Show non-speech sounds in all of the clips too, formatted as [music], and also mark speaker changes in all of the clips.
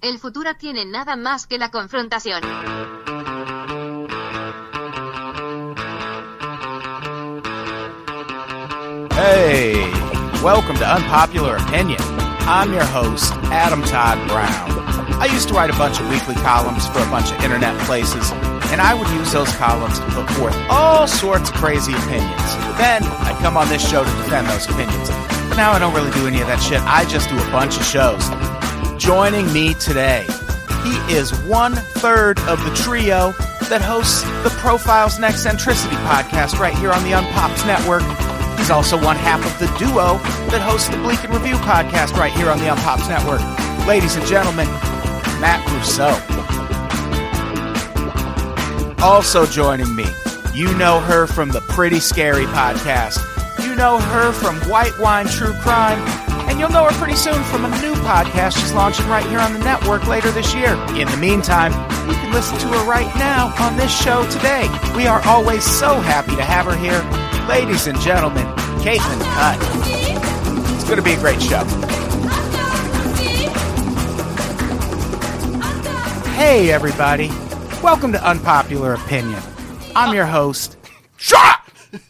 Speaker 1: El futuro tiene nada más que la confrontación.
Speaker 2: Hey, welcome to Unpopular Opinion. I'm your host, Adam Todd Brown. I used to write a bunch of weekly columns for a bunch of internet places, and I would use those columns to put forth all sorts of crazy opinions. Then I'd come on this show to defend those opinions. But now I don't really do any of that shit, I just do a bunch of shows. Joining me today, he is one third of the trio that hosts the Profiles and Eccentricity podcast right here on the Unpops Network. He's also one half of the duo that hosts the Bleak and Review podcast right here on the Unpops Network. Ladies and gentlemen, Matt Rousseau. Also joining me, you know her from the Pretty Scary podcast. You know her from White Wine True Crime. And you'll know her pretty soon from a new podcast she's launching right here on the network later this year. In the meantime, you can listen to her right now on this show today. We are always so happy to have her here. Ladies and gentlemen, Caitlin Cutt. It's going to be a great show. Hey, everybody. Welcome to Unpopular Opinion. I'm your host,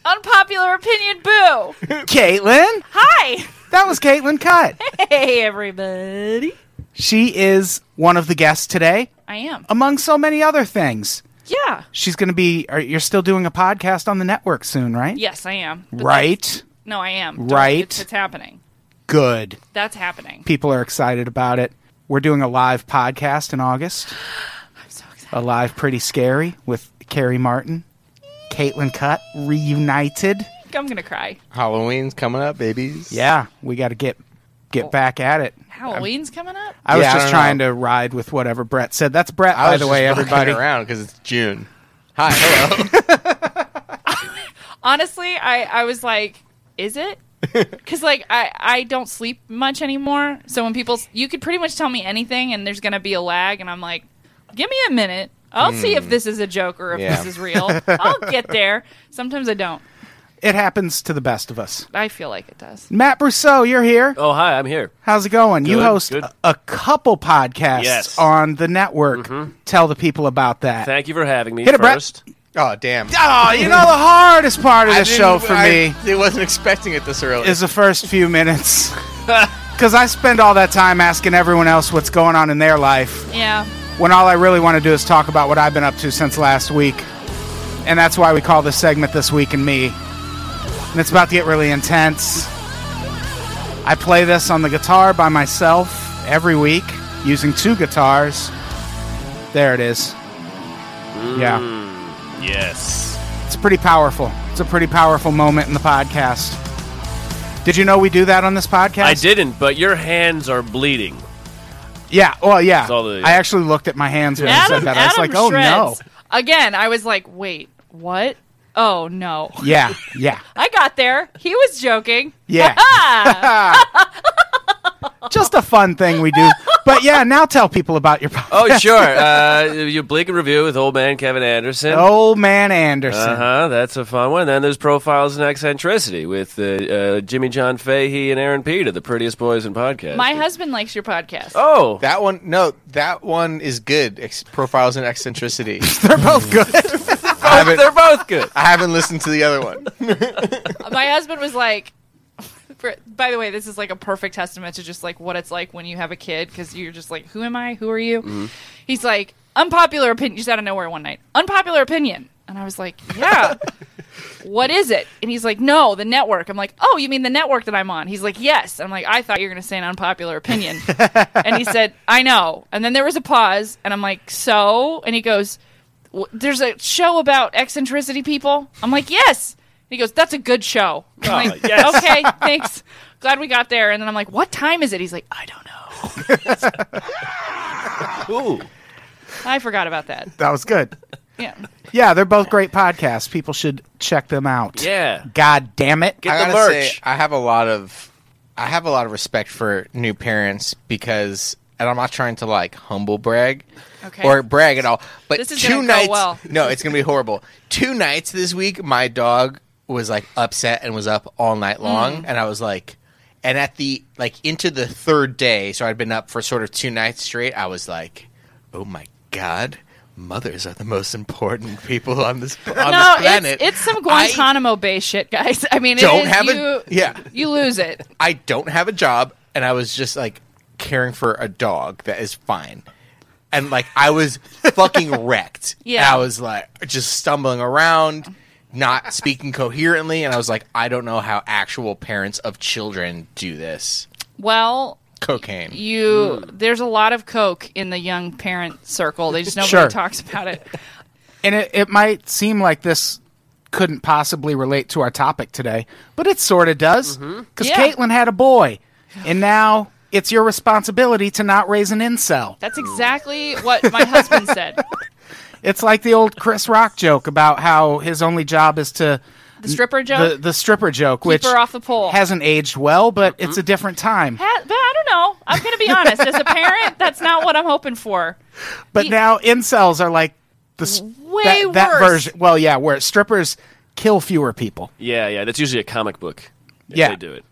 Speaker 3: Unpopular opinion, boo.
Speaker 2: Caitlin.
Speaker 3: Hi.
Speaker 2: That was Caitlin Cutt.
Speaker 3: Hey, everybody.
Speaker 2: She is one of the guests today,
Speaker 3: I am.
Speaker 2: among so many other things.
Speaker 3: yeah.
Speaker 2: She's going to be, are, you're still doing a podcast on the network soon, right?
Speaker 3: Yes, I am. But
Speaker 2: Right?
Speaker 3: that's- No, I am. Don't-
Speaker 2: Right.
Speaker 3: It's, it's happening.
Speaker 2: Good.
Speaker 3: That's happening.
Speaker 2: People are excited about it. We're doing a live podcast in August.
Speaker 3: I'm so excited.
Speaker 2: a live Pretty Scary with Carrie Martin, Caitlin Cutt reunited.
Speaker 3: I'm going to cry.
Speaker 4: Halloween's coming up, babies.
Speaker 2: Yeah, we got to get get back at it.
Speaker 3: Halloween's coming up.
Speaker 2: I was
Speaker 4: Yeah, I
Speaker 2: just
Speaker 4: don't
Speaker 2: trying
Speaker 4: know.
Speaker 2: to ride with whatever Brett said. That's Brett,
Speaker 4: I
Speaker 2: by
Speaker 4: was
Speaker 2: the way,
Speaker 4: just fucking
Speaker 2: everybody.
Speaker 4: around because it's June. Hi, hello.
Speaker 3: Honestly, I, I was like, is it? Because, like, I, I don't sleep much anymore. So when people, you could pretty much tell me anything and there's going to be a lag. And I'm like, give me a minute. I'll see if this is a joke or if
Speaker 4: Yeah.
Speaker 3: this is real. I'll get there. Sometimes I don't.
Speaker 2: It happens to the best of us.
Speaker 3: I feel like it does.
Speaker 2: Matt Brousseau, you're here.
Speaker 5: Oh, hi, I'm here.
Speaker 2: How's it going? you
Speaker 5: good,
Speaker 2: host
Speaker 5: good.
Speaker 2: a- a couple podcasts
Speaker 5: Yes. Mm-hmm.
Speaker 2: on the network. Tell the people about that.
Speaker 5: Thank you for having me
Speaker 2: Hit it, Brett.
Speaker 5: first.
Speaker 4: oh, damn.
Speaker 2: oh, you know the hardest part
Speaker 5: [laughs]
Speaker 2: of
Speaker 4: I
Speaker 2: this
Speaker 4: didn't-
Speaker 2: show for
Speaker 4: I-
Speaker 2: me.
Speaker 4: I wasn't expecting it this early.
Speaker 2: is the first few
Speaker 5: [laughs]
Speaker 2: minutes. Because I spend all that time asking everyone else what's going on in their life
Speaker 3: Yeah.
Speaker 2: when all I really want to do is talk about what I've been up to since last week. And that's why we call this segment This Week in Me. And it's about to get really intense. I play this on the guitar by myself every week using two guitars. There it is. Yeah.
Speaker 5: Yes.
Speaker 2: It's pretty powerful. It's a pretty powerful moment in the podcast. Did you know we do that on this podcast?
Speaker 5: I didn't, but your hands are bleeding.
Speaker 2: Yeah. Well, yeah.
Speaker 5: all the-
Speaker 2: I actually looked at my hands [laughs] when I said
Speaker 3: Adam,
Speaker 2: that. I was
Speaker 3: Adam
Speaker 2: like, oh
Speaker 3: shreds. Again, I was like, wait, what? Oh no.
Speaker 2: no. Yeah. Yeah.
Speaker 3: I got there. He was joking.
Speaker 2: Yeah. Just a fun thing we do. But yeah, now tell people about your podcast.
Speaker 5: [laughs] Oh, sure. uh, you Blink and Review with old man Kevin Anderson.
Speaker 2: Old man Anderson.
Speaker 5: Uh huh. That's a fun one. Then there's Profiles in Eccentricity with uh, uh, Jimmy John Fahey and Aaron Peter, the prettiest boys in
Speaker 2: [laughs]
Speaker 3: [laughs]
Speaker 5: podcast.
Speaker 3: My husband likes your podcast.
Speaker 5: oh,
Speaker 4: that one, no, that one is good. Ex- profiles and eccentricity.
Speaker 2: [laughs] [laughs] They're both good.
Speaker 4: I, haven't,
Speaker 5: they're both good.
Speaker 4: I haven't listened to the other one.
Speaker 3: My husband was like [laughs] for- by the way, this is like a perfect testament to just like what it's like when you have a kid because you're just like, who am I? Who are you? He's like, unpopular opinion. Just out of nowhere one night, unpopular opinion. And I was like, yeah, what is it? And he's like, no, the network. I'm like, oh, you mean the network that I'm on? He's like, yes. And I'm like, I thought you were going to say an unpopular opinion. and he said, I know. And then there was a pause, and I'm like, so? And he goes, w- there's a show about eccentricity people. I'm like, yes. And he goes, that's a good show. I'm
Speaker 5: Oh,
Speaker 3: like,
Speaker 5: yes.
Speaker 3: okay, thanks. Glad we got there. And then I'm like, what time is it? He's like, I don't know.
Speaker 5: Ooh.
Speaker 3: I forgot about that.
Speaker 2: that was good.
Speaker 3: Yeah.
Speaker 2: Yeah, they're both great podcasts. People should check them out.
Speaker 5: Yeah.
Speaker 2: God damn it.
Speaker 5: Get
Speaker 4: I
Speaker 5: the
Speaker 4: gotta
Speaker 5: merch.
Speaker 4: say, I have a lot of, I have a lot of respect for new parents because, and I'm not trying to like humble brag,
Speaker 3: Okay.
Speaker 4: or brag at all. But
Speaker 3: This is
Speaker 4: two
Speaker 3: gonna go
Speaker 4: nights,
Speaker 3: well.
Speaker 4: [laughs] no, it's gonna be horrible. two
Speaker 3: Mm.
Speaker 4: nights this week, my dog was like upset and was up all night long, and I was like, And at the like into the third day, so I'd been up for sort of two nights straight. I was like, "Oh my god, mothers are the most important people on this on
Speaker 3: no,
Speaker 4: this planet."
Speaker 3: it's, it's some
Speaker 4: I-
Speaker 3: Guantanamo Bay shit, guys. [laughs] I mean, it
Speaker 4: Don't
Speaker 3: is-
Speaker 4: have
Speaker 3: you,
Speaker 4: a- yeah.
Speaker 3: you lose it.
Speaker 4: I don't have a job, and I was just like caring for a dog that is fine. And like I was fucking wrecked.
Speaker 3: Yeah.
Speaker 4: And I was like just stumbling around, not speaking coherently, and I was like, I don't know how actual parents of children do this.
Speaker 3: Well,
Speaker 4: Cocaine.
Speaker 3: you
Speaker 4: Mm.
Speaker 3: there's a lot of coke in the young parent circle. They just nobody
Speaker 2: Sure.
Speaker 3: talks about it.
Speaker 2: And it, it might seem like this couldn't possibly relate to our topic today, but it sort of does.
Speaker 5: Mm-hmm.
Speaker 2: Because
Speaker 3: Yeah.
Speaker 2: Caitlin had a boy, and now it's your responsibility to not raise an incel.
Speaker 3: That's exactly what my husband
Speaker 4: [laughs]
Speaker 3: said.
Speaker 2: It's like the old Chris Rock joke about how his only job is to.
Speaker 3: The stripper
Speaker 2: The,
Speaker 3: joke.
Speaker 2: the stripper joke, which
Speaker 3: her off the pole.
Speaker 2: hasn't aged well, but it's a different time.
Speaker 3: Ha- but I don't know. I'm going to be honest. As a parent, that's not what I'm hoping for.
Speaker 2: But now incels are like the s-
Speaker 3: Way
Speaker 2: that, that
Speaker 3: worse.
Speaker 2: version. Well, yeah, where strippers kill fewer people.
Speaker 5: [laughs]
Speaker 2: [laughs]
Speaker 5: Yeah, yeah. That's usually a comic book. if
Speaker 2: Yeah.
Speaker 5: they do it.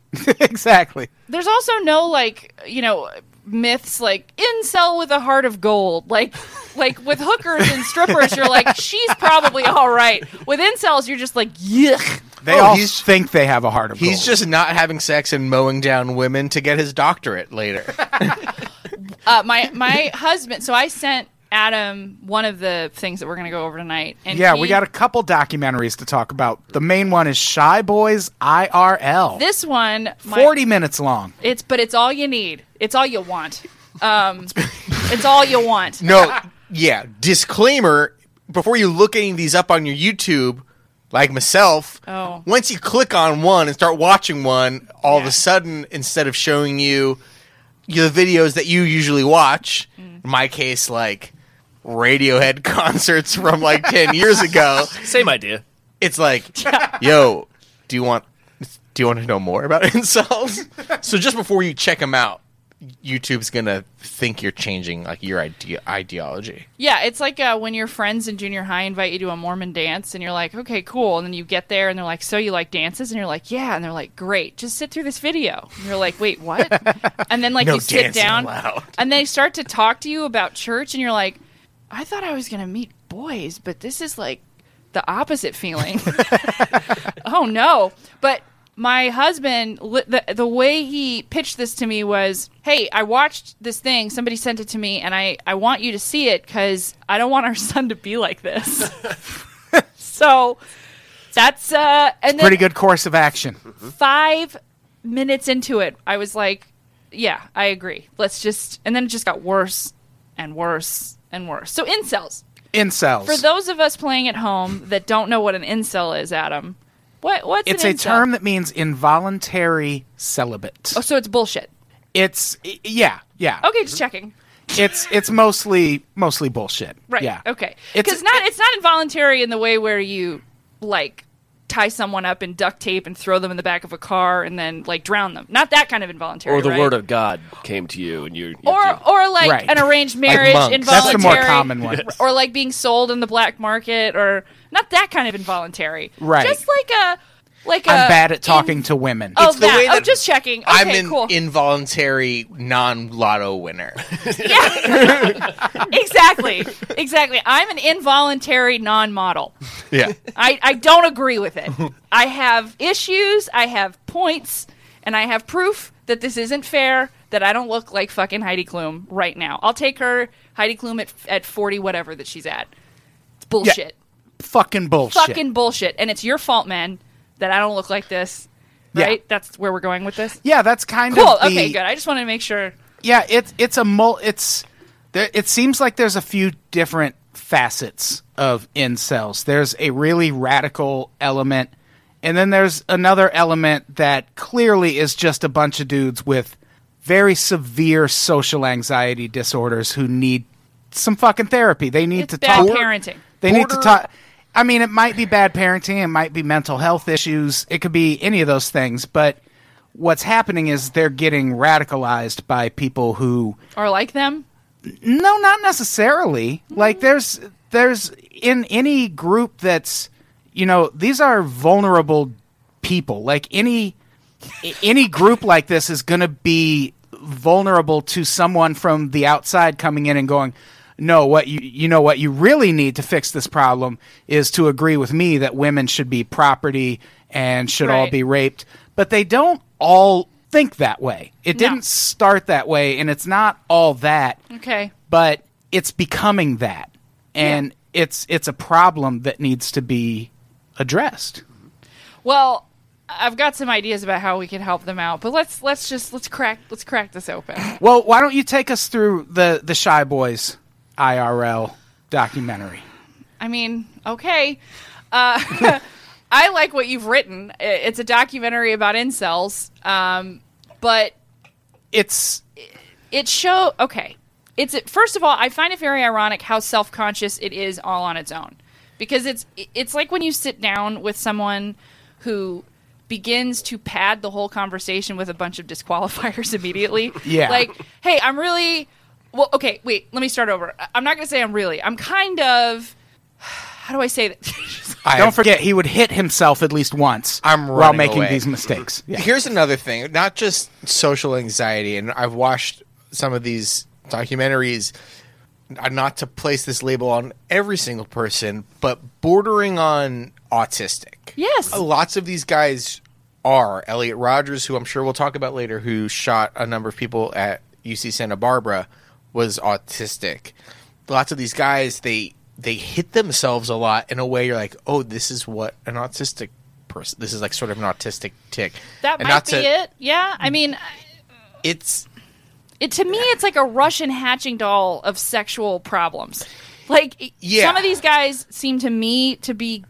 Speaker 2: exactly.
Speaker 3: There's also no like you know myths like incel with a heart of gold like like with hookers and strippers
Speaker 2: [laughs]
Speaker 3: you're like she's probably all right with incels you're just like yuck
Speaker 2: They
Speaker 4: Oh,
Speaker 2: all
Speaker 4: he's-
Speaker 2: think they have a heart of
Speaker 4: He's
Speaker 2: gold.
Speaker 4: just not having sex and mowing down women to get his doctorate later.
Speaker 3: uh, my
Speaker 2: [laughs]
Speaker 3: my husband so I sent Adam one of the things that we're gonna go over tonight and
Speaker 2: yeah,
Speaker 3: he-
Speaker 2: we got a couple documentaries to talk about. The main one is Shy Boys IRL.
Speaker 3: this one my-
Speaker 2: 40 minutes long.
Speaker 3: it's but it's all you need it's all you want
Speaker 2: [laughs]
Speaker 3: um it's all you want
Speaker 4: No, yeah. Disclaimer: Before you look any of these up on your YouTube, like myself,
Speaker 3: Oh.
Speaker 4: once you click on one and start watching one, all of
Speaker 3: Yeah.
Speaker 4: a sudden, instead of showing you the videos that you usually watch,
Speaker 3: Mm.
Speaker 4: in my case, like Radiohead [laughs] concerts from like ten years ago,
Speaker 5: Same idea.
Speaker 4: it's like,
Speaker 3: [laughs]
Speaker 4: yo, do you want do you want to know more about [laughs] incels? so just before you check them out, YouTube's gonna think you're changing like your idea ideology.
Speaker 3: Yeah, it's like uh, when your friends in junior high invite you to a Mormon dance, and you're like, okay, cool. And then you get there, and they're like, so you like dances? And you're like, yeah. And they're like, great. Just sit through this video. And you're like, wait, what?
Speaker 4: [laughs]
Speaker 3: and then like
Speaker 4: No
Speaker 3: you sit
Speaker 4: dancing
Speaker 3: down,
Speaker 4: allowed.
Speaker 3: and they start to talk to you about church, and you're like, I thought I was gonna meet boys, but this is like the opposite
Speaker 4: [laughs]
Speaker 3: feeling. oh no! But my husband, li- the the way he pitched this to me was, "Hey, I watched this thing. Somebody sent it to me, and I I want you to see it because I don't want our [laughs] son to be
Speaker 2: [laughs]
Speaker 3: like this." so that's uh, and then
Speaker 2: Pretty good course of action.
Speaker 3: five minutes into it, I was like, "Yeah, I agree. Let's just." And then it just got worse and worse and worse. So incels.
Speaker 2: Incels.
Speaker 3: For those of us playing at home that don't know what an incel is, Adam, what what's
Speaker 2: it's
Speaker 3: an
Speaker 2: a
Speaker 3: incel?
Speaker 2: term that means involuntary celibate.
Speaker 3: Oh, so it's bullshit.
Speaker 2: It's i- yeah, yeah.
Speaker 3: Okay, just checking.
Speaker 2: It's it's mostly mostly bullshit.
Speaker 3: Right.
Speaker 2: Yeah.
Speaker 3: Okay.
Speaker 2: It's-
Speaker 3: Because not it's not involuntary in the way where you like tie someone up in duct tape and throw them in the back of a car and then like drown them. Not that kind of involuntary.
Speaker 5: Or the
Speaker 3: right?
Speaker 5: word of God came to you, and you. you
Speaker 3: or
Speaker 5: did-
Speaker 3: or like
Speaker 2: Right.
Speaker 3: an arranged marriage
Speaker 4: monks.
Speaker 3: involuntary.
Speaker 2: That's the more common one.
Speaker 3: [laughs] Or like being sold in the black market or not that kind of involuntary.
Speaker 2: Right.
Speaker 3: Just like a like a
Speaker 2: I'm bad at talking
Speaker 3: Uh, in-
Speaker 2: to women.
Speaker 3: Oh,
Speaker 4: the
Speaker 3: that.
Speaker 4: way
Speaker 3: oh,
Speaker 4: that
Speaker 3: just checking. Okay,
Speaker 4: I'm an
Speaker 3: cool.
Speaker 4: involuntary non lotto winner.
Speaker 3: Yeah. [laughs] exactly. Exactly. I'm an involuntary non model.
Speaker 4: yeah.
Speaker 3: I, I don't agree with it. I have issues, I have points, and I have proof that this isn't fair, that I don't look like fucking Heidi Klum right now. I'll take her, Heidi Klum, at, at 40, whatever that she's at. It's bullshit.
Speaker 2: Fucking bullshit.
Speaker 3: Fucking bullshit. And it's your fault, men, that I don't look like this.
Speaker 2: Yeah.
Speaker 3: Right? That's where we're going with this.
Speaker 2: Yeah, that's kind
Speaker 3: Cool.
Speaker 2: of the,
Speaker 3: okay, good. I just wanted to make sure.
Speaker 2: Yeah, it's it's a mul- it's there, it seems like there's a few different facets of incels. There's a really radical element, and then there's another element that clearly is just a bunch of dudes with very severe social anxiety disorders who need some fucking therapy. They need
Speaker 3: It's
Speaker 2: to
Speaker 3: bad
Speaker 2: talk.
Speaker 3: parenting.
Speaker 2: They need to talk. I mean, it might be bad parenting, it might be mental health issues, it could be any of those things, but what's happening is they're getting radicalized by people who
Speaker 3: Or like them.
Speaker 2: no, not necessarily.
Speaker 3: Mm.
Speaker 2: Like there's there's in any group that's you know, these are vulnerable people. Like any a- any group like this is going to be vulnerable to someone from the outside coming in and going, "No, what you you know what you really need to fix this problem is to agree with me that women should be property and should all
Speaker 3: Right.
Speaker 2: be raped." But they don't all think that way. It
Speaker 3: No.
Speaker 2: didn't start that way and it's not all that
Speaker 3: Okay.
Speaker 2: but it's becoming that and it's it's a problem that needs to be addressed
Speaker 3: Well, I've got some ideas about how we could help them out, but let's let's just let's crack let's crack this open.
Speaker 2: well why don't you take us through the the shy boys irl documentary
Speaker 3: I mean, okay. Uh, [laughs] I like what you've written. I- It's a documentary about incels, um, but
Speaker 2: it's
Speaker 3: it show okay. It's first of all, I find it very ironic how self conscious it is all on its own, because it's it's like when you sit down with someone who begins to pad the whole conversation with a bunch of disqualifiers [laughs] immediately.
Speaker 2: Yeah.
Speaker 3: like hey, I'm really well. Okay, wait, let me start over. I- I'm not gonna say I'm really. I'm kind of. [sighs] How do I say [laughs] that?
Speaker 2: don't forget he would hit himself at least once
Speaker 4: I'm
Speaker 2: while
Speaker 4: running
Speaker 2: making
Speaker 4: away.
Speaker 2: these mistakes yeah.
Speaker 4: Here's another thing, not just social anxiety, and I've watched some of these documentaries. uh, Not to place this label on every single person, but bordering on autistic.
Speaker 3: Yes.
Speaker 4: lots of these guys are Elliot Rodgers, who I'm sure we'll talk about later, who shot a number of people at UC Santa Barbara, was autistic. Lots of these guys, they they hit themselves a lot in a way you're like, oh, this is what an autistic person. This is like sort of an autistic tick.
Speaker 3: that
Speaker 4: And
Speaker 3: might
Speaker 4: not
Speaker 3: be
Speaker 4: to-
Speaker 3: it. Yeah, I mean,
Speaker 4: It's
Speaker 3: it to me, it's like a Russian hatching doll of sexual problems. Like i-
Speaker 4: Yeah.
Speaker 3: some of these guys seem to me to be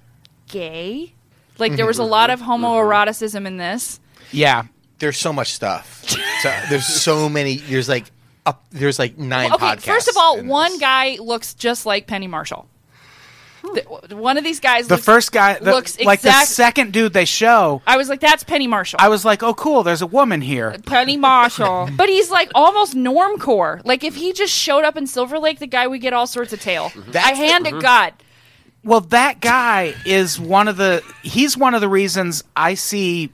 Speaker 3: gay. Like
Speaker 2: Mm-hmm.
Speaker 3: there was a lot of homoeroticism in this.
Speaker 2: yeah
Speaker 4: there's so much stuff. [laughs] So, there's so many. There's like up. There's like nine.
Speaker 3: Okay,
Speaker 4: podcasts
Speaker 3: first of all,
Speaker 4: in
Speaker 3: one
Speaker 4: this.
Speaker 3: guy looks just like Penny Marshall. Th- one of these guys,
Speaker 2: the
Speaker 3: looks,
Speaker 2: first guy the,
Speaker 3: looks
Speaker 2: like the
Speaker 3: exact-
Speaker 2: second dude they show
Speaker 3: I was like, that's Penny Marshall.
Speaker 2: i was like oh cool there's a woman here [laughs]
Speaker 3: Penny Marshall, but he's like almost normcore. Like if he just showed up in Silver Lake, the guy would get all sorts of tail. I hand to God.
Speaker 2: mm-hmm. Well, that guy is one of the he's one of the reasons I see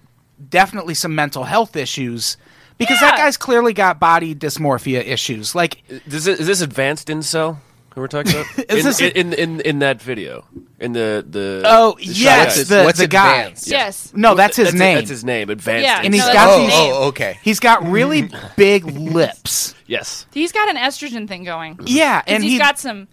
Speaker 2: definitely some mental health issues because that
Speaker 3: Yeah.
Speaker 2: guy's clearly got body dysmorphia issues. Like
Speaker 4: Uh,
Speaker 5: Does it, is this advanced incel who we're talking
Speaker 2: [laughs]
Speaker 5: about? in,
Speaker 2: this-
Speaker 5: in, in, in that video in the the
Speaker 2: oh
Speaker 5: the
Speaker 2: yes,
Speaker 5: shot.
Speaker 4: What's
Speaker 2: the
Speaker 4: what's
Speaker 2: the guy.
Speaker 4: advanced?
Speaker 3: Yes.
Speaker 2: No, that's his name.
Speaker 5: that's his name. Advanced.
Speaker 3: Yeah,
Speaker 2: and he's
Speaker 3: No,
Speaker 2: got
Speaker 3: that's
Speaker 2: these,
Speaker 3: his name.
Speaker 4: oh, oh, okay.
Speaker 2: he's got
Speaker 4: [laughs]
Speaker 2: really big lips.
Speaker 5: yes.
Speaker 3: He's got an estrogen thing going. 'Cause
Speaker 2: Yeah, and
Speaker 3: he's
Speaker 2: he
Speaker 3: got some.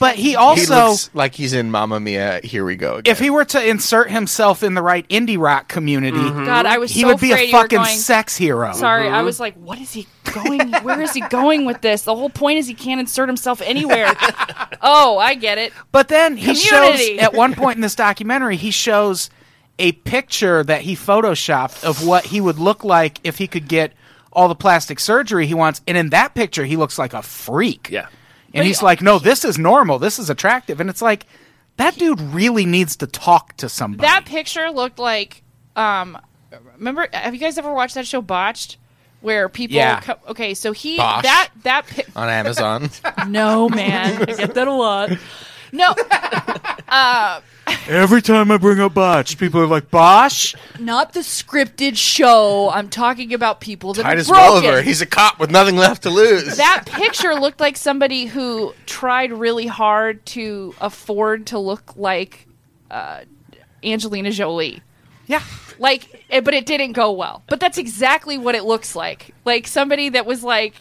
Speaker 2: but he
Speaker 4: he
Speaker 2: also
Speaker 4: looks like he's in Mamma Mia. Here we go. Again.
Speaker 2: if he were to insert himself in the right indie rock community,
Speaker 4: Mm-hmm.
Speaker 3: God, I was
Speaker 2: Mm-hmm. he
Speaker 3: so
Speaker 2: would be
Speaker 3: afraid
Speaker 2: a
Speaker 3: you
Speaker 2: fucking Mm-hmm.
Speaker 3: were going.
Speaker 2: sex hero.
Speaker 3: Sorry, I was like, what is he going? Where is he going with this? The whole point is he can't insert
Speaker 2: [laughs]
Speaker 3: himself anywhere. oh, I get it.
Speaker 2: But then he
Speaker 3: Community.
Speaker 2: shows at one point in this documentary, he shows a picture that he photoshopped of what he would look like if he could get all the plastic surgery he wants. And in that picture, he looks like a freak.
Speaker 5: Yeah.
Speaker 2: And he's like, "No, this is normal. This is attractive." And it's like that dude really needs to talk to somebody.
Speaker 3: That picture looked like. Um, remember? Have you guys ever watched that show Botched? Where people,
Speaker 2: Yeah.
Speaker 3: co- okay, so he
Speaker 4: Bosh.
Speaker 3: that that pic-
Speaker 2: [laughs]
Speaker 4: on Amazon.
Speaker 3: no man, I get that a lot. No,
Speaker 2: Every time I bring up Bosch, people are like, "Bosch."
Speaker 3: not the scripted show. I'm talking about people that
Speaker 4: Titus
Speaker 3: are broken.
Speaker 4: Bolivar, he's a cop with nothing left to lose.
Speaker 3: that picture looked like somebody who tried really hard to afford to look like uh, Angelina Jolie.
Speaker 2: Yeah.
Speaker 3: Like, eh, but it didn't go well. But that's exactly what it looks like. Like somebody that was like,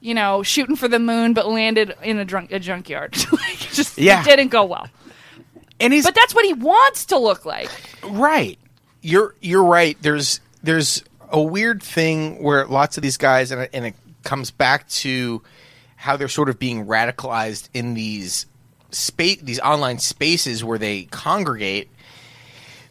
Speaker 3: you know, shooting for the moon, but landed in a drunk a junkyard. [laughs] like, just
Speaker 2: Yeah.
Speaker 3: it didn't go well.
Speaker 2: And he's
Speaker 3: But that's what he wants to look like.
Speaker 2: right.
Speaker 4: you're you're right. There's there's a weird thing where lots of these guys, and it, and it comes back to how they're sort of being radicalized in these space, these online spaces where they congregate.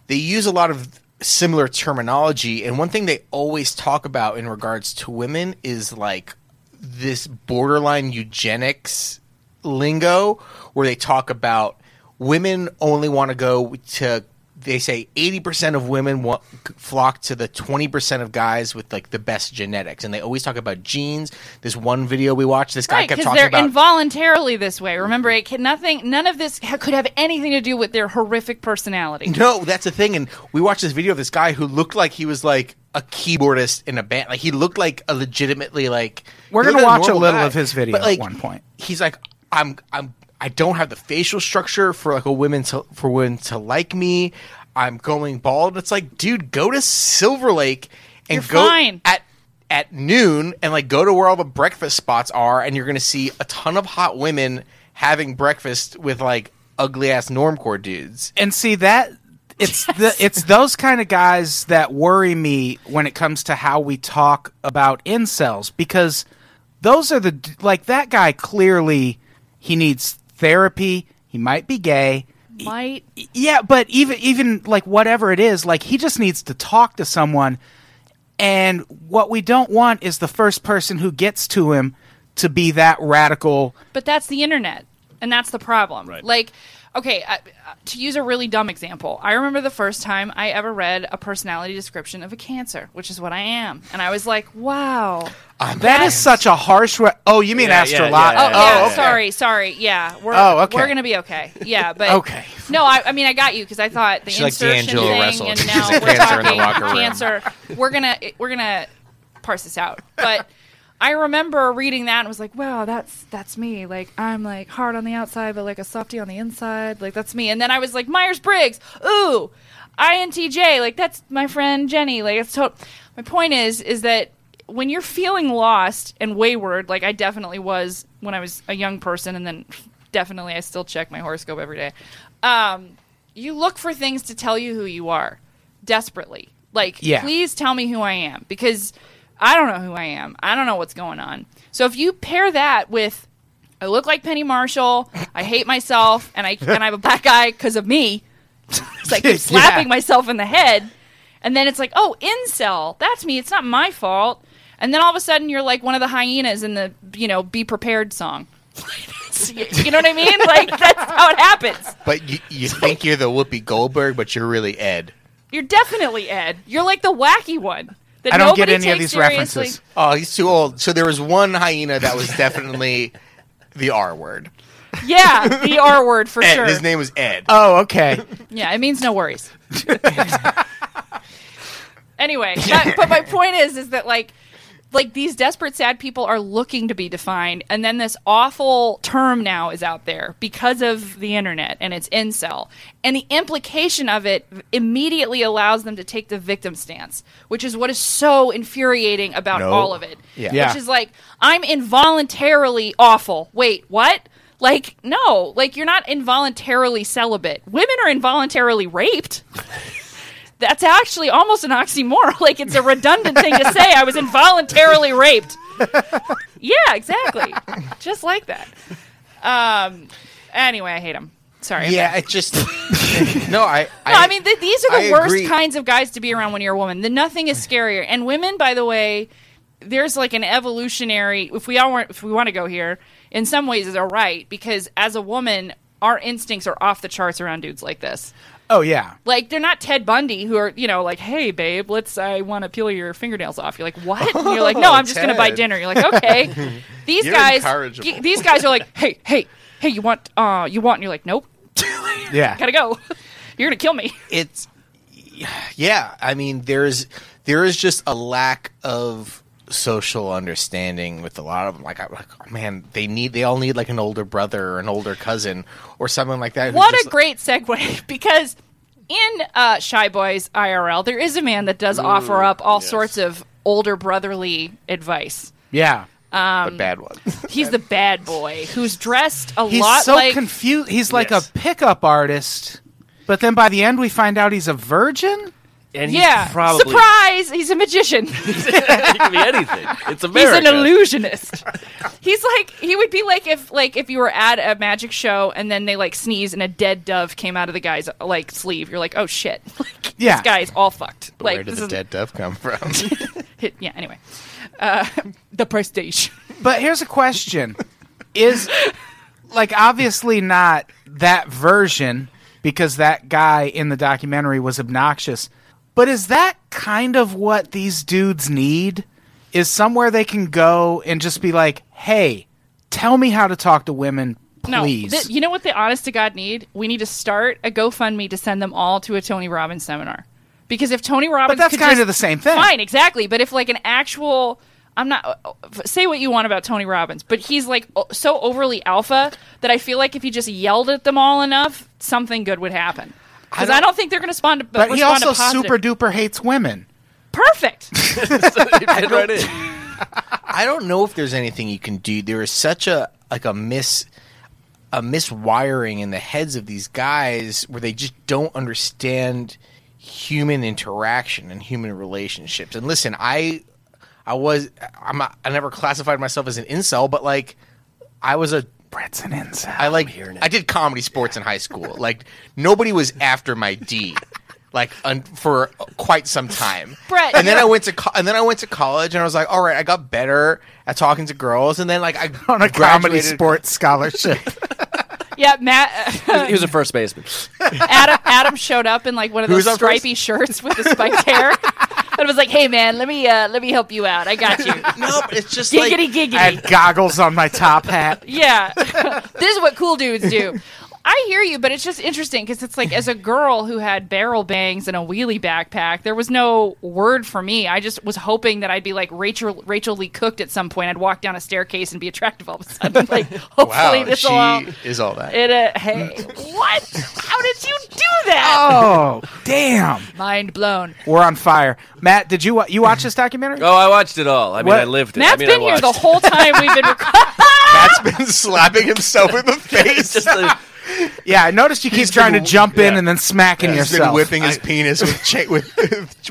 Speaker 4: They use a lot of similar terminology, and one thing they always talk about in regards to women is like this borderline eugenics lingo where they talk about women only want to go to they say 80% of women wa- flock to the 20% of guys with like the best genetics and they always talk about genes this one video we watched this guy
Speaker 3: Right,
Speaker 4: kept
Speaker 3: because
Speaker 4: talking
Speaker 3: they're
Speaker 4: about
Speaker 3: involuntarily this way. Remember, it can, nothing, none of this ha- could have anything to do with their horrific personality.
Speaker 4: [laughs] no that's the thing and we watched this video of this guy who looked like he was like a keyboardist in a band. Like he looked like a legitimately like.
Speaker 2: We're
Speaker 4: he looked
Speaker 2: gonna
Speaker 4: like
Speaker 2: watch a
Speaker 4: normal
Speaker 2: little
Speaker 4: guy.
Speaker 2: of his video
Speaker 4: But,
Speaker 2: at
Speaker 4: like,
Speaker 2: one point.
Speaker 4: He's like, I'm, I'm, I don't have the facial structure for like a women to for women to like me. I'm going bald. It's like, dude, go to Silver Lake and
Speaker 3: You're
Speaker 4: go
Speaker 3: fine.
Speaker 4: at at noon and like go to where all the breakfast spots are and you're gonna see a ton of hot women having breakfast with like ugly ass normcore dudes.
Speaker 2: and see that it's the it's those kind of guys that worry me when it comes to how we talk about incels because those are the d- like that guy clearly he needs therapy he might be gay
Speaker 3: Might
Speaker 2: yeah but even even like whatever it is like he just needs to talk to someone and what we don't want is the first person who gets to him to be that radical
Speaker 3: But that's the internet, and that's the problem. Like, okay, I, to use a really dumb example, I remember the first time I ever read a personality description of a cancer, which is what I am, and I was like, wow.
Speaker 2: Oh, that is such a harsh re- oh you mean
Speaker 5: Yeah, yeah,
Speaker 2: astrolog
Speaker 5: yeah,
Speaker 3: Oh,
Speaker 5: yeah,
Speaker 3: yeah,
Speaker 5: okay.
Speaker 3: sorry, sorry. Yeah, we're
Speaker 2: Oh, okay.
Speaker 3: we're gonna be okay. Yeah, but
Speaker 2: Okay.
Speaker 3: No, I, I mean I got you because I thought the
Speaker 4: like
Speaker 3: insertion
Speaker 4: D'Angelo
Speaker 3: thing,
Speaker 4: Russell.
Speaker 3: and
Speaker 4: She's
Speaker 3: now
Speaker 4: a
Speaker 3: we're
Speaker 4: cancer in the
Speaker 3: talking
Speaker 4: locker room.
Speaker 3: cancer. We're gonna we're gonna parse this out, but. [laughs] I remember reading that and was like, "Wow, that's that's me. Like I'm like hard on the outside, but like a softy on the inside. Like that's me." And then I was like, "Myers Briggs, ooh, INTJ. Like that's my friend Jenny. Like it's total." My point is, is that when you're feeling lost and wayward, like I definitely was when I was a young person, and then definitely I still check my horoscope every day. Um, you look for things to tell you who you are desperately. Like,
Speaker 2: Yeah.
Speaker 3: please tell me who I am because I don't know who I am. I don't know what's going on. So if you pair that with I look like Penny Marshall, I hate myself, and I and I have a black eye because of me. [laughs] it's like I keep slapping myself in the head. And then it's like, oh, incel. That's me. It's not my fault. And then all of a sudden, you're like one of the hyenas in the, you know, be prepared song. [laughs] you know what I mean? Like, that's how it happens.
Speaker 4: But you, you think you're the Whoopi Goldberg, but you're really Ed.
Speaker 3: You're definitely Ed. You're like the wacky one. That
Speaker 2: I don't get
Speaker 3: nobody
Speaker 2: any of
Speaker 3: takes
Speaker 2: these
Speaker 3: seriously.
Speaker 2: references.
Speaker 4: Oh, he's too old. So there was one hyena that [laughs] was definitely the R word.
Speaker 3: Yeah, the R word for
Speaker 4: Ed.
Speaker 3: sure.
Speaker 4: Eh, His name was Ed.
Speaker 2: oh
Speaker 5: [laughs]
Speaker 2: okay
Speaker 3: Yeah, it means no
Speaker 4: [laughs]
Speaker 3: worries.
Speaker 4: [laughs]
Speaker 3: anyway, that, but my point is, is that like, like these desperate sad people are looking to be defined, and then this awful term now is out there because of the internet and it's incel, and the implication of it immediately allows them to take the victim stance, which is what is so infuriating about
Speaker 4: No.
Speaker 3: all of it.
Speaker 4: Yeah.
Speaker 2: Yeah.
Speaker 3: which is like I'm involuntarily awful. Wait, what? Like no, like you're not involuntarily celibate. Women are involuntarily raped. That's actually almost an oxymoron. [laughs] Like it's a redundant thing to say. I was involuntarily raped. Yeah, exactly. Just like that. Um. Anyway, I hate him. Sorry. I'm
Speaker 2: [laughs]
Speaker 4: Yeah, it just no. I
Speaker 3: no, I mean, th- these are the
Speaker 4: I
Speaker 3: worst
Speaker 4: agree.
Speaker 3: kinds of guys to be around when you're a woman. The nothing is scarier. And women, by the way, there's like an evolutionary. If we all want, if we want to go here, in some ways, is are right because as a woman, our instincts are off the charts around dudes like this.
Speaker 2: oh yeah
Speaker 3: Like they're not Ted Bundy who are you know like, hey babe, let's I want to peel your fingernails off. You're like what? And
Speaker 4: [laughs]
Speaker 3: you're like no, I'm just gonna buy
Speaker 4: Oh, Ted.
Speaker 3: dinner. You're like
Speaker 4: [laughs]
Speaker 3: okay. These
Speaker 4: You're
Speaker 3: guys,
Speaker 4: incorrigible.
Speaker 3: these guys are like hey hey hey you want uh you want and you're like nope,
Speaker 2: yeah
Speaker 3: gotta go. [laughs] You're gonna kill me.
Speaker 4: it's yeah i mean there's there is just a lack of social understanding with a lot of them like, I, like man they need they all need like an older brother or an older cousin or someone like that who
Speaker 3: What
Speaker 4: just-
Speaker 3: a great segue [laughs] because in uh, Shy Boys IRL, there is a man that does offer up all sorts of older brotherly advice.
Speaker 2: yeah
Speaker 4: a bad one
Speaker 3: He's the bad boy who's dressed a
Speaker 2: He's
Speaker 3: lot
Speaker 2: so
Speaker 3: like.
Speaker 2: confused. He's like
Speaker 5: Yes.
Speaker 2: a pickup artist, but then by the end we find out he's a virgin.
Speaker 5: And
Speaker 3: yeah,
Speaker 5: he's probably
Speaker 3: surprise! He's a magician.
Speaker 5: [laughs] he could be anything. It's
Speaker 3: He's
Speaker 5: America.
Speaker 3: an
Speaker 5: [laughs]
Speaker 3: illusionist. He's like he would be like if like if you were at a magic show and then they like sneeze and a dead dove came out of the guy's like sleeve. You're like, oh shit! Like,
Speaker 2: Yeah.
Speaker 3: this guy's all fucked. like
Speaker 4: where did
Speaker 3: this
Speaker 4: the
Speaker 3: is
Speaker 4: dead dove come [laughs] from
Speaker 3: hit- yeah. Anyway, uh, [laughs] the prestige.
Speaker 2: But here's a question: Is like obviously not that version because that guy in the documentary was obnoxious. But is that kind of what these dudes need? Is somewhere they can go and just be like, "Hey, tell me how to talk to women, please."
Speaker 3: No, th- you know what the honest to God need? We need to start a GoFundMe to send them all to a Tony Robbins seminar Because if Tony Robbins,
Speaker 2: But that's
Speaker 3: could
Speaker 2: kind
Speaker 3: just-
Speaker 2: of the same thing.
Speaker 3: Fine, exactly. But if like an actual, I'm not say what you want about Tony Robbins, but he's like o- so overly alpha that I feel like if he just yelled at them all enough, something good would happen. Because I,
Speaker 2: don't-
Speaker 3: don't think they're going to respond. To,
Speaker 2: But he
Speaker 3: respond
Speaker 2: also
Speaker 3: to positive.
Speaker 2: super duper hates women. [laughs]
Speaker 3: perfect.
Speaker 5: It fit
Speaker 3: [laughs]
Speaker 5: right in.
Speaker 4: I don't know if there's anything you can do. There is such a like a mis a miswiring in the heads of these guys where they just don't understand human interaction and human relationships. And listen, I I was I'm not, I never classified myself as an incel, but like I was a
Speaker 2: Brett's an incel.
Speaker 4: I like I did comedy sports in high school. Like nobody was after my D. Like un- for quite some time,
Speaker 3: Brett,
Speaker 4: And then
Speaker 3: you're-
Speaker 4: I went to co- and then I went to college, and I was like, "All right, I got better at talking to girls." And then like I
Speaker 2: [laughs] [laughs] on a comedy
Speaker 4: graduated-
Speaker 2: sports scholarship.
Speaker 3: yeah, Matt. uh,
Speaker 5: He was a first baseman.
Speaker 3: Adam Adam showed up in like one of
Speaker 4: Who
Speaker 3: those
Speaker 4: was up first?
Speaker 3: stripy shirts with the spiked
Speaker 4: [laughs]
Speaker 3: hair. And was like, "Hey man, let me uh, let me help you out. I got you.
Speaker 4: No, but it's just like
Speaker 3: Giggity giggity."
Speaker 2: I [laughs] had goggles on my top hat.
Speaker 3: yeah. [laughs] this is what cool dudes do. I hear you, but it's just interesting because it's like as a girl who had barrel bangs and a wheelie backpack, there was no word for me. I just was hoping that I'd be like Rachel Rachel Lee cooked at some point. I'd walk down a staircase and be attractive all of a
Speaker 4: [laughs]
Speaker 3: sudden. Like hopefully
Speaker 4: wow,
Speaker 3: this
Speaker 4: she
Speaker 3: will all
Speaker 4: is all that.
Speaker 3: it uh, hey what? How did you do that?
Speaker 2: [laughs] Oh, damn.
Speaker 3: Mind blown.
Speaker 2: We're on fire. Matt, did you wa- you watch this documentary?
Speaker 5: Oh, I watched it all. I mean,
Speaker 2: What?
Speaker 5: I lived it.
Speaker 3: Matt's
Speaker 5: I mean, I
Speaker 3: been here the
Speaker 5: watched it.
Speaker 3: whole time we've been.
Speaker 5: [laughs]
Speaker 3: Rec- [laughs]
Speaker 4: Matt's been slapping himself in the face.
Speaker 5: Just the-
Speaker 2: Yeah, I noticed you keep trying
Speaker 4: been-
Speaker 2: to jump in
Speaker 5: yeah.
Speaker 2: and then smacking
Speaker 4: He's
Speaker 2: yourself.
Speaker 4: been whipping his penis with cha- with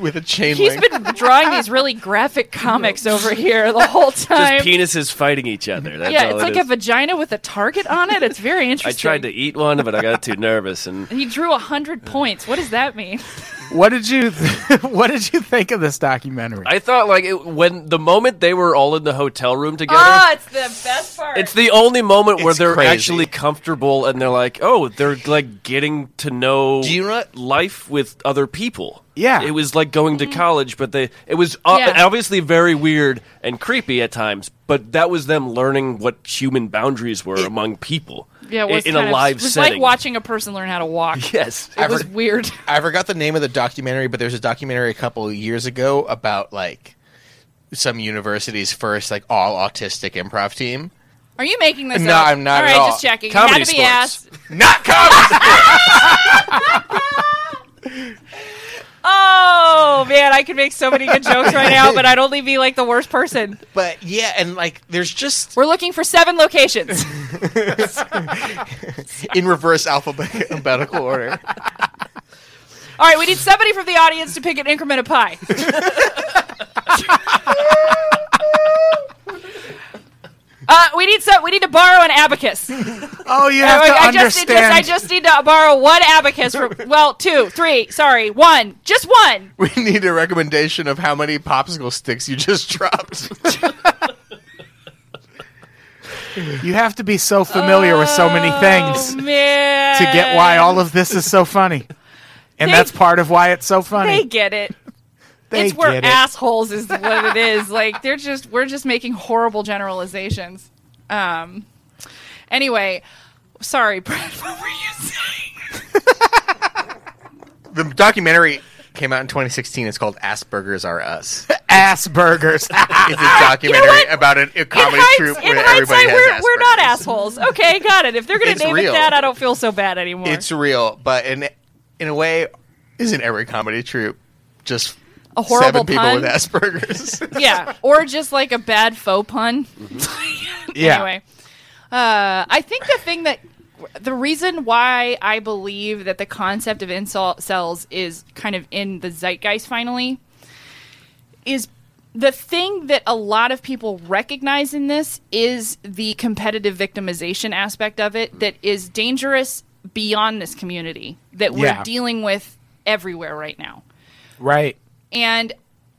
Speaker 4: [laughs] with a chain
Speaker 3: He's
Speaker 4: link.
Speaker 3: been drawing these really
Speaker 5: [laughs]
Speaker 3: graphic comics over here the whole time.
Speaker 5: just penises fighting each other. That's
Speaker 3: yeah,
Speaker 5: all
Speaker 3: it's
Speaker 5: it
Speaker 3: like a
Speaker 5: is.
Speaker 3: vagina with a target on it. It's very
Speaker 5: [laughs] I
Speaker 3: interesting.
Speaker 5: tried to eat one, but I got too nervous and
Speaker 3: He drew a hundred points. What does that mean?
Speaker 2: what did you th- [laughs] What did you think of this documentary?
Speaker 5: I thought like it, when the moment they were all in the hotel room together.
Speaker 3: Ah, it's the best part.
Speaker 5: it's the only moment where
Speaker 4: It's
Speaker 5: they're
Speaker 4: crazy.
Speaker 5: actually comfortable and they're like, oh, they're like getting to know
Speaker 4: Do you not-
Speaker 5: life with other people.
Speaker 2: Yeah.
Speaker 5: It was like going to college, but they it was uh,
Speaker 3: Mm-hmm. Yeah.
Speaker 5: obviously very weird and creepy at times, but that was them learning what human boundaries were among people.
Speaker 3: yeah, it
Speaker 5: [laughs] in,
Speaker 3: was
Speaker 5: in
Speaker 3: kind
Speaker 5: a
Speaker 3: of-
Speaker 5: live
Speaker 3: It was
Speaker 5: setting.
Speaker 3: like watching a person learn how to
Speaker 5: [laughs]
Speaker 3: walk.
Speaker 5: yes.
Speaker 3: It was
Speaker 4: Ever-
Speaker 3: weird.
Speaker 4: I forgot the name of the documentary, but there's a documentary a couple of years ago about like some university's first like all autistic improv team.
Speaker 3: [laughs] Are you making this
Speaker 4: No,
Speaker 3: up?
Speaker 4: I'm not
Speaker 3: All
Speaker 4: at
Speaker 3: right,
Speaker 4: all.
Speaker 3: just checking.
Speaker 5: Comedy
Speaker 3: you had to be
Speaker 5: sports.
Speaker 3: asked.
Speaker 4: Not comedy.
Speaker 3: Oh man, I could make so many good jokes right now, but I'd only be like the worst
Speaker 5: [laughs]
Speaker 3: person.
Speaker 4: but yeah, and like there's just
Speaker 3: We're looking for seven locations.
Speaker 4: [laughs] in reverse alphabetical order.
Speaker 3: [laughs] All right, we need somebody from the audience to pick an increment
Speaker 2: [laughs]
Speaker 3: of pi. Uh, we need some. We need to borrow an abacus.
Speaker 2: oh, you have to
Speaker 3: I, just, need-
Speaker 2: understand.
Speaker 3: I just need to borrow one
Speaker 2: [laughs]
Speaker 3: abacus from. Well, two, three. Sorry, one. Just one.
Speaker 4: We need a recommendation of how many popsicle sticks you just dropped. [laughs]
Speaker 2: you have to be so familiar with so many things
Speaker 3: Oh man.
Speaker 2: to get why all of this is so funny. And
Speaker 3: They-
Speaker 2: that's part of why it's so
Speaker 3: They
Speaker 2: funny.
Speaker 3: get it.
Speaker 2: They
Speaker 3: it's we're
Speaker 2: get it.
Speaker 3: assholes is what it is. Like they're just we're just making horrible generalizations. Um. Anyway, sorry, [laughs] Brad. What were you saying?
Speaker 4: the documentary came out in 2016. It's called Asperger's Are Us.
Speaker 2: Ass burgers. [laughs]
Speaker 3: [laughs]
Speaker 4: It's a documentary
Speaker 3: what?
Speaker 4: about an, a comedy
Speaker 3: in hind-
Speaker 4: troupe
Speaker 3: in
Speaker 4: where everybody
Speaker 3: hindsight,
Speaker 4: has
Speaker 3: we're, we're not
Speaker 4: Asperger's.
Speaker 3: assholes. Okay, got it. If they're going
Speaker 4: It's
Speaker 3: to name
Speaker 4: real.
Speaker 3: it that, I don't feel so bad anymore.
Speaker 4: It's real, but in in a way, isn't every comedy troupe just
Speaker 3: A horrible
Speaker 4: seven people
Speaker 3: pun?
Speaker 4: with Asperger's?
Speaker 3: [laughs] yeah, or just like a bad faux pun.
Speaker 2: Mm-hmm.
Speaker 3: [laughs]
Speaker 2: yeah.
Speaker 3: Anyway, uh, I think the thing that the reason why I believe that the concept of insult cells is kind of in the zeitgeist finally is the thing that a lot of people recognize in this is the competitive victimization aspect of it that is dangerous beyond this community that we're
Speaker 2: Yeah.
Speaker 3: dealing with everywhere right now.
Speaker 2: Right.
Speaker 3: And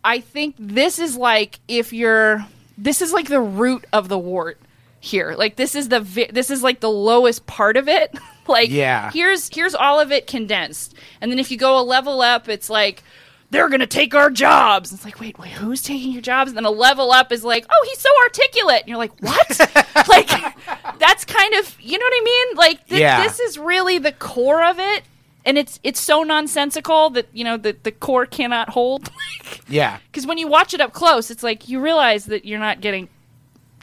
Speaker 3: I think this is like if you're this is like the root of the wart here. Like this is the vi- this is like the lowest part of it. [laughs] like
Speaker 2: Yeah.
Speaker 3: here's here's all of it condensed. And then if you go a level up, it's like they're gonna take our jobs. It's like, wait, wait, who's taking your jobs? And then a level up is like, oh, he's so articulate. And you're like,
Speaker 5: [laughs]
Speaker 3: what? like, that's kind of, you know what I mean? Like, th-
Speaker 2: Yeah.
Speaker 3: this is really the core of it. and it's it's so nonsensical that you know that the core cannot hold. [laughs]
Speaker 2: Yeah.
Speaker 3: Because when you watch it up close, it's like you realize that you're not getting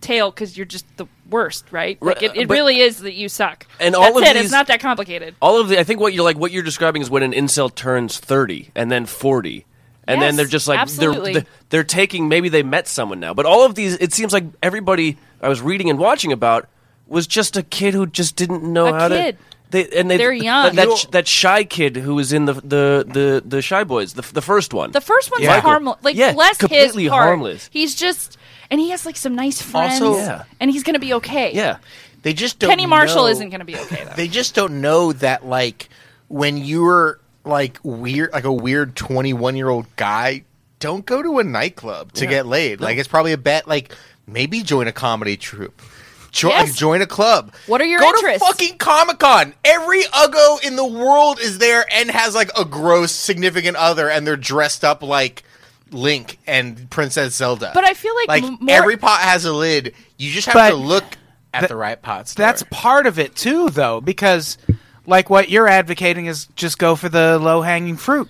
Speaker 3: tail because you're just the worst, right? Like it, it
Speaker 5: but-
Speaker 3: really is that you suck.
Speaker 5: And
Speaker 3: That's
Speaker 5: all of
Speaker 3: it.
Speaker 5: these-
Speaker 3: It's not that complicated.
Speaker 5: all of the i think what you're like what you're describing is when an incel turns 30 and then 40 and then
Speaker 3: Yes,
Speaker 5: they're just like
Speaker 3: absolutely.
Speaker 5: they're they're taking maybe they met someone now but all of these it seems like everybody i was reading and watching about was just a kid who just didn't know
Speaker 3: A
Speaker 5: how
Speaker 3: kid.
Speaker 5: to they, and they,
Speaker 3: They're young.
Speaker 5: That, that, sh- that shy kid who was in the the the, the shy boys, the, the first one.
Speaker 3: The first one's
Speaker 2: Yeah.
Speaker 3: harmless. Like
Speaker 5: Yeah,
Speaker 3: bless
Speaker 5: completely
Speaker 3: his heart.
Speaker 5: harmless.
Speaker 3: He's just and he has like some nice friends.
Speaker 4: Also-
Speaker 5: Yeah.
Speaker 3: and he's gonna be okay.
Speaker 5: yeah,
Speaker 4: They just don't
Speaker 3: Penny Marshall
Speaker 4: know-
Speaker 3: isn't gonna be okay though.
Speaker 4: They just don't know that like when you're like weird like a weird 21-year-old guy, don't go to a nightclub to get laid. Like it's probably a bet like maybe join a comedy troupe. Jo-
Speaker 3: Yes.
Speaker 4: Join a club.
Speaker 3: What are your
Speaker 4: Go
Speaker 3: interests?
Speaker 4: to fucking Comic Con. Every uggo in the world is there and has like a gross significant other, and they're dressed up like Link and Princess Zelda.
Speaker 3: But I feel like
Speaker 4: like
Speaker 3: m- more-
Speaker 4: every pot has a lid. You just have
Speaker 2: But
Speaker 4: to look at
Speaker 2: that-
Speaker 4: the right pot. Store.
Speaker 2: That's part of it too, though, because like what you're advocating is just go for the low hanging fruit.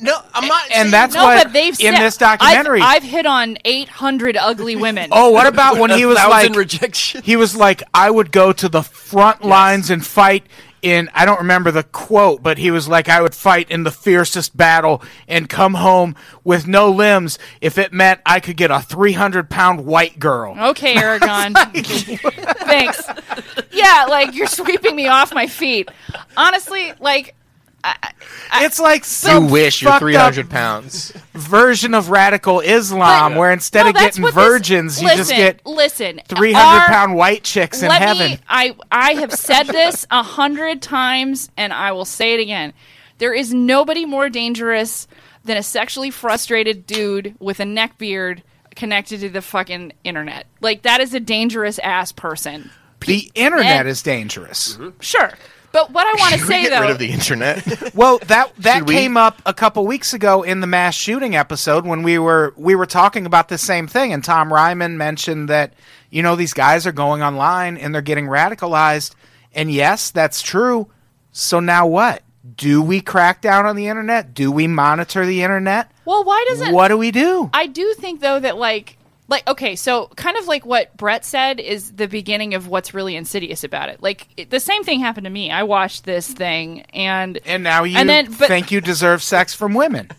Speaker 4: no. I'm not.
Speaker 2: and [laughs]
Speaker 4: saying-
Speaker 2: that's
Speaker 3: no,
Speaker 2: what
Speaker 3: but they've
Speaker 2: in
Speaker 3: said-
Speaker 2: this documentary.
Speaker 3: I've, I've hit on eight hundred ugly women.
Speaker 2: [laughs] oh, what about when he was
Speaker 5: thousand
Speaker 2: like
Speaker 5: rejection.
Speaker 2: he was like, I would go to the front lines and fight in, I don't remember the quote, but he was like, I would fight in the fiercest battle and come home with no limbs if it meant I could get a 300 pound white girl. [laughs]
Speaker 3: Okay, Aragon. Thanks. Yeah, like you're sweeping me off my feet. Honestly, like
Speaker 2: it's like
Speaker 4: You
Speaker 2: some
Speaker 4: wish you're
Speaker 2: fucked up
Speaker 4: 300
Speaker 3: [laughs]
Speaker 4: pounds.
Speaker 2: version of radical Islam Um,
Speaker 3: But-
Speaker 2: where instead
Speaker 3: no,
Speaker 2: of
Speaker 3: uh, that's
Speaker 2: getting
Speaker 3: what this-
Speaker 2: virgins, you just
Speaker 3: listen,
Speaker 2: get
Speaker 3: listen.
Speaker 2: 300
Speaker 3: Our-
Speaker 2: pound white chicks in
Speaker 3: let
Speaker 2: heaven.
Speaker 3: me. I I have said this a hundred times, and I will say it again. There is nobody more dangerous than a sexually frustrated dude with a neck beard connected to the fucking internet. Like that is a dangerous ass person.
Speaker 2: the internet
Speaker 3: and-
Speaker 2: is dangerous.
Speaker 4: Mm-hmm.
Speaker 3: Sure, but what
Speaker 4: [laughs]
Speaker 3: I want to say
Speaker 4: get
Speaker 3: though,
Speaker 4: rid of the internet.
Speaker 3: [laughs]
Speaker 2: Well, that that
Speaker 4: Should we-
Speaker 2: came up a couple weeks ago in the mass shooting episode when we were we were talking about the same thing, and Tom Ryman mentioned that you know these guys are going online and they're getting radicalized, and yes, that's true. So now what? Do we crack down on the internet? Do we monitor the internet?
Speaker 3: well, why doesn't
Speaker 2: What do we do?
Speaker 3: I do think though that like like okay, so kind of like what Brett said is the beginning of what's really insidious about it. Like it, the same thing happened to me. I watched this thing and
Speaker 2: and now you
Speaker 3: and then- but-
Speaker 2: think you deserve sex from
Speaker 5: [laughs]
Speaker 2: women.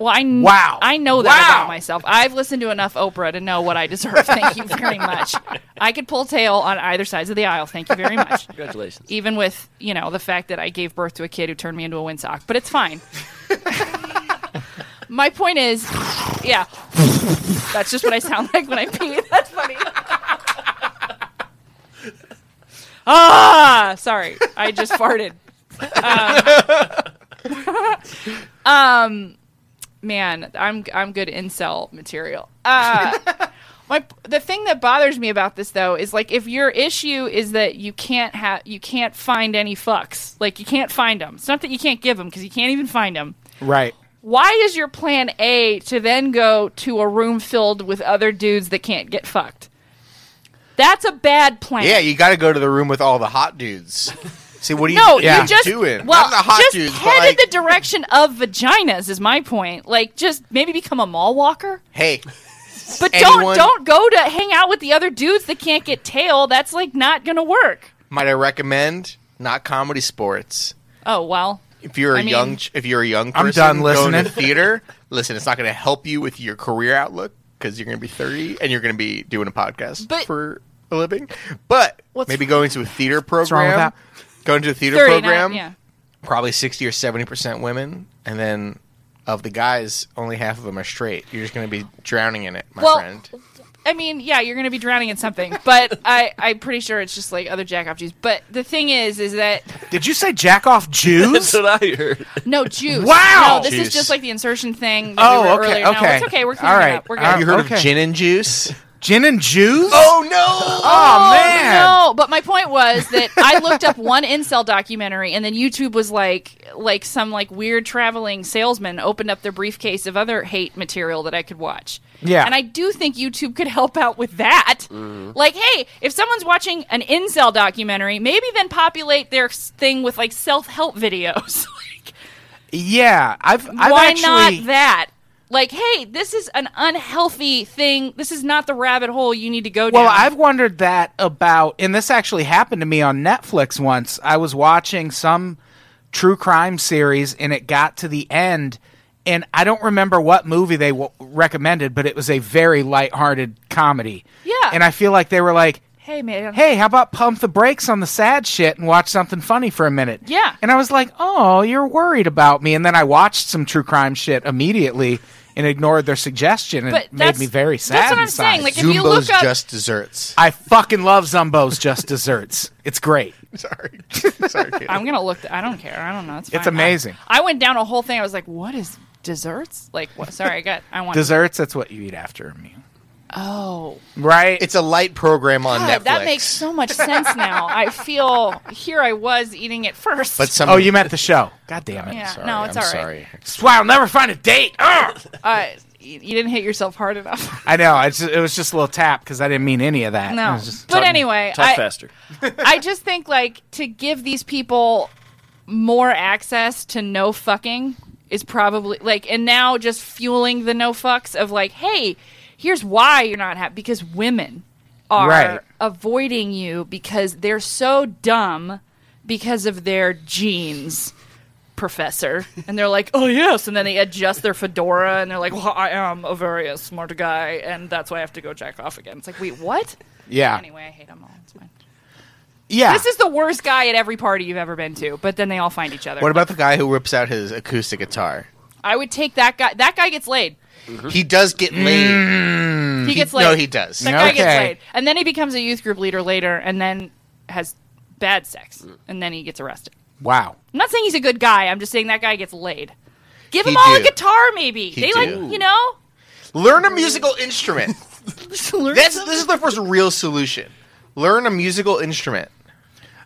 Speaker 3: well, I kn-
Speaker 2: Wow.
Speaker 3: I know that
Speaker 2: Wow.
Speaker 3: about myself. I've listened to enough Oprah to know what I deserve. Thank you
Speaker 2: [laughs]
Speaker 3: very much. I could pull tail on either sides of the aisle. Thank you very much.
Speaker 5: Congratulations.
Speaker 3: Even with you know the fact that I gave birth to a kid who turned me into a windsock, but it's [laughs] fine. My point is, yeah, that's just what I sound like when I pee. [laughs] That's funny. ah, sorry, I just [laughs] farted. Um, [laughs] um, man, I'm I'm good incel material. Uh, my the thing that bothers me about this though is like if your issue is that you can't have you can't find any fucks, like you can't find them. It's not that you can't give them because you can't even find them
Speaker 2: Right.
Speaker 3: why is your plan A to then go to a room filled with other dudes that can't get fucked? That's a bad plan.
Speaker 4: yeah, you got to go to the room with all the hot dudes. See, what do you?
Speaker 3: no,
Speaker 4: what are
Speaker 2: yeah.
Speaker 3: you just
Speaker 4: doing?
Speaker 3: well,
Speaker 4: Not the hot
Speaker 3: just
Speaker 4: dudes, but
Speaker 3: head
Speaker 4: like-
Speaker 3: in the direction of vaginas is my point. Like, just maybe become a mall walker,
Speaker 4: hey,
Speaker 3: but don't
Speaker 4: Anyone-
Speaker 3: don't go to hang out with the other dudes that can't get tail. That's like not gonna work.
Speaker 4: might I recommend not comedy sports?
Speaker 3: Oh well,
Speaker 4: If you're a
Speaker 3: I mean-
Speaker 4: young, ch- if you're a young person,
Speaker 2: done
Speaker 4: Going to
Speaker 2: listening. [laughs]
Speaker 4: theater, listen, it's not going to help you with your career outlook because you're going to be 30 and you're going to be doing a podcast
Speaker 3: But-
Speaker 4: for a living. But
Speaker 3: What's-
Speaker 4: maybe going to a theater program.
Speaker 2: wrong with
Speaker 4: Going to a theater
Speaker 3: thirty
Speaker 4: program.
Speaker 3: nine. Yeah,
Speaker 4: probably 60 or 70% women and then of the guys only half of them are straight you're just going to be drowning in it my
Speaker 3: Well-
Speaker 4: friend
Speaker 3: I mean, yeah, you're going to be drowning in something, but [laughs] I, I'm pretty sure it's just like other jack off Jews. But the thing is, is that
Speaker 2: Did you say jack off
Speaker 5: [laughs] That's
Speaker 2: Jews?
Speaker 5: what I heard.
Speaker 3: No, juice.
Speaker 2: Wow!
Speaker 3: No, this
Speaker 4: Juice.
Speaker 3: is just like the inseason thing. That
Speaker 2: Oh,
Speaker 3: we were
Speaker 2: okay,
Speaker 3: earlier. No,
Speaker 2: okay.
Speaker 3: it's okay. We're
Speaker 2: All
Speaker 3: clearing
Speaker 2: right.
Speaker 3: it up. We're good.
Speaker 2: All
Speaker 4: have you heard
Speaker 2: okay.
Speaker 3: [laughs]
Speaker 4: of gin and juice
Speaker 2: Gin and juice?
Speaker 4: Oh no!
Speaker 2: Oh, man.
Speaker 3: No, but my point was that [laughs] I looked up one incel documentary, and then YouTube was like, like some like weird traveling salesman opened up their briefcase of other hate material that I could watch.
Speaker 2: Yeah. Mm-hmm.
Speaker 3: and I do think YouTube could help out with that. Like, hey, if someone's watching an incel documentary, maybe then populate their s- thing with like self help videos. [laughs] like,
Speaker 2: Yeah, I've I've
Speaker 3: why
Speaker 2: actually
Speaker 3: not that? Like, hey, this is an unhealthy thing. This is not the rabbit hole you need to go
Speaker 2: Well,
Speaker 3: down.
Speaker 2: I've wondered that about, and this actually happened to me on Netflix once. I was watching some true crime series, and it got to the end, and I don't remember what movie they w- recommended, but it was a very lighthearted comedy.
Speaker 3: Yeah.
Speaker 2: and I feel like they were like,
Speaker 3: hey man,
Speaker 2: "Hey, how about pump the brakes on the sad shit and watch something funny for a minute?"
Speaker 3: Yeah.
Speaker 2: and I was like, "Oh, you're worried about me," and then I watched some true crime shit immediately. And ignored their suggestion, and
Speaker 3: But
Speaker 2: it made
Speaker 3: that's-
Speaker 2: me very
Speaker 3: that's
Speaker 2: sad.
Speaker 3: what I'm
Speaker 2: inside.
Speaker 3: saying, like, If you
Speaker 4: Zumbo's
Speaker 3: look up-
Speaker 4: just desserts.
Speaker 3: [laughs]
Speaker 2: I fucking love Zumbos just desserts. It's great.
Speaker 3: [laughs]
Speaker 4: Sorry, sorry. Kayla.
Speaker 3: I'm gonna look. th- I don't care. I don't know. It's,
Speaker 2: It's
Speaker 3: fine.
Speaker 2: amazing.
Speaker 3: I, I went down a whole thing. I was like, "What is desserts? Like, what? Sorry, I got. I want
Speaker 2: Desserts, that's what you eat after a meal.
Speaker 3: Oh,
Speaker 2: Right?
Speaker 4: It's a light program on
Speaker 3: God,
Speaker 4: Netflix.
Speaker 3: that makes so much sense now. I feel here. I was eating it first.
Speaker 4: But some.
Speaker 2: oh, you meant the show. God damn it.
Speaker 3: yeah,
Speaker 4: Sorry,
Speaker 3: no, it's
Speaker 4: I'm
Speaker 3: all right.
Speaker 4: sorry.
Speaker 2: That's why I'll never find a date. Ugh!
Speaker 3: Uh, you, you didn't hit yourself hard enough.
Speaker 2: I know. I just, it was just a little tap because I didn't mean any of that. It
Speaker 3: No,
Speaker 2: was just-
Speaker 3: but anyway,
Speaker 5: Talk
Speaker 3: I,
Speaker 5: faster.
Speaker 3: I just think like to give these people more access to no fucking is probably like and now just fueling the no fucks of like, hey, here's why you're not happy because women are
Speaker 2: Right.
Speaker 3: avoiding you because they're so dumb because of their genes. Professor, and they're like, "Oh yes," and then they adjust their fedora, and they're like, "Well, I am a very smart guy, and that's why I have to go jack off again." It's like, wait, what?
Speaker 2: yeah.
Speaker 3: Anyway, I hate them all. It's fine.
Speaker 2: Yeah.
Speaker 3: This is the worst guy at every party you've ever been to, but then they all find each other.
Speaker 4: What about the guy who rips out his acoustic guitar?
Speaker 3: I would take that guy. That guy gets laid.
Speaker 4: He does get
Speaker 3: Mm.
Speaker 4: laid.
Speaker 3: He gets laid.
Speaker 4: no, he does.
Speaker 3: That guy gets
Speaker 2: Okay.
Speaker 3: laid. And then he becomes a youth group leader later and then has bad sex. And then he gets arrested.
Speaker 2: wow.
Speaker 3: I'm not saying he's a good guy. I'm just saying that guy gets laid. Give
Speaker 4: He
Speaker 3: him all
Speaker 4: do.
Speaker 3: a guitar, maybe. they like,
Speaker 4: do.
Speaker 3: you know?
Speaker 4: Learn a musical
Speaker 3: [laughs]
Speaker 4: instrument. That's this is the first real solution. Learn a musical instrument.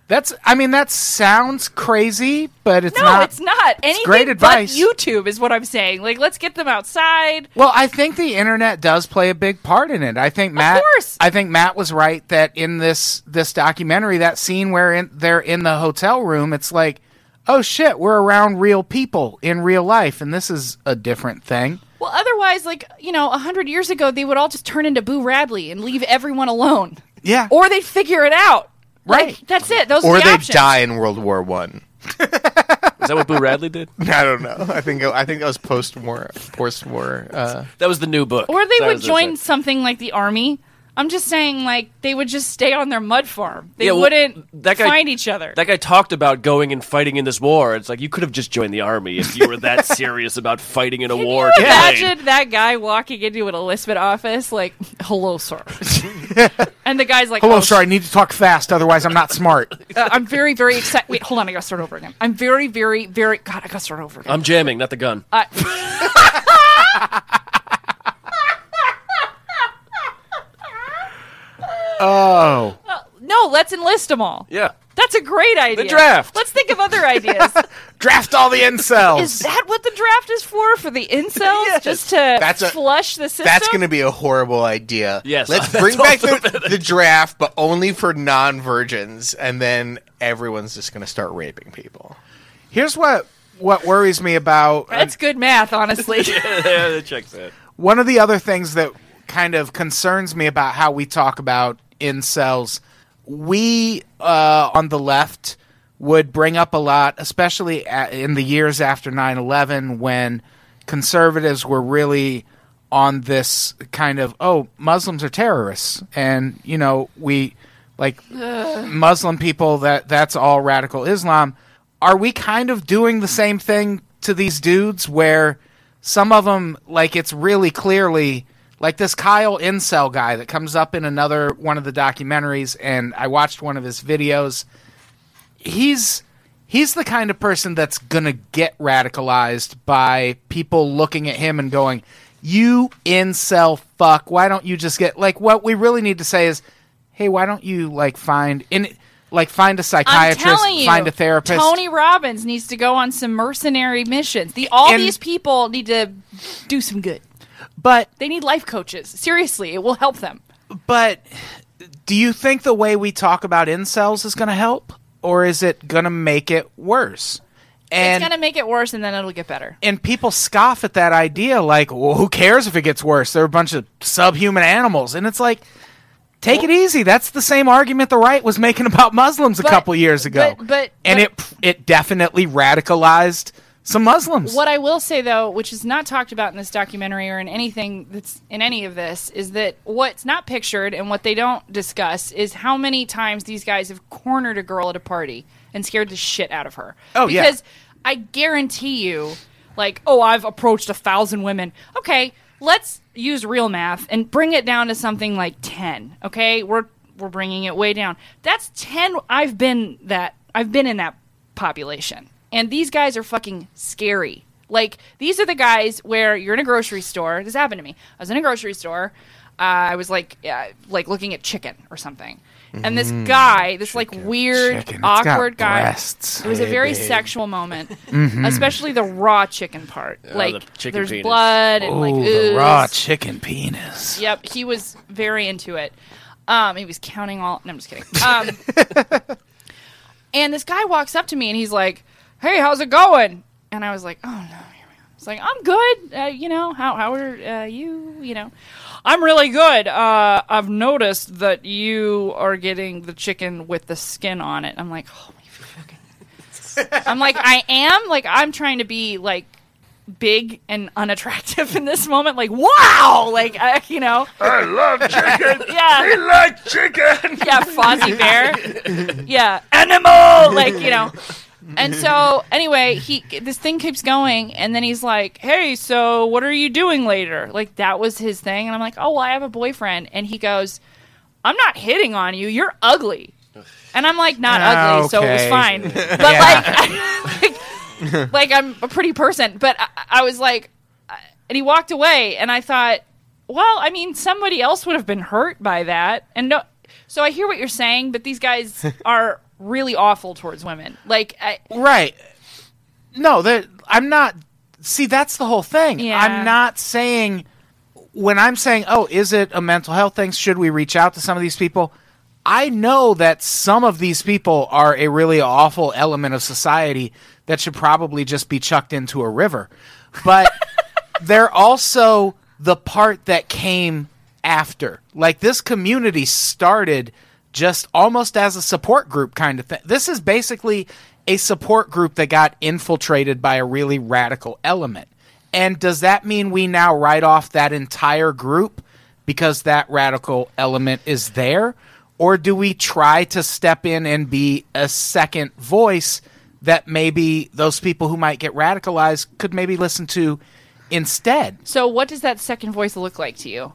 Speaker 2: That's, I mean, that sounds crazy, but it's
Speaker 3: no,
Speaker 2: not.
Speaker 3: it's not. Anything
Speaker 2: great advice.
Speaker 3: but YouTube is what I'm saying. Like, let's get them outside.
Speaker 2: Well, I think the internet does play a big part in it. I think Matt.
Speaker 3: course.
Speaker 2: I think Matt was right that in this this documentary, that scene where in, they're in the hotel room, it's like, oh shit, we're around real people in real life, and this is a different thing.
Speaker 3: Well, otherwise, like, you know, a 100 years ago, they would all just turn into Boo Radley and leave everyone alone.
Speaker 2: Yeah.
Speaker 3: or they figure it out.
Speaker 2: Right.
Speaker 3: Like, that's it. Those
Speaker 4: Or
Speaker 3: are the
Speaker 4: they
Speaker 3: options.
Speaker 4: die in World War One. [laughs]
Speaker 5: Is that what Boo Radley did?
Speaker 4: I don't know. I think I think that was post war post war. Uh,
Speaker 5: That was the new book.
Speaker 3: Or they
Speaker 5: That
Speaker 3: would
Speaker 5: was the
Speaker 3: join
Speaker 5: thing.
Speaker 3: something like the army. I'm just saying, like they would just stay on their mud farm. They
Speaker 5: Yeah, well,
Speaker 3: wouldn't
Speaker 5: that guy-
Speaker 3: find each other.
Speaker 5: That guy talked about going and fighting in this war. It's like you could have just joined the army if you were
Speaker 3: [laughs]
Speaker 5: that serious about fighting in a
Speaker 3: Can
Speaker 5: war.
Speaker 3: you
Speaker 5: campaign.
Speaker 3: imagine that guy walking into an enlistment office, like,
Speaker 2: [laughs]
Speaker 3: "Hello, sir," and the guy's like,
Speaker 2: Hello,
Speaker 3: "Oh,
Speaker 2: sir. I need to talk fast, otherwise I'm not smart.
Speaker 3: uh, I'm very, very excited. Wait, hold on, I gotta start over again. I'm very, very, very. God, I gotta start over. Again.
Speaker 5: I'm jamming, not the gun.
Speaker 3: Uh, I-
Speaker 2: [laughs] oh,
Speaker 3: no, let's enlist them all. [laughs]
Speaker 5: yeah.
Speaker 3: That's a great idea.
Speaker 5: draft.
Speaker 3: Let's think of other ideas.
Speaker 2: draft all the incels.
Speaker 3: Is that what the draft is for? For the incels, just to
Speaker 4: That's a-
Speaker 3: flush the system.
Speaker 4: that's going to be a horrible idea.
Speaker 5: Yes,
Speaker 4: let's
Speaker 5: [laughs] that's
Speaker 4: bring back
Speaker 5: also
Speaker 4: the, the draft, but only for non virgins, and then everyone's just going to start raping people.
Speaker 2: Here's what what worries me about
Speaker 3: That's good math, honestly.
Speaker 5: that checks out.
Speaker 2: One of the other things that kind of concerns me about how we talk about incels, we uh, on the left would bring up a lot, especially a in the years after 9 11 when conservatives were really on this kind of, oh, Muslims are terrorists. And, you know, we like Muslim people that that's all radical Islam. Are we kind of doing the same thing to these dudes where some of them like it's really clearly like this Kyle Incel guy that comes up in another one of the documentaries and I watched one of his videos. He's he's the kind of person that's going to get radicalized by people looking at him and going, you incel fuck, why don't you just get like what we really need to say is, hey, why don't you like find in like find a
Speaker 3: I'm
Speaker 2: psychiatrist,
Speaker 3: telling you,
Speaker 2: find a therapist.
Speaker 3: Tony Robbins needs to go on some mercenary missions. The all
Speaker 2: And-
Speaker 3: these people need to do some good.
Speaker 2: but
Speaker 3: They need life coaches. Seriously, it will help them.
Speaker 2: But do you think the way we talk about incels is going to help, or is it going to make it worse? And
Speaker 3: it's gonna make it worse, and then it'll get better.
Speaker 2: and people scoff at that idea, like, well, who cares if it gets worse? They're a bunch of subhuman animals, and it's like. Take it easy. That's the same argument the right was making [laughs] about Muslims a
Speaker 3: But-
Speaker 2: couple years ago,
Speaker 3: but- but-
Speaker 2: and
Speaker 3: but-
Speaker 2: it it definitely radicalized some Muslims.
Speaker 3: What I will say though, which is not talked about in this documentary or in anything that's in any of this, is that what's not pictured and what they don't discuss is how many times these guys have cornered a girl at a party and scared the shit out of her.
Speaker 2: Oh, yeah.
Speaker 3: because I guarantee you, like, oh, I've approached a thousand women. Okay, let's use real math and bring it down to something like ten. Okay, we're we're bringing it way down. That's ten. I've been that. I've been in that population, and these guys are fucking scary. Like these are the guys where you're in a grocery store. This happened to me. I was in a grocery store. Uh, I was like, yeah, like looking at chicken or something, and this guy, this like weird,
Speaker 2: Mm-hmm. Chicken. It's got
Speaker 3: awkward guy,
Speaker 2: breasts.
Speaker 3: it was a very sexual
Speaker 5: [laughs]
Speaker 3: moment, especially the raw chicken part. like
Speaker 5: Mm-hmm. Oh, the chicken
Speaker 3: there's
Speaker 5: penis. Oh,
Speaker 3: blood and like
Speaker 2: Ooh, the raw
Speaker 3: ooze.
Speaker 2: chicken penis.
Speaker 3: Yep, he was very into it. Um, he was counting all. No, I'm just kidding. Um, and this guy walks up to me and he's like, "Hey, how's it going?" And I was like, "Oh no." here we go." It's like I'm good, uh, you know. How how are uh, you? You know, I'm really good. Uh, I've noticed that you are getting the chicken with the skin on it. I'm like, oh I'm like, I am. Like, I'm trying to be like big and unattractive [laughs] in this moment. Like, wow. Like, I, you know. I love chicken. [laughs] yeah. We like chicken. [laughs] Yeah, Fozzie Bear. Yeah, animal. Like, you know. And so, anyway, he this thing keeps going, and then he's like, "Hey, so what are you doing later?" Like that was his thing, and I'm like, "Oh, well, I have a boyfriend," and he goes, "I'm not hitting on you. You're ugly," and I'm like, "Not
Speaker 2: Ah,
Speaker 3: ugly, so it was
Speaker 2: okay. [laughs]
Speaker 3: fine." But like, [laughs] like, like, I'm a pretty person, but I, I was like, I- and he walked away, and I thought, well, I mean, somebody else would have been hurt by that, and no. So I hear what you're saying, but
Speaker 2: [laughs]
Speaker 3: these guys are really awful towards women. Like, I,
Speaker 2: Right. No, that I'm not. See, that's the whole thing.
Speaker 3: Yeah.
Speaker 2: I'm not saying when I'm saying, "Oh, is it a mental health thing? Should we reach out to some of these people?" I know that some of these people are a really awful element of society that should probably just be chucked into a river. But they're also the part that came after. Like this community started just almost as a support group kind of thing. This is basically a support group that got infiltrated by a really radical element. And does that mean we now write off that entire group because that radical element is there? Or do we try to step in and be a second voice that maybe those people who might get radicalized could maybe listen to instead?
Speaker 3: so what does that second voice look like to you? Oh.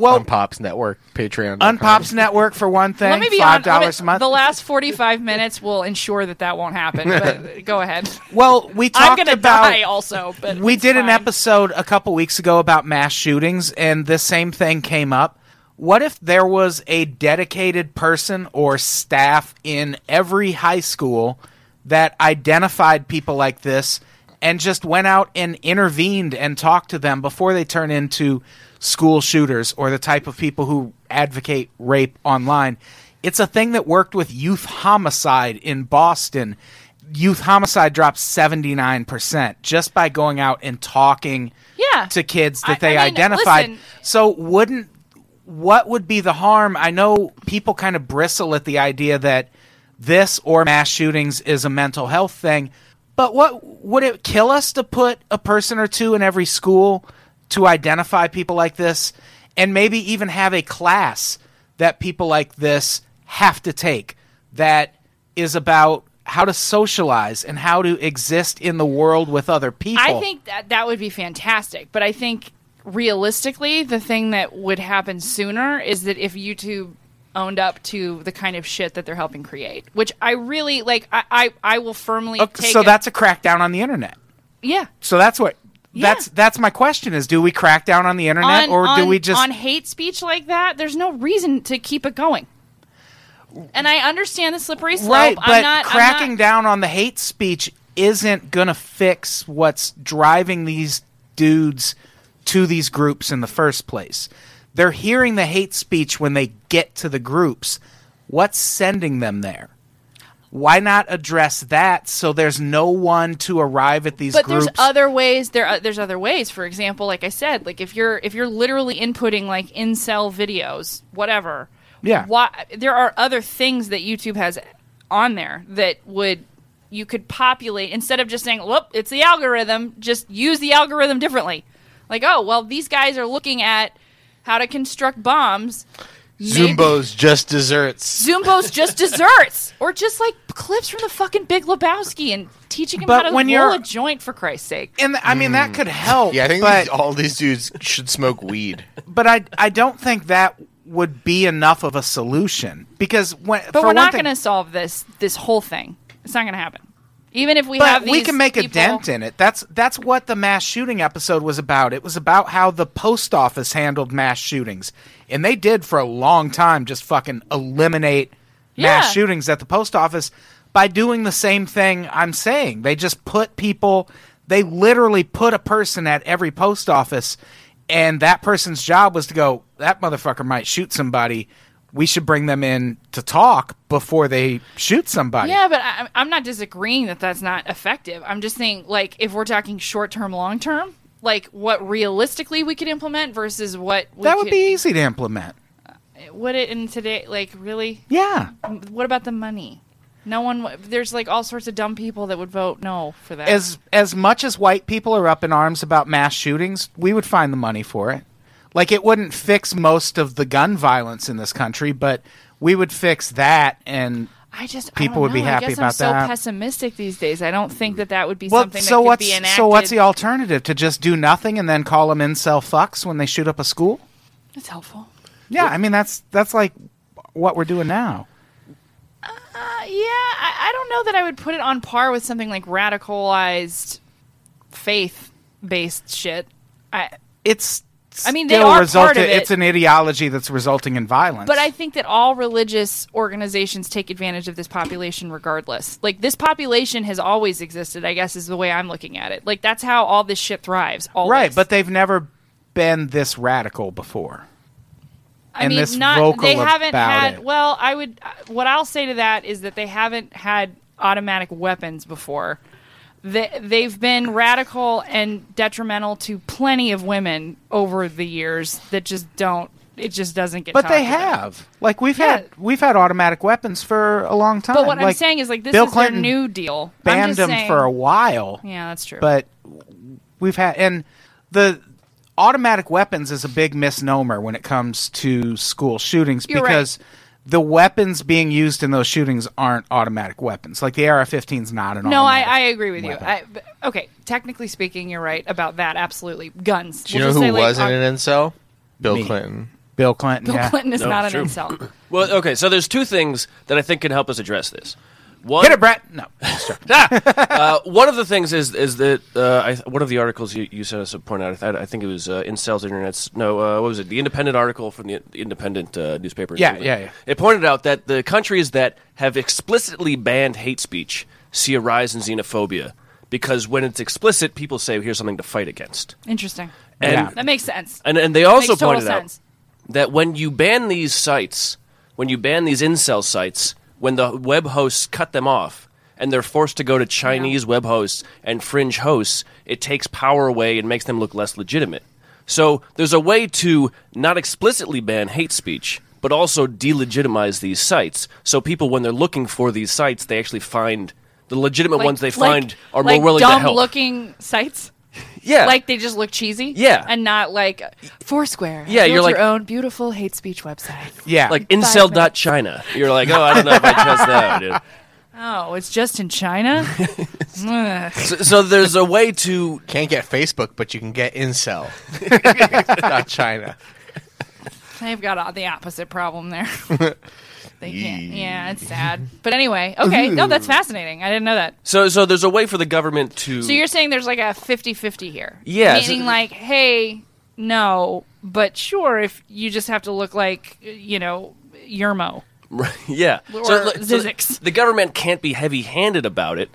Speaker 2: Well,
Speaker 4: Unpops Network, Patreon.
Speaker 2: Unpops Network for one thing,
Speaker 3: Let me be
Speaker 2: five
Speaker 3: hon- let me-
Speaker 2: dollars a month.
Speaker 3: The last 45 minutes will ensure that that won't
Speaker 2: [laughs]
Speaker 3: happen. But go ahead.
Speaker 2: well, we
Speaker 3: I'm
Speaker 2: talked
Speaker 3: gonna
Speaker 2: about
Speaker 3: die also. But
Speaker 2: we
Speaker 3: it's
Speaker 2: did an
Speaker 3: fine.
Speaker 2: episode a couple weeks ago about mass shootings and this same thing came up what if there was a dedicated person or staff in every high school that identified people like this and just went out and intervened and talked to them before they turn into school shooters or the type of people who advocate rape online it's a thing that worked with youth homicide in boston youth homicide drops 79% just by going out and talking
Speaker 3: Yeah.
Speaker 2: to kids that
Speaker 3: I-
Speaker 2: they
Speaker 3: I mean,
Speaker 2: identified.
Speaker 3: listen.
Speaker 2: so wouldn't what would be the harm? I know people kind of bristle at the idea that this or mass shootings is a mental health thing, but what would it kill us to put a person or two in every school to identify people like this and maybe even have a class that people like this have to take that is about how to socialize and how to exist in the world with other people.
Speaker 3: I think that that would be fantastic, but I think realistically, the thing that would happen sooner is that if YouTube owned up to the kind of shit that they're helping create, which I really like. I I, I will firmly
Speaker 2: Okay,
Speaker 3: take.
Speaker 2: so
Speaker 3: it-
Speaker 2: that's a crackdown on the internet.
Speaker 3: yeah.
Speaker 2: So that's what That's that's my question: is do we crack down on the internet
Speaker 3: on,
Speaker 2: or do
Speaker 3: on-
Speaker 2: we just?
Speaker 3: on hate speech like that? There's no reason to keep it going. And I understand the slippery slope.
Speaker 2: Right, but
Speaker 3: I'm not I'm
Speaker 2: cracking
Speaker 3: not-
Speaker 2: down on the hate speech isn't going to fix what's driving these dudes to these groups in the first place. They're hearing the hate speech when they get to the groups. What's sending them there? Why not address that so there's no one to arrive at these
Speaker 3: but
Speaker 2: groups?
Speaker 3: there's other ways there are, there's other ways for example like i said like if you're if you're literally inputting like incel videos whatever
Speaker 2: Yeah.
Speaker 3: why there are other things that youtube has on there that would you could populate instead of just saying whoop it's the algorithm just use the algorithm differently like oh well these guys are looking at how to construct bombs Maybe-
Speaker 4: Zumbos just desserts.
Speaker 3: Zumbos
Speaker 2: [laughs]
Speaker 3: just desserts, or just like clips from the fucking Big Lebowski and teaching him
Speaker 2: But
Speaker 3: how to
Speaker 2: when
Speaker 3: roll
Speaker 2: you're-
Speaker 3: a joint for Christ's sake.
Speaker 2: and I mean that could help.
Speaker 4: Hmm. Yeah, I think
Speaker 2: but
Speaker 4: these- all these dudes should smoke weed.
Speaker 2: but I I don't think that would be enough of a solution because when
Speaker 3: But
Speaker 2: for
Speaker 3: we're
Speaker 2: one
Speaker 3: not
Speaker 2: thing-
Speaker 3: going to solve this this whole thing. It's not going to happen. Even if we have,
Speaker 2: but we
Speaker 3: these
Speaker 2: can make a
Speaker 3: people-
Speaker 2: dent in it. That's that's what the mass shooting episode was about. It was about how the post office handled mass shootings, and they did for a long time just fucking eliminate
Speaker 3: Yeah.
Speaker 2: mass shootings at the post office by doing the same thing I'm saying. They just put people. They literally put a person at every post office, and that person's job was to go. That motherfucker might shoot somebody. We should bring them in to talk before they shoot somebody.
Speaker 3: Yeah, but I, I'm not disagreeing that that's not effective. I'm just saying, like, if we're talking short term, long term, like what realistically we could implement versus what we
Speaker 2: that would
Speaker 3: could-
Speaker 2: be easy to implement.
Speaker 3: would it in today? Like, really?
Speaker 2: Yeah.
Speaker 3: What about the money? No one. w- There's like all sorts of dumb people that would vote no for that.
Speaker 2: As as much as white people are up in arms about mass shootings, we would find the money for it. Like it wouldn't fix most of the gun violence in this country, but we would fix that and
Speaker 3: I just I
Speaker 2: people
Speaker 3: don't
Speaker 2: would be
Speaker 3: know.
Speaker 2: happy
Speaker 3: I guess I'm
Speaker 2: about
Speaker 3: so
Speaker 2: that.
Speaker 3: pessimistic these days. I don't think that that would be
Speaker 2: well,
Speaker 3: something that
Speaker 2: so
Speaker 3: could
Speaker 2: what's
Speaker 3: be enacted.
Speaker 2: so what's the alternative to just do nothing and then call them incel fucks when they shoot up a school?
Speaker 3: It's helpful.
Speaker 2: Yeah, I mean that's that's like what we're doing now.
Speaker 3: Uh, yeah, I, I don't know that I would put it on par with something like radicalized faith-based shit. I,
Speaker 2: It's
Speaker 3: I mean, they
Speaker 2: still
Speaker 3: are part
Speaker 2: resulted-
Speaker 3: of it.
Speaker 2: It's an ideology that's resulting in violence.
Speaker 3: but I think that all religious organizations take advantage of this population regardless. Like this population has always existed, I guess is the way I'm looking at it. Like that's how all this shit thrives. Always.
Speaker 2: right, but they've never been this radical before.
Speaker 3: I
Speaker 2: and
Speaker 3: mean,
Speaker 2: this
Speaker 3: not
Speaker 2: vocal
Speaker 3: they haven't
Speaker 2: about
Speaker 3: had.
Speaker 2: it.
Speaker 3: Well, I would. What I'll say to that is that they haven't had automatic weapons before. They, they've been radical and detrimental to plenty of women over the years that just don't. It just doesn't get.
Speaker 2: But they
Speaker 3: talked about.
Speaker 2: have. Like we've
Speaker 3: Yeah.
Speaker 2: had we've had automatic weapons for a long time.
Speaker 3: But what I'm
Speaker 2: Like,
Speaker 3: saying is, like, this
Speaker 2: Bill
Speaker 3: is
Speaker 2: Clinton
Speaker 3: their new deal. I'm
Speaker 2: banned
Speaker 3: just
Speaker 2: them
Speaker 3: saying-
Speaker 2: for a while.
Speaker 3: Yeah, that's true.
Speaker 2: But we've had and the automatic weapons is a big misnomer when it comes to school shootings
Speaker 3: You're right.
Speaker 2: because the weapons being used in those shootings aren't automatic weapons. Like the AR-15 is not an
Speaker 3: no, I,
Speaker 2: automatic.
Speaker 3: I agree with you.
Speaker 2: weapon.
Speaker 3: I, but- okay, technically speaking, you're right about that. Absolutely, guns.
Speaker 4: Do you
Speaker 3: We'll
Speaker 4: know
Speaker 3: just
Speaker 4: who
Speaker 3: say, like,
Speaker 4: wasn't
Speaker 3: uh,
Speaker 4: an incel? Bill
Speaker 2: Me.
Speaker 4: Clinton.
Speaker 2: Bill Clinton.
Speaker 3: Bill
Speaker 2: yeah.
Speaker 3: Clinton is
Speaker 5: No,
Speaker 3: not
Speaker 5: true.
Speaker 3: an incel.
Speaker 5: Well, okay, so there's two things that I think can help us address this. One,
Speaker 2: Hit it, Brett.
Speaker 3: [laughs]
Speaker 2: No.
Speaker 5: uh, one of the things is is that uh, I, one of the articles you, you sent us to point out. I, thought- I think it was uh, incels internet's no, uh, what was it? The Independent article from the Independent uh, newspaper. in
Speaker 2: Yeah,
Speaker 5: Cleveland.
Speaker 2: yeah, yeah.
Speaker 5: It pointed out that the countries that have explicitly banned hate speech see a rise in xenophobia because when it's explicit, people say here's something to fight against.
Speaker 3: Interesting.
Speaker 5: And
Speaker 2: Yeah.
Speaker 3: That makes sense.
Speaker 5: and and they also
Speaker 3: Makes total
Speaker 5: pointed
Speaker 3: sense.
Speaker 5: out that when you ban these sites, when you ban these incel sites, when the web hosts cut them off and they're forced to go to Chinese web hosts and fringe hosts, it takes power away and makes them look less legitimate. So there's a way to not explicitly ban hate speech, but also delegitimize these sites. So people, when they're looking for these sites, they actually find the legitimate
Speaker 3: Like-
Speaker 5: ones they
Speaker 3: like-
Speaker 5: find are
Speaker 3: like
Speaker 5: more willing
Speaker 3: dumb
Speaker 5: to help.
Speaker 3: looking sites.
Speaker 5: yeah,
Speaker 3: Like they just look cheesy.
Speaker 5: Yeah.
Speaker 3: And not like Foursquare.
Speaker 5: Yeah,
Speaker 3: Build
Speaker 5: you're like-
Speaker 3: your own beautiful hate speech website.
Speaker 2: Yeah.
Speaker 5: like
Speaker 3: minutes.
Speaker 5: incel.china. You're like, oh, I don't know if I trust
Speaker 2: [laughs]
Speaker 5: that, dude.
Speaker 3: Oh, it's just in
Speaker 5: [laughs]
Speaker 3: China? Ugh.
Speaker 5: So, so there's a way to
Speaker 4: Can't get Facebook, but you can get incel. Not China.
Speaker 3: They've got uh, the opposite problem
Speaker 5: [laughs]
Speaker 3: there. they can't.
Speaker 4: Yee.
Speaker 3: Yeah, it's sad. But anyway, okay. No, that's fascinating. I didn't know that.
Speaker 5: So, so there's a way for the government to.
Speaker 3: So you're saying there's like a 50-50 here.
Speaker 5: Yeah, so-
Speaker 3: Meaning like, hey, no, but sure if you just have to look like, you know, Yermo.
Speaker 5: [laughs] yeah.
Speaker 3: Or
Speaker 5: like,
Speaker 3: Zizix.
Speaker 5: the government can't be heavy-handed about it,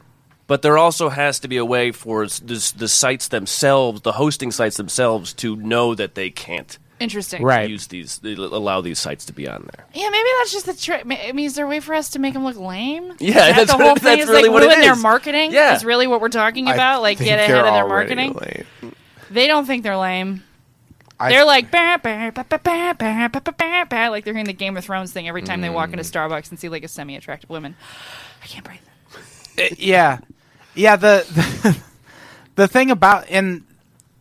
Speaker 5: but there also has to be a way for s- this, the sites themselves, the hosting sites themselves, to know that they can't
Speaker 3: Interesting.
Speaker 6: Right.
Speaker 5: use these, allow these sites to be on there.
Speaker 3: Yeah, maybe that's just the trick. Ma- I mean, is there a way for us to make them look lame?
Speaker 5: Yeah,
Speaker 3: Is that
Speaker 5: that's
Speaker 3: the
Speaker 5: what-
Speaker 3: whole thing.
Speaker 5: that's
Speaker 3: is
Speaker 5: really
Speaker 3: like
Speaker 5: what it
Speaker 3: ruin their
Speaker 5: is.
Speaker 3: marketing.
Speaker 5: Yeah.
Speaker 3: is really what we're talking about. like, get
Speaker 4: they're
Speaker 3: ahead of their
Speaker 4: already
Speaker 3: marketing.
Speaker 4: late.
Speaker 3: They don't think they're lame.
Speaker 4: I-
Speaker 3: they're like bah, bah, bah, bah, bah, bah, bah, bah, bah, bah, like they're hearing the Game of Thrones thing every time they walk
Speaker 5: Mm.
Speaker 3: into Starbucks and see like a semi-attractive woman. I can't breathe.
Speaker 2: yeah, yeah. The, the [laughs] the thing about and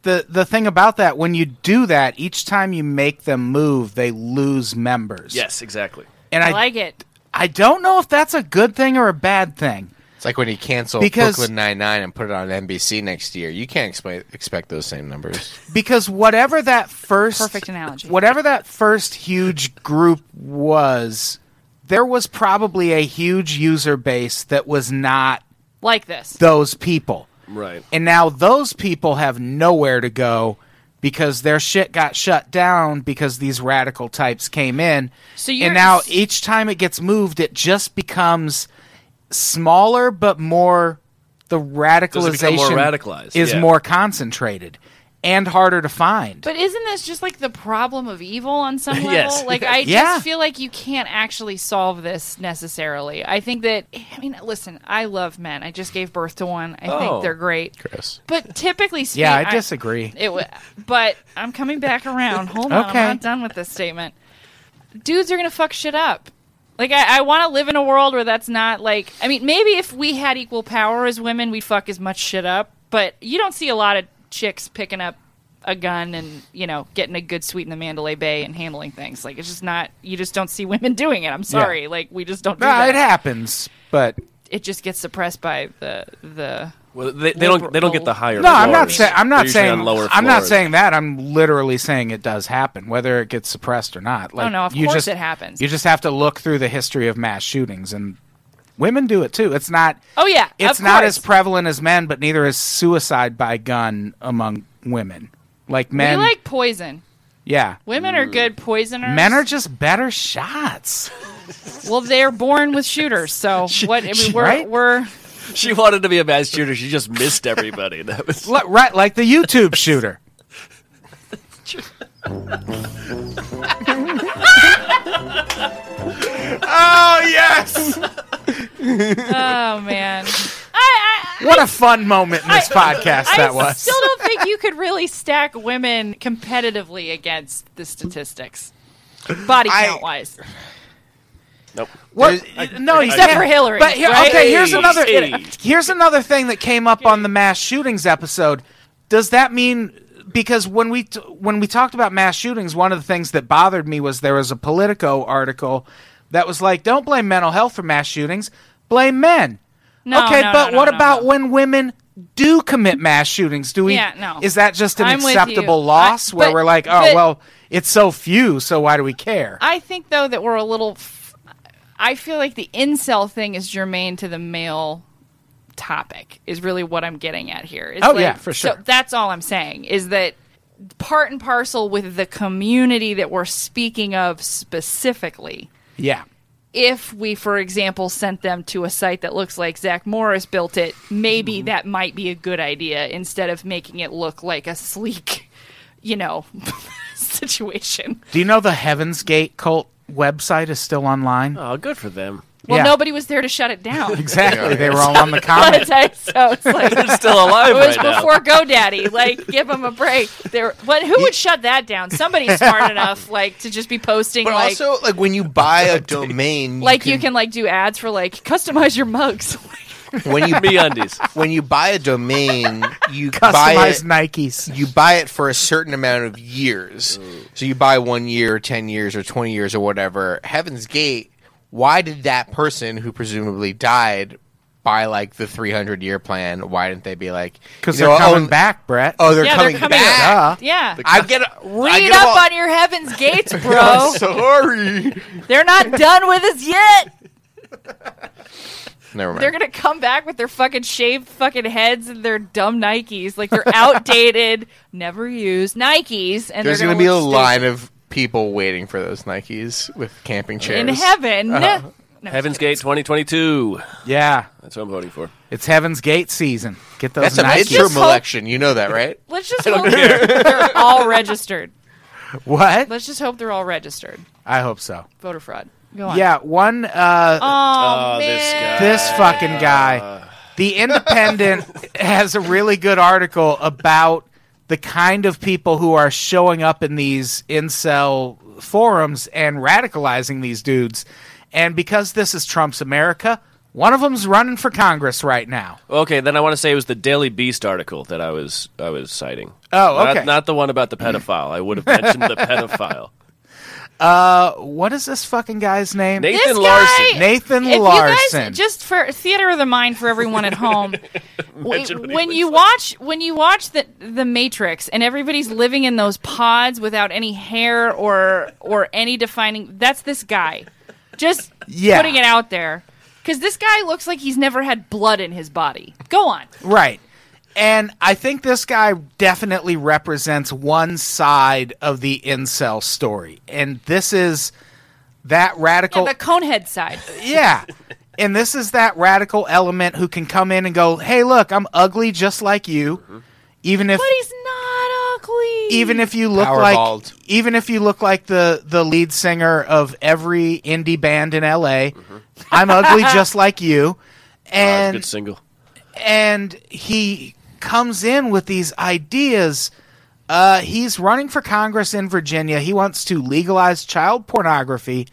Speaker 2: the the thing about that when you do that, each time you make them move, they lose members.
Speaker 5: Yes, exactly.
Speaker 2: and
Speaker 3: I,
Speaker 2: I
Speaker 3: like it.
Speaker 2: I don't know if that's a good thing or a bad thing.
Speaker 4: It's like when you cancel
Speaker 2: Because-
Speaker 4: Brooklyn Nine Nine and put it on NBC next year. You can't expect expect those
Speaker 2: [laughs]
Speaker 4: same numbers.
Speaker 2: because whatever that first
Speaker 3: Perfect analogy.
Speaker 2: whatever that first huge group was there was probably a huge user base that was not
Speaker 3: Like this.
Speaker 2: those people
Speaker 5: Right.
Speaker 2: and now those people have nowhere to go because their shit got shut down because these radical types came in
Speaker 3: So you're-
Speaker 2: and now each time it gets moved it just becomes smaller but more the
Speaker 5: Does it become
Speaker 2: radicalization
Speaker 5: more radicalized?
Speaker 2: is
Speaker 5: Yeah.
Speaker 2: more concentrated and harder to find
Speaker 3: But isn't this just like the problem of evil
Speaker 2: [laughs]
Speaker 3: on some level?
Speaker 5: Yes.
Speaker 3: Like I
Speaker 2: Yeah.
Speaker 3: just feel like you can't actually solve this necessarily. I think that I mean, listen, I love men. I just gave birth to one. I
Speaker 5: Oh.
Speaker 3: think they're great.
Speaker 4: Chris.
Speaker 3: But typically speaking,
Speaker 2: Yeah, I disagree.
Speaker 3: it w- but I'm coming back around. Hold on,
Speaker 2: Okay.
Speaker 3: I'm not done with this statement. Dudes are gonna fuck shit up. Like I, I want to live in a world where that's not like. I mean, maybe if we had equal power as women, we'd fuck as much shit up. But you don't see a lot of chicks picking up a gun and you know getting a good suite in the Mandalay Bay and handling things. Like it's just not. You just don't see women [laughs] doing it. I'm sorry. Like we just don't. Do
Speaker 2: Nah,
Speaker 3: that.
Speaker 2: it happens, but
Speaker 3: It just gets suppressed by the the.
Speaker 5: Well, they, they don't they don't get the higher.
Speaker 2: no, I'm not
Speaker 5: floors.
Speaker 2: saying I'm
Speaker 5: They're
Speaker 2: not
Speaker 5: usually
Speaker 2: saying
Speaker 5: on lower
Speaker 2: I'm not
Speaker 5: floors.
Speaker 2: saying that. I'm literally saying it does happen, whether it gets suppressed or not. Like,
Speaker 3: Oh, no, of
Speaker 2: you
Speaker 3: course
Speaker 2: just,
Speaker 3: it happens.
Speaker 2: You just have to look through the history of mass shootings, and women do it too. It's not.
Speaker 3: Oh yeah,
Speaker 2: it's
Speaker 3: of
Speaker 2: not as
Speaker 3: course.
Speaker 2: prevalent as men, but neither is suicide by gun among women. Like
Speaker 3: We
Speaker 2: men,
Speaker 3: like poison.
Speaker 2: yeah,
Speaker 3: Women are good poisoners.
Speaker 2: men are just better shots.
Speaker 3: well, they're born with
Speaker 2: [laughs]
Speaker 3: shooters. So what? I mean, we're
Speaker 2: right?
Speaker 3: we're
Speaker 5: She wanted to be a bad shooter. She just missed everybody. [laughs] That was
Speaker 2: Li- right, like the YouTube shooter.
Speaker 4: Oh yes.
Speaker 3: oh man. I, I,
Speaker 2: What a fun moment in this podcast that
Speaker 3: I
Speaker 2: was.
Speaker 3: still don't think you could really stack women competitively against the statistics, body
Speaker 4: I-
Speaker 3: count wise.
Speaker 5: nope.
Speaker 2: What? no, you
Speaker 3: Except
Speaker 2: can't.
Speaker 3: for Hillary,
Speaker 2: But here,
Speaker 3: right?
Speaker 2: okay, here's
Speaker 5: Hey,
Speaker 2: another
Speaker 5: hey.
Speaker 2: here's another thing that came up on the mass shootings episode. Does that mean because when we t- when we talked about mass shootings, one of the things that bothered me was there was a Politico article that was like, "Don't blame mental health for mass shootings, blame men."
Speaker 3: No,
Speaker 2: okay,
Speaker 3: no,
Speaker 2: but
Speaker 3: no, no,
Speaker 2: what
Speaker 3: no,
Speaker 2: about
Speaker 3: no.
Speaker 2: when women do commit mass shootings? Do we?
Speaker 3: Yeah, no.
Speaker 2: Is that just an
Speaker 3: I'm with you.
Speaker 2: acceptable
Speaker 3: I-
Speaker 2: loss where
Speaker 3: but-
Speaker 2: we're like, "Oh
Speaker 3: but-
Speaker 2: well, it's so few, so why do we care?"
Speaker 3: I think though that we're a little. F- I feel like the incel thing is germane to the male topic. Is really what I'm getting at here. It's
Speaker 2: Oh,
Speaker 3: like-
Speaker 2: yeah, for sure.
Speaker 3: So that's all I'm saying is that part and parcel with the community that we're speaking of specifically.
Speaker 2: yeah.
Speaker 3: If we, for example, sent them to a site that looks like Zach Morris built it, maybe that might be a good idea instead of making it look like a sleek, you know, [laughs] situation.
Speaker 2: Do you know the Heaven's Gate cult website is still online?
Speaker 5: Oh, good for them.
Speaker 3: Well,
Speaker 2: Yeah.
Speaker 3: nobody was there to shut it down.
Speaker 2: Exactly. They were all on
Speaker 4: [laughs]
Speaker 2: the comment.
Speaker 3: But, so it's like
Speaker 5: [laughs] They're still alive
Speaker 3: it was
Speaker 5: right [laughs] now.
Speaker 3: before GoDaddy. Like, give them a break. There, but who would shut that down? Somebody smart enough, like, to just be posting,
Speaker 4: But
Speaker 3: like,
Speaker 4: also, like when you
Speaker 3: [laughs]
Speaker 4: buy a domain,
Speaker 3: like you can like do ads for like customize your mugs.
Speaker 4: when
Speaker 3: [laughs]
Speaker 4: you
Speaker 5: Me [laughs] undies.
Speaker 4: when you buy a domain, you buy
Speaker 2: Customized
Speaker 4: it.
Speaker 2: Nikes.
Speaker 4: You buy it for a certain amount of years. So you buy one year, or ten years, or twenty years, or whatever. Heaven's Gate. Why did that person who presumably died by like the 300 year plan, why didn't they be like,
Speaker 2: Because
Speaker 4: you
Speaker 2: they're
Speaker 4: know,
Speaker 2: coming
Speaker 4: oh,
Speaker 2: back, Brett.
Speaker 4: Oh, they're,
Speaker 3: yeah,
Speaker 4: coming,
Speaker 3: they're coming
Speaker 4: back.
Speaker 3: back.
Speaker 2: Duh.
Speaker 3: Yeah.
Speaker 4: I get a, I
Speaker 3: Read
Speaker 4: get
Speaker 3: up
Speaker 4: all-
Speaker 3: on your heaven's gates, bro.
Speaker 4: Sorry.
Speaker 3: They're
Speaker 4: [laughs]
Speaker 3: not done with us yet.
Speaker 4: Never mind.
Speaker 3: They're gonna come back with their fucking shaved fucking heads and their dumb Nikes, like they're outdated,
Speaker 4: [laughs]
Speaker 3: never used Nikes. And
Speaker 4: There's
Speaker 3: they're
Speaker 4: going to be a
Speaker 3: look
Speaker 4: line of people waiting for those Nikes with camping
Speaker 3: stupid.
Speaker 4: chairs.
Speaker 3: in heaven.
Speaker 4: Uh-huh.
Speaker 3: No,
Speaker 5: Heaven's Gate 2022.
Speaker 2: Yeah,
Speaker 5: That's what I'm voting for.
Speaker 2: it's Heaven's Gate season. Get those
Speaker 4: That's a
Speaker 2: Nikes.
Speaker 4: midterm
Speaker 3: Just hope-
Speaker 4: election. You know that, right?
Speaker 3: let's just hope they're
Speaker 4: [laughs]
Speaker 3: all registered.
Speaker 2: What?
Speaker 3: Let's just hope they're all registered.
Speaker 2: I hope so.
Speaker 3: Voter fraud. Go on.
Speaker 2: Yeah, one. Uh,
Speaker 3: Oh,
Speaker 5: Oh, this
Speaker 3: man.
Speaker 5: guy.
Speaker 2: this
Speaker 3: uh,
Speaker 2: fucking guy.
Speaker 3: [laughs]
Speaker 2: The Independent has a really good article about the kind of people who are showing up in these incel forums and radicalizing these dudes. And because this is Trump's America, one of them's running for Congress right now.
Speaker 5: Okay, then I want to say it was the Daily Beast article that I was I was citing.
Speaker 2: Oh, okay.
Speaker 5: Not, not the one about the pedophile. I would have
Speaker 2: [laughs]
Speaker 5: mentioned the pedophile.
Speaker 2: What is this fucking guy's name?
Speaker 5: Nathan
Speaker 3: This guy-
Speaker 5: Larson.
Speaker 2: Nathan
Speaker 3: If you
Speaker 2: Larson.
Speaker 3: guys just for theater of the mind for everyone at
Speaker 5: [laughs]
Speaker 3: home, w-
Speaker 5: Imagine what he
Speaker 3: when
Speaker 5: looks
Speaker 3: you
Speaker 5: like.
Speaker 3: watch when you watch the the Matrix and everybody's living in those pods without any hair or or any defining, that's this guy. Just
Speaker 2: Yeah.
Speaker 3: putting it out there because this guy looks like he's never had blood in his body. Go on.
Speaker 2: Right. And I think this guy definitely represents one side of the incel story. And this is that
Speaker 3: Yeah,
Speaker 2: radical.
Speaker 3: the conehead side.
Speaker 2: Yeah. And this is that radical element who can come in and go, "Hey, look, I'm ugly just like you."
Speaker 5: Mm-hmm.
Speaker 2: Even if
Speaker 3: But he's not ugly.
Speaker 2: even if you look
Speaker 4: Powerballed.
Speaker 2: like even if you look like the the lead singer of every indie band in LA, I'm ugly just like
Speaker 5: [laughs]
Speaker 2: you.
Speaker 5: Mm-hmm. That's a
Speaker 2: And
Speaker 5: good single.
Speaker 2: and he comes in with these ideas. Uh, he's running for Congress in Virginia. He wants to legalize child pornography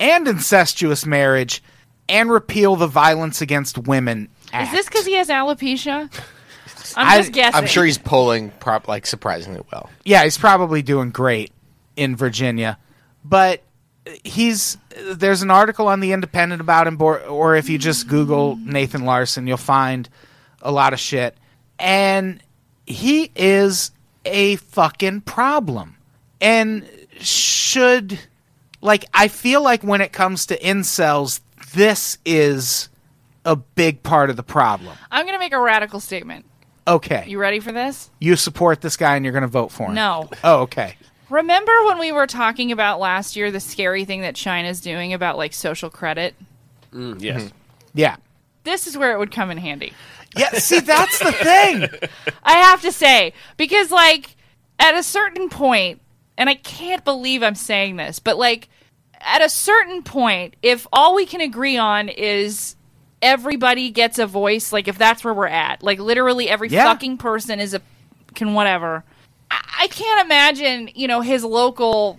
Speaker 2: and incestuous marriage and repeal the Violence Against Women Act.
Speaker 3: is this because he has alopecia? I'm
Speaker 2: I-
Speaker 3: just guessing.
Speaker 4: I'm sure he's polling prop like surprisingly well.
Speaker 2: yeah, he's probably doing great in Virginia, but he's there's an article on the Independent about him, or, or if you just Google Nathan Larson, you'll find a lot of shit, and he is a fucking problem, and should like I feel like when it comes to incels, this is a big part of the problem.
Speaker 3: I'm gonna make a radical statement.
Speaker 2: Okay,
Speaker 3: You ready for this?
Speaker 2: you support this guy and you're going to vote for him.
Speaker 3: No.
Speaker 2: Oh, okay.
Speaker 3: Remember when we were talking about last year the scary thing that China's doing about like social credit?
Speaker 5: Mm, yes.
Speaker 2: Mm-hmm. Yeah.
Speaker 3: This is where it would come in handy.
Speaker 2: Yeah, see, that's the thing.
Speaker 3: I have to say, because like at a certain point, and I can't believe I'm saying this, but like at a certain point, if all we can agree on is everybody gets a voice, like if that's where we're at, like literally every
Speaker 2: Yeah.
Speaker 3: fucking person is a can whatever. I, I can't imagine, you know, his local.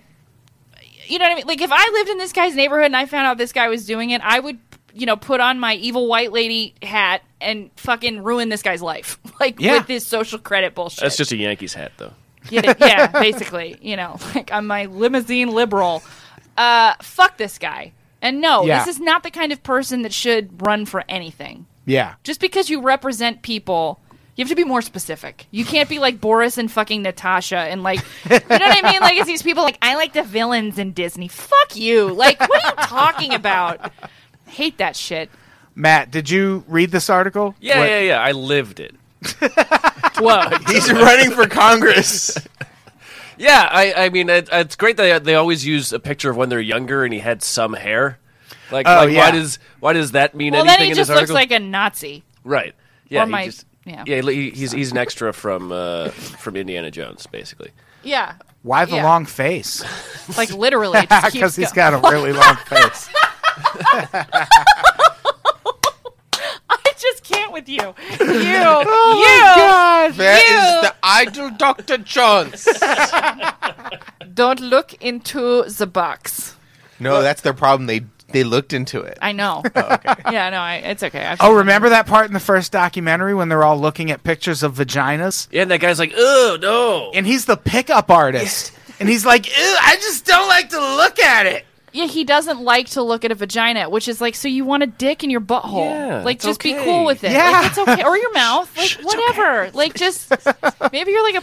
Speaker 3: You know what I mean? Like if I lived in this guy's neighborhood and I found out this guy was doing it, I would, you know, put on my evil white lady hat and fucking ruin this guy's life, [laughs] like
Speaker 2: Yeah.
Speaker 3: with this social credit bullshit.
Speaker 5: That's just a Yankees hat, though.
Speaker 3: Get it? yeah, basically, you know, [laughs] like I'm my limousine liberal. Uh, fuck this guy. And no,
Speaker 2: Yeah.
Speaker 3: this is not the kind of person that should run for anything.
Speaker 2: [laughs] Yeah.
Speaker 3: Just because you represent people, you have to be more specific. You can't be like Boris and fucking Natasha and like, you know what I mean? Like, it's these people like, I like the villains in Disney. Fuck you. Like, what are you talking about? Hate that shit.
Speaker 2: Matt, did you read this article?
Speaker 5: Yeah,
Speaker 2: What-
Speaker 5: yeah, yeah. I
Speaker 2: [laughs]
Speaker 5: lived it.
Speaker 3: Whoa.
Speaker 4: He's running for Congress.
Speaker 5: Yeah, I, I mean, it, it's great that they always use a picture of when they're younger and he had some hair. Like,
Speaker 2: Oh,
Speaker 5: like
Speaker 2: yeah.
Speaker 5: why does why does that mean
Speaker 3: Well,
Speaker 5: anything
Speaker 3: then he
Speaker 5: in
Speaker 3: just
Speaker 5: this
Speaker 3: looks
Speaker 5: article?
Speaker 3: like a Nazi.
Speaker 5: right. Yeah,
Speaker 3: or
Speaker 5: he
Speaker 3: my-
Speaker 5: just-
Speaker 3: yeah.
Speaker 5: yeah. he- he's he's an extra from uh, from Indiana Jones, basically.
Speaker 3: Yeah.
Speaker 2: Why the
Speaker 3: Yeah.
Speaker 2: long
Speaker 3: [laughs]
Speaker 2: face? [laughs]
Speaker 3: Like, literally. it just keeps
Speaker 2: Because he's
Speaker 3: go-
Speaker 2: got a really
Speaker 3: [laughs]
Speaker 2: long face.
Speaker 3: [laughs] I just can't with you. You.
Speaker 2: [laughs] Oh
Speaker 3: you.
Speaker 4: [laughs] There is
Speaker 3: You-
Speaker 4: the idol Dr. Jones.
Speaker 3: Don't look into the box.
Speaker 4: no, that's their problem. They they looked into it.
Speaker 2: [laughs]
Speaker 3: I know. [laughs] Yeah, no, I, it's okay. I've-
Speaker 2: Oh, remember that part in the first documentary when they're all looking at pictures of vaginas?
Speaker 5: Yeah, and that guy's like, oh no.
Speaker 2: [laughs] "Eh, And he's the pickup artist. And he's like, Ew, I just don't like to look at it.
Speaker 3: Yeah, he doesn't like to look at a vagina, which is like, so you want a dick in your butthole?
Speaker 5: Yeah,
Speaker 3: like,
Speaker 5: it's
Speaker 3: just be
Speaker 5: okay.
Speaker 3: cool with it.
Speaker 2: Yeah.
Speaker 3: like, it's okay,
Speaker 2: [laughs]
Speaker 3: or your mouth, like whatever. Like, just maybe you're like a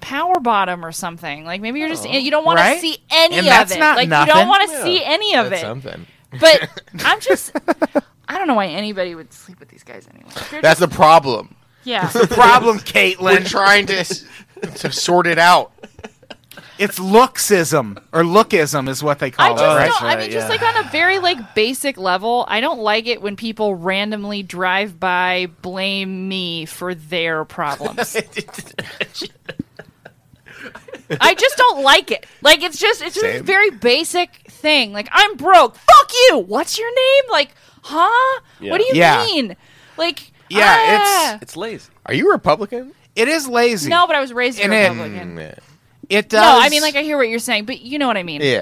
Speaker 3: power bottom or something. Like, maybe you're just you don't want
Speaker 2: Oh. Right?
Speaker 3: to see any
Speaker 2: And
Speaker 3: of
Speaker 2: that's
Speaker 3: it.
Speaker 2: not
Speaker 3: like, you
Speaker 2: nothing.
Speaker 3: don't want to see any of
Speaker 4: That's
Speaker 3: it.
Speaker 4: something.
Speaker 2: [laughs]
Speaker 3: But I'm just, I don't know why anybody would sleep with these guys anyway. They're
Speaker 4: That's the problem.
Speaker 3: just- yeah. [laughs]
Speaker 2: Problem,
Speaker 4: We're
Speaker 2: Caitlin.
Speaker 4: trying to s- to sort it out.
Speaker 2: it's looksism or lookism is what they
Speaker 3: I
Speaker 2: call
Speaker 3: just
Speaker 2: it, right?
Speaker 3: don't. I
Speaker 6: right,
Speaker 3: mean, just
Speaker 6: yeah.
Speaker 3: like on a very like basic level, I don't like it when people randomly drive by, blame me for their problems. I just don't like it. Like it's just it's just a
Speaker 4: Same.
Speaker 3: very basic thing. Like I'm broke. Fuck you. What's your name? Like, huh? What do you
Speaker 2: Yeah.
Speaker 3: mean? Like,
Speaker 2: Yeah,
Speaker 3: ah.
Speaker 2: it's-
Speaker 5: It's lazy.
Speaker 4: Are you Republican?
Speaker 2: It is lazy.
Speaker 3: no. But I was raised a
Speaker 2: And it-
Speaker 3: Republican.
Speaker 4: Yeah.
Speaker 2: it does.
Speaker 3: No, I mean like I hear what you're saying, but you know what I mean.
Speaker 4: Mm,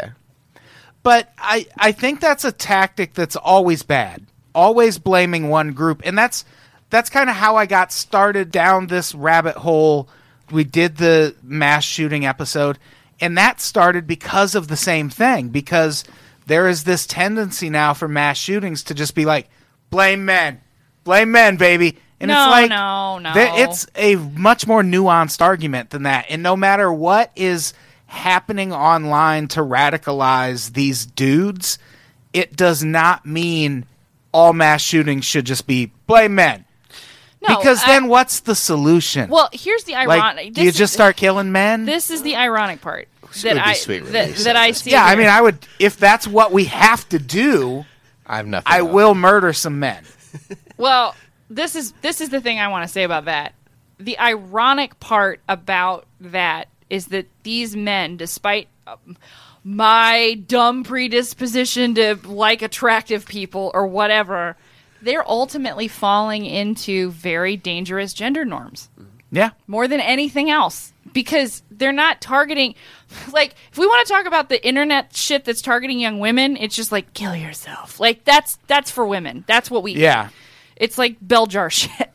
Speaker 4: Yeah.
Speaker 2: but I, I think that's a tactic that's always bad always blaming one group and that's that's kind of how i got started down this rabbit hole we did the mass shooting episode and that started because of the same thing because there is this tendency now for mass shootings to just be like blame men blame men baby and
Speaker 3: No,
Speaker 2: it's like
Speaker 3: no, no.
Speaker 2: that- it's a much more nuanced argument than that. And no matter what is happening online to radicalize these dudes, it does not mean all mass shootings should just be blame men.
Speaker 3: No,
Speaker 2: because
Speaker 3: I-
Speaker 2: then what's the solution?
Speaker 3: Well, here's the ironic.
Speaker 2: like, do
Speaker 3: this
Speaker 2: you
Speaker 3: is-
Speaker 2: just start killing men?
Speaker 3: This is the ironic part
Speaker 4: would
Speaker 3: that
Speaker 4: be
Speaker 3: I
Speaker 4: sweet
Speaker 3: that,
Speaker 4: release
Speaker 3: that
Speaker 4: of
Speaker 3: I
Speaker 4: this.
Speaker 3: see.
Speaker 2: yeah, I
Speaker 3: here.
Speaker 2: mean, I would if that's what we have to do,
Speaker 4: I have nothing.
Speaker 2: I
Speaker 4: else.
Speaker 2: will murder some men.
Speaker 3: well, this is this is the thing I want to say about that. The ironic part about that is that these men, despite um, my dumb predisposition to like attractive people or whatever, they're ultimately falling into very dangerous gender norms.
Speaker 2: Yeah.
Speaker 3: more than anything else because they're not targeting [sighs] like if we want to talk about the internet shit that's targeting young women it's just like kill yourself like that's that's for women that's what we
Speaker 2: Yeah.
Speaker 3: it's like bell jar [laughs] shit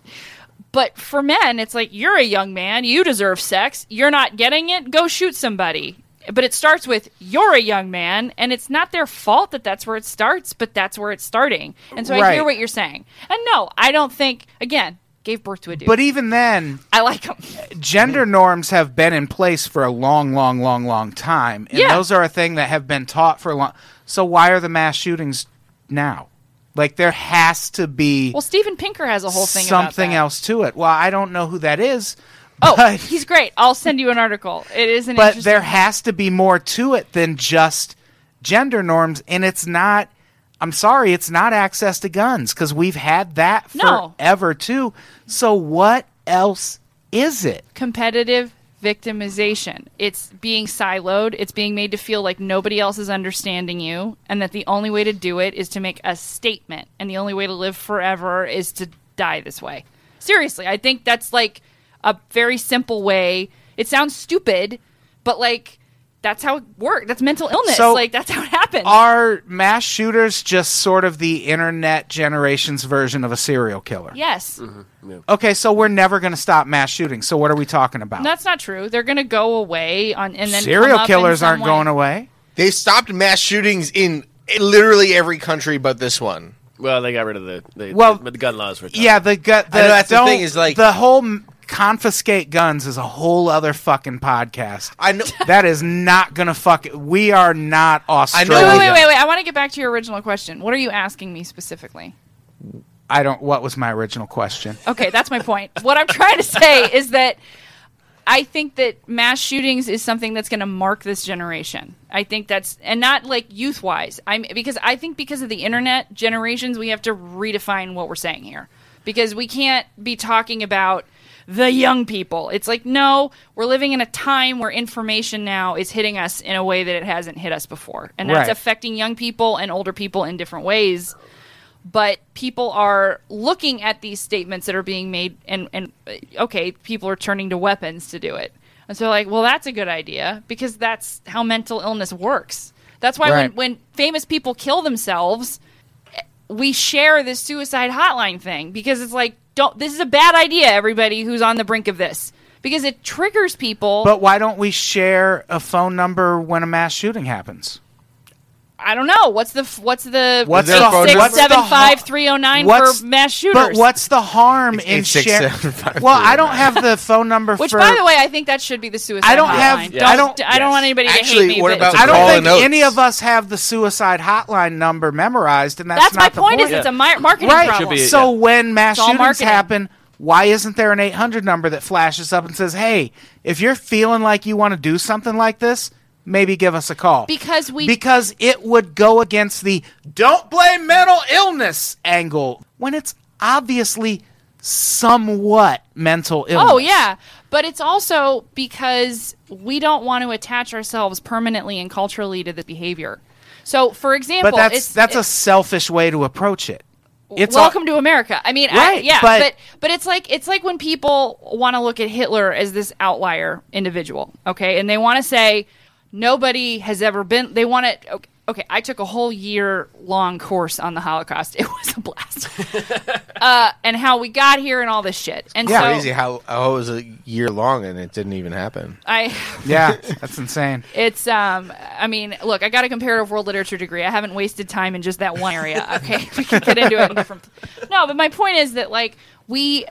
Speaker 3: but for men it's like you're a young man you deserve sex you're not getting it go shoot somebody but it starts with you're a young man and it's not their fault that that's where it starts but that's where it's starting and so i
Speaker 2: Right.
Speaker 3: hear what you're saying and no i don't think again gave birth to a dude
Speaker 2: But even then,
Speaker 3: i like him
Speaker 2: gender norms have been in place for a long, long, long, long time, and
Speaker 3: Yeah.
Speaker 2: those are a thing that have been taught for a long. So why are the mass shootings now? Like there has to be
Speaker 3: Well, Steven Pinker has a whole thing about
Speaker 2: something
Speaker 3: that.
Speaker 2: else to it. Well, I don't know who that is,
Speaker 3: Oh,
Speaker 2: but,
Speaker 3: he's great. I'll send you an article. It is an
Speaker 2: but
Speaker 3: interesting-
Speaker 2: there has to be more to it than just gender norms, and it's not. I'm sorry, it's not access to guns because we've had that
Speaker 3: No.
Speaker 2: forever too. So what else is it?
Speaker 3: competitive victimization. It's being siloed. It's being made to feel like nobody else is understanding you, and that the only way to do it is to make a statement, and the only way to live forever is to die this way. Seriously, I think that's like a very simple way. It sounds stupid, but like that's how it works. That's mental illness.
Speaker 2: So-
Speaker 3: like that's how it happens.
Speaker 2: are mass shooters just sort of the internet generation's version of a serial killer?
Speaker 3: yes.
Speaker 2: Okay, so we're never going to stop mass shootings. So what are we talking about?
Speaker 3: That's not true. They're going to go away on and then come
Speaker 2: serial
Speaker 3: up
Speaker 2: killers
Speaker 3: in some
Speaker 2: aren't
Speaker 3: way.
Speaker 2: going away.
Speaker 4: They stopped mass shootings in literally every country but this one.
Speaker 5: Well, they got rid of the they,
Speaker 2: Well,
Speaker 5: the gun laws were tough.
Speaker 2: Yeah, the gu- the,
Speaker 4: I know, that's the
Speaker 2: don't-
Speaker 4: thing is, like-
Speaker 2: the whole m- confiscate guns is a whole other fucking podcast.
Speaker 3: [laughs]
Speaker 4: I know.
Speaker 2: that is not going to fuck. We are not
Speaker 4: know-
Speaker 2: Australia.
Speaker 3: Wait,
Speaker 2: I,
Speaker 3: wait,
Speaker 4: Yeah.
Speaker 3: wait, wait, wait. I want to get back to your original question. What are you asking me specifically?
Speaker 2: don't. What was my original question?
Speaker 3: Okay, that's my point. What I'm trying to say is that I think that mass shootings is something that's going to mark this generation. I think that's and not like youth wise. I'm because I think because of the internet generations, we have to redefine what we're saying here because we can't be talking about the young people. It's like no, we're living in a time where information now is hitting us in a way that it hasn't hit us before, and that's
Speaker 2: Right.
Speaker 3: affecting young people and older people in different ways but people are looking at these statements that are being made and and uh, okay people are turning to weapons to do it and so like well that's a good idea because that's how mental illness works that's why
Speaker 2: Right.
Speaker 3: when, when famous people kill themselves eh, we share this suicide hotline thing because it's like don't this is a bad idea everybody who's on the brink of this because it triggers people
Speaker 2: But why don't we share a phone number when a mass shooting happens?
Speaker 3: I don't know. What's the f- what's the
Speaker 2: What's
Speaker 4: the phone number?
Speaker 3: six seven five three zero nine
Speaker 2: What's-
Speaker 3: for mass shooters?
Speaker 2: But what's the harm in
Speaker 4: it's six,
Speaker 2: sharing?
Speaker 4: seven, five,
Speaker 2: Well,
Speaker 4: three,
Speaker 2: I don't have the phone number
Speaker 3: Which,
Speaker 2: for.
Speaker 3: by the way, I think that should be the suicide.
Speaker 2: I don't have-
Speaker 3: hotline.
Speaker 2: I don't-
Speaker 3: I don't want anybody
Speaker 4: Actually,
Speaker 3: to hate me.
Speaker 4: what
Speaker 3: but-
Speaker 4: about
Speaker 2: I don't
Speaker 4: Call
Speaker 2: think
Speaker 4: and Oates.
Speaker 2: any of us have the suicide hotline number memorized, and that's,
Speaker 3: that's my
Speaker 2: not the
Speaker 3: point. Is it's a mi- marketing
Speaker 2: right.
Speaker 3: problem?
Speaker 5: Should be-
Speaker 2: so when mass
Speaker 3: It's all
Speaker 2: shootings
Speaker 3: marketing.
Speaker 2: happen, why isn't there an 800 number that flashes up and says, "Hey, if you're feeling like you want to do something like this, maybe give us a call."
Speaker 3: Because we-
Speaker 2: because it would go against the "don't blame mental illness" angle when it's obviously somewhat mental illness.
Speaker 3: Oh yeah, but it's also because we don't want to attach ourselves permanently and culturally to the behavior. So, for example,
Speaker 2: but that's
Speaker 3: it's,
Speaker 2: that's
Speaker 3: it-
Speaker 2: a selfish way to approach it. It's
Speaker 3: welcome
Speaker 2: all-
Speaker 3: to America. I mean, I,
Speaker 2: Right,
Speaker 3: yeah,
Speaker 2: but-
Speaker 3: but, but it's like it's like when people want to look at Hitler as this outlier individual, okay, and they want to say nobody has ever been. They want to. Okay, okay, I took a whole year long course on the Holocaust. [laughs] It was
Speaker 2: [laughs]
Speaker 3: a blast, uh, and how we got here and all this shit. And
Speaker 2: Yeah.
Speaker 3: so
Speaker 4: Crazy how how it was a year long and it didn't even happen.
Speaker 3: I. [laughs]
Speaker 2: yeah, that's insane.
Speaker 3: It's um I mean, look, I got a comparative world literature degree. I haven't wasted time in just that one area. Okay. we can get into it in different No, but my point is that like we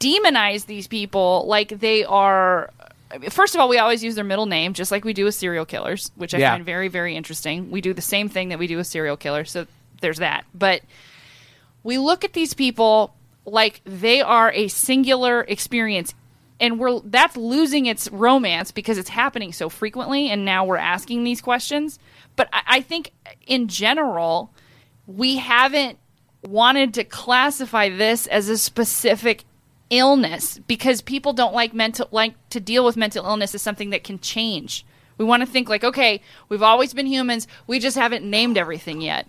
Speaker 3: demonize these people like they are I mean, First of all, we always use their middle name, just like we do with serial killers, which I
Speaker 2: Yeah.
Speaker 3: find very, very interesting. We do the same thing that we do with serial killers, so there's that. But we look at these people like they are a singular experience and we're that's losing its romance because it's happening so frequently and now we're asking these questions but i, I think in general we haven't wanted to classify this as a specific illness because people don't like mental like to deal with mental illness as something that can change. We want to think like, okay, we've always been humans, we just haven't named everything yet.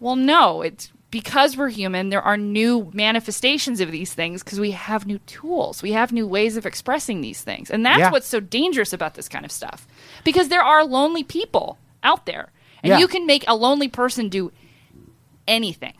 Speaker 3: Well, no, it's because we're human, there are new manifestations of these things because we have new tools. We have new ways of expressing these things. And that's
Speaker 2: Yeah.
Speaker 3: what's so dangerous about this kind of stuff. Because there are lonely people out there. And
Speaker 2: Yeah.
Speaker 3: you can make a lonely person do anything.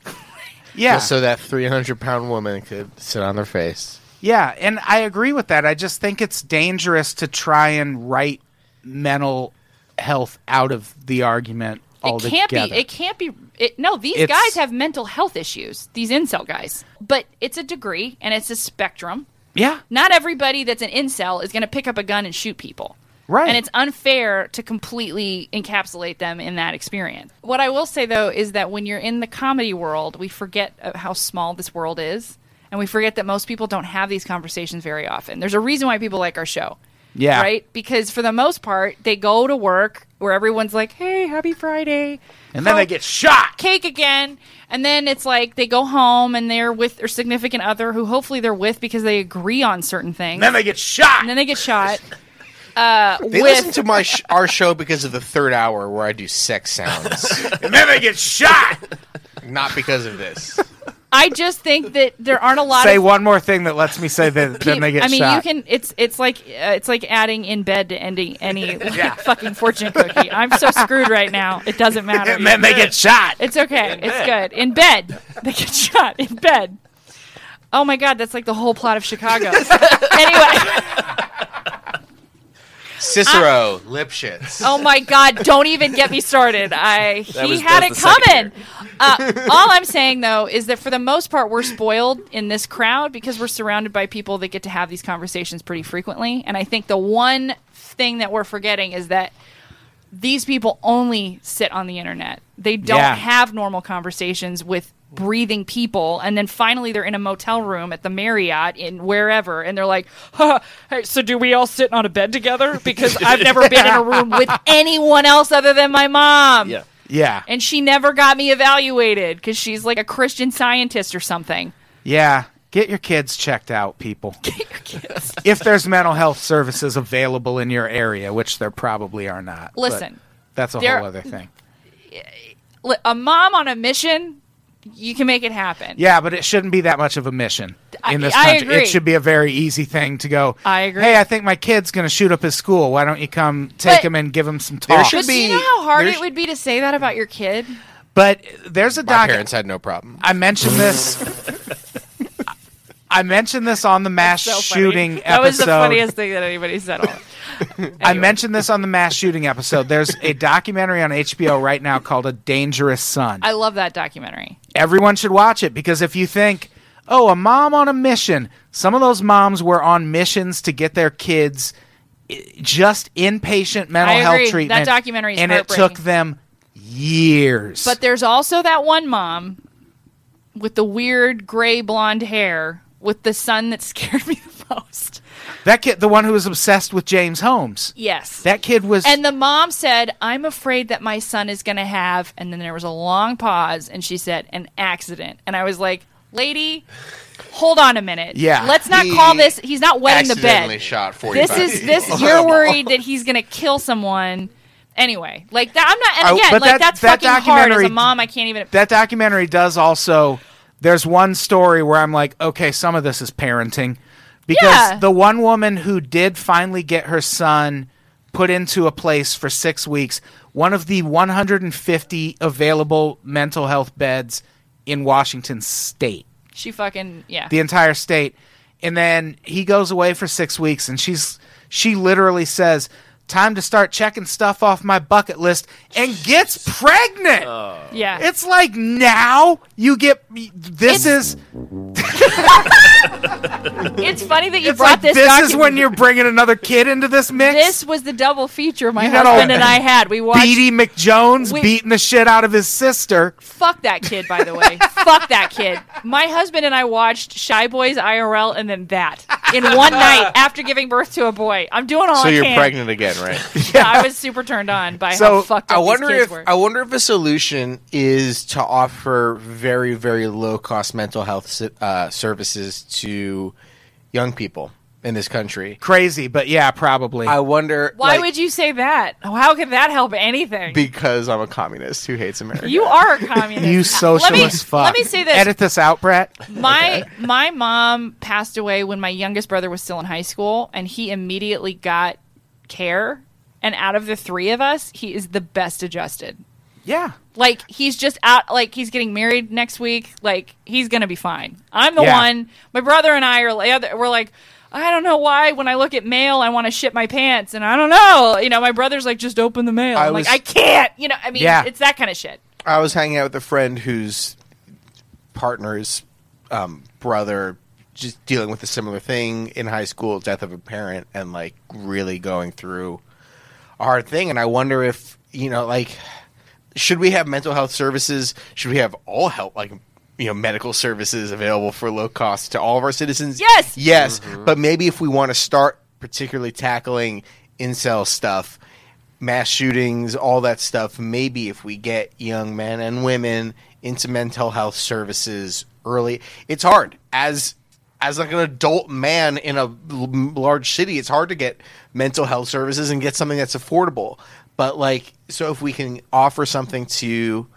Speaker 2: Yeah.
Speaker 4: Just so that three hundred pound woman could sit on their face.
Speaker 2: Yeah, and I agree with that. I just think it's dangerous to try and write mental health out of the argument
Speaker 3: It
Speaker 2: altogether.
Speaker 3: can't be. It can't be. It, no, these
Speaker 2: It's-
Speaker 3: guys have mental health issues. These incel guys. But it's a degree and it's a spectrum.
Speaker 2: yeah,
Speaker 3: Not everybody that's an incel is going to pick up a gun and shoot people.
Speaker 2: Right.
Speaker 3: And it's unfair to completely encapsulate them in that experience. What I will say though is that when you're in the comedy world, we forget uh, how small this world is, and we forget that most people don't have these conversations very often. There's a reason why people like our show.
Speaker 2: Yeah.
Speaker 3: Right? Because for the most part, they go to work where everyone's like, "Hey, happy Friday."
Speaker 2: and then
Speaker 3: How-
Speaker 2: they get shot.
Speaker 3: cake again and then it's like they go home and they're with their significant other who hopefully they're with because they agree on certain things
Speaker 2: Then they get shot.
Speaker 3: and then they get shot
Speaker 4: They listen to my sh- our show because of the third hour where I do sex
Speaker 3: [laughs]
Speaker 4: sounds,
Speaker 2: and then they get shot.
Speaker 4: not because of this.
Speaker 3: i just think that there aren't a lot
Speaker 2: say
Speaker 3: of
Speaker 2: one more thing that lets me say that. then they get
Speaker 3: I mean,
Speaker 2: shot.
Speaker 3: you can. It's it's like uh, it's like adding in bed to ending [laughs] any like, fucking fortune cookie. I'm so screwed right now. It [laughs] doesn't matter.
Speaker 2: and then they get shot.
Speaker 3: It's okay. it's good. In bed. They get [laughs] shot. In bed. Oh my god, that's like the whole plot of [laughs] Chicago. anyway.
Speaker 4: Cicero, Lipschitz.
Speaker 3: Oh my God! Don't even get me started. I he
Speaker 5: was-
Speaker 3: had
Speaker 5: that
Speaker 3: it
Speaker 5: was the second
Speaker 3: coming. Uh, all I'm saying though is that for the most part, we're spoiled in this crowd because we're surrounded by people that get to have these conversations pretty frequently. And I think the one thing that we're forgetting is that these people only sit on the internet. They don't
Speaker 2: Yeah.
Speaker 3: have normal conversations with breathing people and then finally they're in a motel room at the Marriott in wherever and they're like [laughs] huh, hey, so do we all sit on a bed together because I've never been
Speaker 2: [laughs]
Speaker 3: in a room with anyone else other than my mom
Speaker 5: Yeah.
Speaker 2: Yeah,
Speaker 3: and she never got me evaluated because she's like a Christian scientist or something
Speaker 2: yeah. Get your kids checked out,
Speaker 3: [laughs]
Speaker 2: people. Get your kids. if there's mental health services available in your area, which there probably are not. but
Speaker 3: Listen,
Speaker 2: that's a
Speaker 3: there-
Speaker 2: whole other thing.
Speaker 3: Li- a mom on a mission you can make it happen
Speaker 2: Yeah, but it shouldn't be that much of a mission
Speaker 3: I-
Speaker 2: in this
Speaker 3: I
Speaker 2: country.
Speaker 3: agree.
Speaker 2: It should be a very easy thing to go.
Speaker 3: I agree.
Speaker 2: Hey, I think my kid's going to shoot up his school. Why don't you come take
Speaker 3: But-
Speaker 2: him and give him some talk?
Speaker 4: should
Speaker 3: but do
Speaker 4: be-
Speaker 3: you know how hard
Speaker 4: there's-
Speaker 3: it would be to say that about your kid
Speaker 2: but there's a
Speaker 4: my
Speaker 2: doc.
Speaker 4: parents had no problem.
Speaker 2: I mentioned
Speaker 4: [laughs]
Speaker 2: this. I mentioned this on the mass
Speaker 3: so funny.
Speaker 2: shooting episode.
Speaker 3: [laughs] That was the funniest thing that anybody said. All.
Speaker 2: [laughs] I mentioned this on the mass shooting episode. There's a documentary on HBO right now called A Dangerous Son.
Speaker 3: I love that documentary.
Speaker 2: Everyone should watch it because if you think, oh, a mom on a mission, some of those moms were on missions to get their kids i- just inpatient mental
Speaker 3: I
Speaker 2: health
Speaker 3: agree. That
Speaker 2: treatment.
Speaker 3: documentary is
Speaker 2: and it took
Speaker 3: heartbreaking.
Speaker 2: them years.
Speaker 3: But there's also that one mom with the weird gray blonde hair with the son that [laughs] scared me the most.
Speaker 2: that kid, the one who was obsessed with James Holmes,
Speaker 3: Yes.
Speaker 2: that kid was.
Speaker 3: and the mom said, I'm afraid that my son is going to have. And then there was a long pause, and she said, an accident. And I was like, lady, hold on a minute.
Speaker 2: Yeah.
Speaker 3: Let's not
Speaker 7: He
Speaker 3: call this. He's not wetting the
Speaker 7: accidentally
Speaker 3: bed.
Speaker 7: shot forty-five.
Speaker 3: This
Speaker 2: [laughs]
Speaker 3: is this. You're worried that he's going to kill someone. Anyway, like that. I'm not.
Speaker 2: I-
Speaker 3: And again,
Speaker 2: Oh, but
Speaker 3: like
Speaker 2: that-
Speaker 3: that's
Speaker 2: that
Speaker 3: fucking hard. As a
Speaker 2: documentary-
Speaker 3: mom, I can't even.
Speaker 2: that documentary does also there's one story where I'm like, okay, some of this is parenting because
Speaker 3: Yeah.
Speaker 2: the one woman who did finally get her son put into a place for 6 weeks, one of the 150 available mental health beds in Washington state
Speaker 3: She fucking yeah.
Speaker 2: the entire state. And then he goes away for six weeks, and she's she literally says, "Time to start checking stuff off my bucket list," and gets pregnant.
Speaker 3: yeah.
Speaker 2: It's like now you get this is
Speaker 3: It's funny that you
Speaker 2: it's like
Speaker 3: brought this.
Speaker 2: this,
Speaker 3: docu-
Speaker 2: is when you're bringing another kid into this mix.
Speaker 3: This was the double feature my
Speaker 2: You got [laughs]
Speaker 3: husband
Speaker 2: all
Speaker 3: and I had. We watched.
Speaker 2: Beatty McJones
Speaker 3: We-
Speaker 2: beating the shit out of his sister.
Speaker 3: Fuck that kid, by
Speaker 2: [laughs]
Speaker 3: the way. Fuck that kid. My husband and I watched Shy Boys IRL and then that in
Speaker 2: [laughs]
Speaker 3: one night after giving birth to a boy. I'm doing all
Speaker 7: So
Speaker 3: I
Speaker 7: you're
Speaker 3: can.
Speaker 7: pregnant again, right?
Speaker 3: Yeah,
Speaker 2: [laughs]
Speaker 3: I was super turned on by
Speaker 2: So,
Speaker 3: how fucked up
Speaker 4: I wonder
Speaker 3: these kids
Speaker 4: if
Speaker 3: were.
Speaker 4: I wonder if a solution is to offer very very low cost mental health si- uh, services to young people in this country.
Speaker 2: Crazy, but yeah, probably.
Speaker 4: I wonder
Speaker 3: Why
Speaker 4: like,
Speaker 3: would you say that? How could that help anything?
Speaker 7: Because I'm a communist who hates America.
Speaker 3: you are a communist.
Speaker 2: you socialist
Speaker 3: let me,
Speaker 2: fuck.
Speaker 3: Let me say this.
Speaker 2: Edit this out, Brett.
Speaker 3: My my mom passed away when my youngest brother was still in high school, and he immediately got care. And out of the three of us, he is the best adjusted.
Speaker 2: Yeah.
Speaker 3: Like he's just out. Like he's getting married next week. Like he's gonna be fine. I'm the
Speaker 2: Yeah.
Speaker 3: one. My brother and I are. like, We're like. I don't know why. When I look at mail, I want to shit my pants, and I don't know. You know, my brother's like, "Just open the mail."
Speaker 4: I
Speaker 3: I'm
Speaker 4: was-
Speaker 3: like, "I can't." You know, I mean,
Speaker 2: Yeah.
Speaker 3: it's that kind of shit.
Speaker 4: I was hanging out with a friend whose partner's um, brother just dealing with a similar thing in high school, death of a parent, and like really going through a hard thing. And I wonder if you know, like, should we have mental health services? Should we have all help, like? You know, medical services available for low cost to all of our citizens.
Speaker 3: Yes!
Speaker 4: yes. But maybe if we want to start, particularly tackling incel stuff, mass shootings, all that stuff. Maybe if we get young men and women into mental health services early, it's hard as as like an adult man in a l- large city. It's hard to get mental health services and get something that's affordable. But like, so if we can offer something to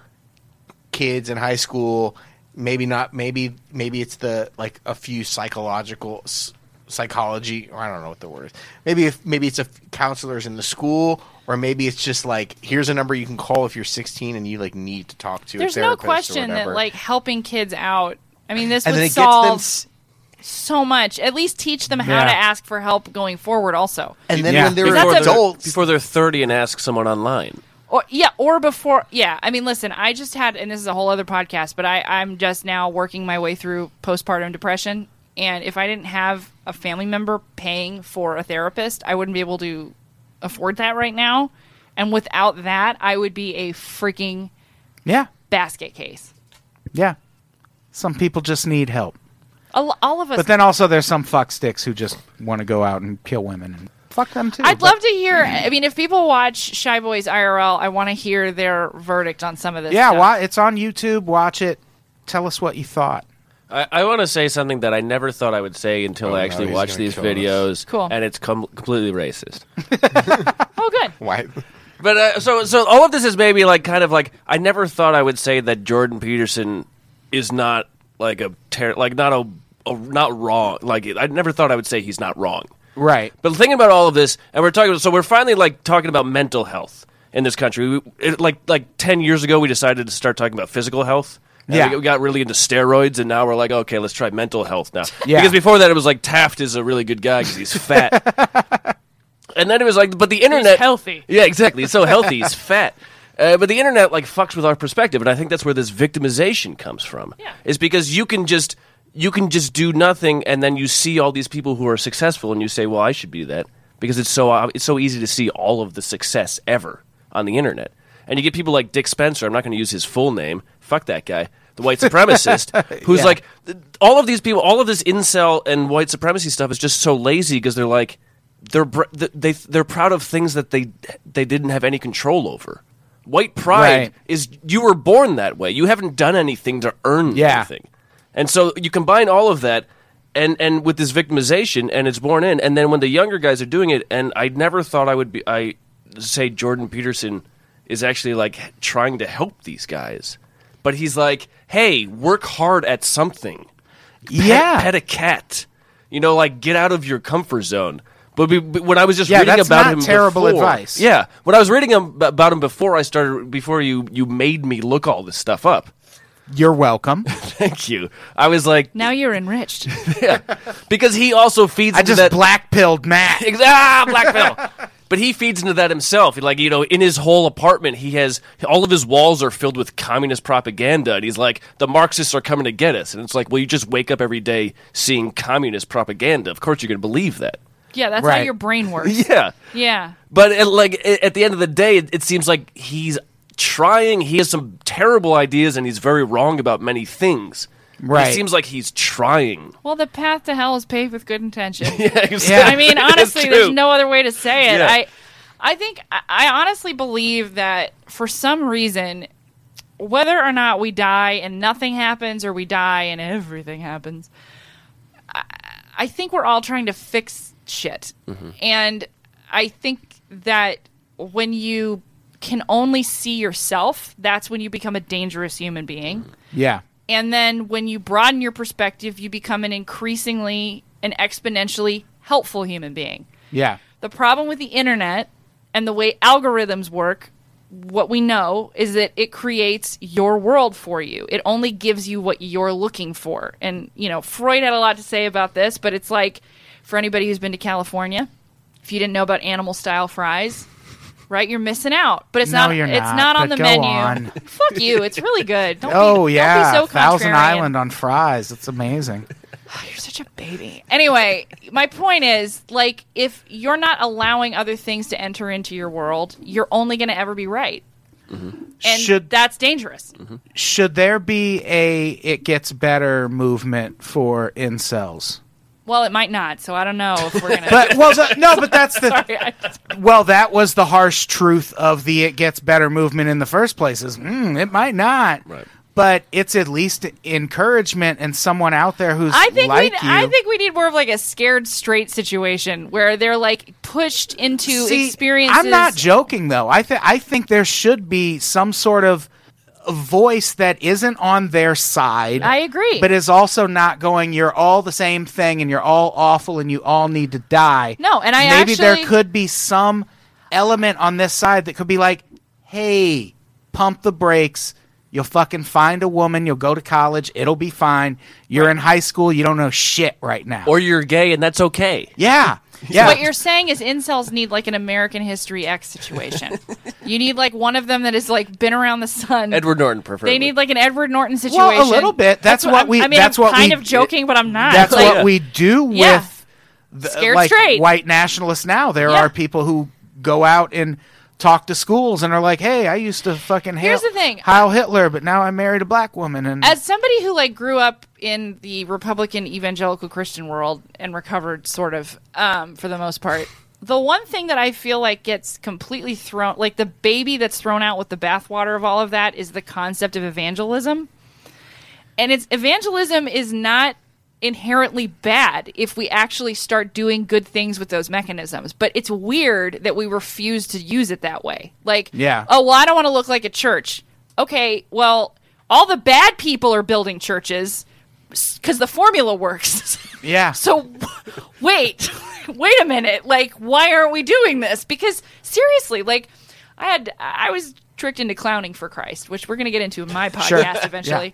Speaker 4: kids in high school maybe not maybe maybe it's the like a few psychological s- psychology or i don't know what the word is maybe if maybe it's a f- counselors in the school or maybe it's just like here's a number you can call if you're 16 and you like need to talk to
Speaker 3: There's
Speaker 4: a
Speaker 3: no
Speaker 4: therapist
Speaker 3: question
Speaker 4: or
Speaker 3: that
Speaker 4: whatever.
Speaker 3: like helping kids out. I mean, this
Speaker 4: and
Speaker 3: would
Speaker 4: then it
Speaker 3: solve
Speaker 4: gets them s-
Speaker 3: so much. At least teach them how
Speaker 2: Yeah.
Speaker 3: to ask for help going forward. Also,
Speaker 4: and then
Speaker 2: Yeah.
Speaker 4: when they're
Speaker 3: Because that's a-
Speaker 4: adults
Speaker 5: before they're 30 and ask someone online.
Speaker 3: or yeah, or before yeah. I mean, listen, I just had, and this is a whole other podcast, but I I'm just now working my way through postpartum depression, and if I didn't have a family member paying for a therapist, I wouldn't be able to afford that right now, and without that, I would be a freaking
Speaker 2: Yeah.
Speaker 3: basket case.
Speaker 2: Yeah. Some people just need help.
Speaker 3: All, all of us.
Speaker 2: But then also there's some fuck sticks who just want to go out and kill women and fuck them too.
Speaker 3: I'd
Speaker 2: but-
Speaker 3: love to hear. I mean, if people watch Shy Boys IRL, I want to hear their verdict on some of this.
Speaker 2: Yeah,
Speaker 3: stuff.
Speaker 2: why it's on YouTube. Watch it. Tell us what you thought.
Speaker 5: I, I want to say something that I never thought I would say until I actually
Speaker 4: he's
Speaker 5: watched
Speaker 4: gonna
Speaker 5: these
Speaker 4: kill us.
Speaker 5: videos.
Speaker 3: Cool.
Speaker 5: And it's com- completely racist.
Speaker 3: Oh, good.
Speaker 2: [laughs]
Speaker 4: [laughs] why
Speaker 5: But uh, so so all of this is maybe like kind of like I never thought I would say that Jordan Peterson is not like a ter- like not a, a not wrong like I never thought I would say he's not wrong.
Speaker 2: Right.
Speaker 5: But thinking about all of this, and we're talking, so we're finally like talking about mental health in this country. We, it, like like ten years ago, we decided to start talking about physical health. And
Speaker 2: Yeah.
Speaker 5: we, we got really into steroids, and now we're like, okay, let's try
Speaker 2: [laughs]
Speaker 5: mental health now.
Speaker 2: Yeah. [laughs]
Speaker 5: Because before that, it was like Taft is a really good guy because he's fat. And then it was like, but the internet
Speaker 3: healthy.
Speaker 5: Yeah, exactly. It's so
Speaker 3: [laughs]
Speaker 5: healthy. It's fat. Uh, but the internet like fucks with our perspective, and I think that's where this victimization comes from.
Speaker 3: Yeah.
Speaker 5: Is because you can just you can just do nothing, and then you see all these people who are successful, and you say, "Well, I should be that," because it's so ob- it's so easy to see all of the success ever on the internet. And you get people like Dick Spencer. I'm not going to use his full name. Fuck that guy, the white
Speaker 3: [laughs]
Speaker 5: supremacist, who's like th- all of these people. All of this incel and white supremacy stuff is just so lazy because they're like they're br- th- they they're proud of things that they they didn't have any control over. White pride
Speaker 2: Right.
Speaker 5: is you were born that way. You haven't done anything to earn
Speaker 2: Yeah.
Speaker 5: anything. And so you combine all of that and and with this victimization and it's born in and then when the younger guys are doing it and I never thought I would be I say Jordan Peterson is actually like trying to help these guys. But he's like, "Hey, work hard at something." pet,
Speaker 2: Yeah.
Speaker 5: pet a cat. You know, like get out of your comfort zone. But, be, but when I was just
Speaker 2: Yeah,
Speaker 5: reading
Speaker 2: that's
Speaker 5: about
Speaker 2: not
Speaker 5: him,
Speaker 2: terrible
Speaker 5: before-
Speaker 2: advice.
Speaker 5: Yeah, when I was reading ab- about him before I started, before you you made me look all this stuff up. [laughs]
Speaker 2: You're welcome.
Speaker 5: Thank you. I was like,
Speaker 3: Now you're
Speaker 2: [laughs]
Speaker 3: enriched.
Speaker 5: because he also feeds.
Speaker 2: I
Speaker 5: into
Speaker 2: just
Speaker 5: that, [laughs]
Speaker 2: black pilled Matt.
Speaker 5: Ex- ah, black pill. But he feeds into that himself. Like you know, in his whole apartment, he has all of his walls are filled with communist propaganda, and he's like, "The Marxists are coming to get us." And it's like, well, you just wake up every day seeing communist propaganda. Of course, you're going to believe that.
Speaker 3: Yeah, that's how
Speaker 2: Right.
Speaker 3: your
Speaker 2: [laughs]
Speaker 3: brain works.
Speaker 5: Yeah,
Speaker 3: yeah.
Speaker 5: but at, like a- at the end of the day, it, it seems like he's trying. He has some terrible ideas, and he's very wrong about many things. But
Speaker 2: Right.
Speaker 5: It seems like he's trying.
Speaker 3: Well, the path to hell is paved with good intention.
Speaker 5: [laughs] yeah,
Speaker 3: I mean, honestly, there's no other way to say it.
Speaker 5: Yeah.
Speaker 3: I, I think I- I honestly believe that for some reason, whether or not we die and nothing happens, or we die and everything happens, I, I think we're all trying to fix shit,
Speaker 5: Mm-hmm.
Speaker 3: and I think that when you can only see yourself, that's when you become a dangerous human being.
Speaker 5: Mm-hmm.
Speaker 2: Yeah.
Speaker 3: And then when you broaden your perspective, you become an increasingly and exponentially helpful human being.
Speaker 2: Yeah.
Speaker 3: The problem with the internet and the way algorithms work, what we know is that it creates your world for you. It only gives you what you're looking for. And, you know, Freud had a lot to say about this, but it's like for anybody who's been to California, if you didn't know about animal style fries, right? You're missing out. But it's
Speaker 2: No,
Speaker 3: not
Speaker 2: you're
Speaker 3: it's
Speaker 2: not,
Speaker 3: not on the
Speaker 2: but go
Speaker 3: menu.
Speaker 2: on.
Speaker 3: Fuck you. It's really good. Don't be,
Speaker 2: Oh
Speaker 3: don't be
Speaker 2: yeah,
Speaker 3: so
Speaker 2: Thousand
Speaker 3: contrarian.
Speaker 2: Island on fries. It's amazing.
Speaker 3: You're such a baby. Anyway, my point is like if you're not allowing other things to enter into your world, you're only going to ever be right. And
Speaker 2: Mm-hmm. Should- Mm-hmm.
Speaker 3: that's dangerous.
Speaker 2: Should there be a "it gets better" movement for incels?
Speaker 3: Well, it might not, so I don't know if we're going
Speaker 2: [laughs]
Speaker 3: to
Speaker 2: But well, the, no, but that's
Speaker 3: [laughs]
Speaker 2: the well. That was the harsh truth of the "it gets better" movement in the first place. Is mm, it might not,
Speaker 5: Right.
Speaker 2: but it's at least encouragement and someone out there who's
Speaker 3: I think
Speaker 2: like
Speaker 3: we
Speaker 2: you.
Speaker 3: I think we need more of like a scared straight situation where they're like pushed into
Speaker 2: See,
Speaker 3: experiences
Speaker 2: I'm not joking though. I think I think there should be some sort of voice that isn't on their side.
Speaker 3: I agree.
Speaker 2: But is also not going, you're all the same thing and you're all awful and you all need to die.
Speaker 3: No, and I
Speaker 2: Maybe there
Speaker 3: actually-
Speaker 2: could be some element on this side that could be like, hey, pump the brakes. You'll fucking find a woman. You'll go to college. It'll be fine. You're in high school. You don't know shit right now.
Speaker 5: Or you're gay, and that's okay.
Speaker 2: yeah. Yeah.
Speaker 3: What you're saying is incels need like an American History
Speaker 2: [laughs]
Speaker 3: X situation. you need like one of them that has like been around the sun.
Speaker 5: Edward Norton, preferably.
Speaker 3: They need like an Edward Norton situation.
Speaker 2: Well, a little bit. That's what
Speaker 3: I'm-
Speaker 2: we-
Speaker 3: I mean,
Speaker 2: that's
Speaker 3: I'm
Speaker 2: what
Speaker 3: kind
Speaker 2: we-
Speaker 3: of joking, but I'm not.
Speaker 2: That's
Speaker 3: Like,
Speaker 2: what we do with
Speaker 3: Yeah.
Speaker 2: the, uh,
Speaker 3: Scared
Speaker 2: like
Speaker 3: straight.
Speaker 2: white nationalists now. There
Speaker 3: Yeah.
Speaker 2: are people who go out and talk to schools and are like, "Hey, I used to fucking hail,
Speaker 3: Here's the thing.
Speaker 2: Heil Hitler, but now I married a black woman." And
Speaker 3: as somebody who like grew up in the Republican evangelical Christian world and recovered sort of um, for the most part, the one thing that I feel like gets completely thrown, like the baby that's thrown out with the bathwater of all of that, is the concept of evangelism. And it's evangelism is not inherently bad if we actually start doing good things with those mechanisms. But it's weird that we refuse to use it that way. Like,
Speaker 2: Yeah.
Speaker 3: oh, well, I don't want to look like a church. Okay, well, all the bad people are building churches because the formula works. [laughs]
Speaker 2: yeah,
Speaker 3: so w- wait, wait a minute. Like, why aren't we doing this? Because seriously, like, I had I was tricked into clowning for Christ, which we're going to get into in my podcast eventually.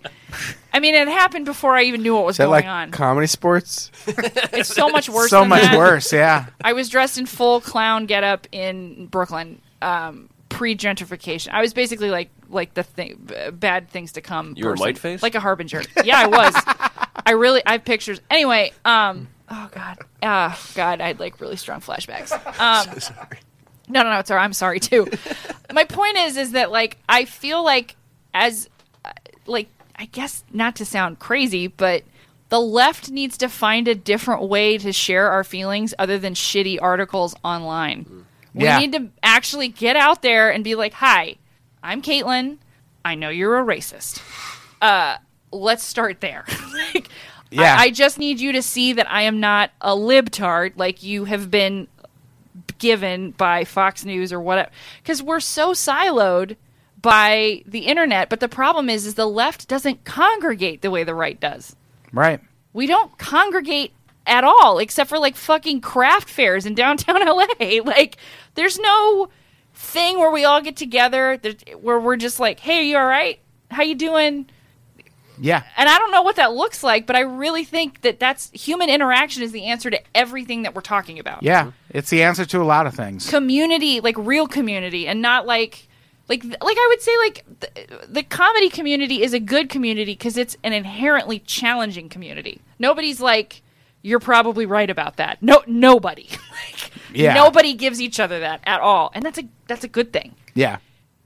Speaker 3: I mean, it happened before I even knew what was
Speaker 6: Is that
Speaker 3: going
Speaker 6: like
Speaker 3: on.
Speaker 6: comedy sports?
Speaker 3: It's so much worse.
Speaker 2: so
Speaker 3: than
Speaker 2: much
Speaker 3: that.
Speaker 2: worse. Yeah.
Speaker 3: I was dressed in full clown getup in Brooklyn, um, pre gentrification. I was basically like like the thing, b- bad things to come.
Speaker 5: You were
Speaker 3: person.
Speaker 5: whiteface?
Speaker 3: like a harbinger. Yeah, I was. I really, I have pictures. Anyway, um, oh god, oh god, I had like really strong flashbacks. Um, no, no, no, it's all right. I'm sorry too. My point is, is that like I feel like as uh, like I guess not to sound crazy, but the left needs to find a different way to share our feelings other than shitty articles online. We
Speaker 2: Yeah.
Speaker 3: need to actually get out there and be like, "Hi, I'm Caitlin. I know you're a racist. Uh, let's start there." [laughs] like,
Speaker 2: Yeah.
Speaker 3: I, I just need you to see that I am not a libtard like you have been given by Fox News or whatever. Because we're so siloed by the internet, but the problem is, is the left doesn't congregate the way the right does.
Speaker 2: Right.
Speaker 3: We don't congregate at all, except for like fucking craft fairs in downtown [laughs] LA. Like, there's no thing where we all get together that- where we're just like, "Hey, you all right? How you doing?"
Speaker 2: Yeah.
Speaker 3: and I don't know what that looks like, but I really think that that's human interaction is the answer to everything that we're talking about.
Speaker 2: Yeah. It's the answer to a lot of things.
Speaker 3: Community, like real community, and not like, like, like I would say, like the, the comedy community is a good community because it's an inherently challenging community. Nobody's like, you're probably right about that. No, nobody. [laughs] like,
Speaker 2: Yeah.
Speaker 3: Nobody gives each other that at all, and that's a that's a good thing
Speaker 2: Yeah.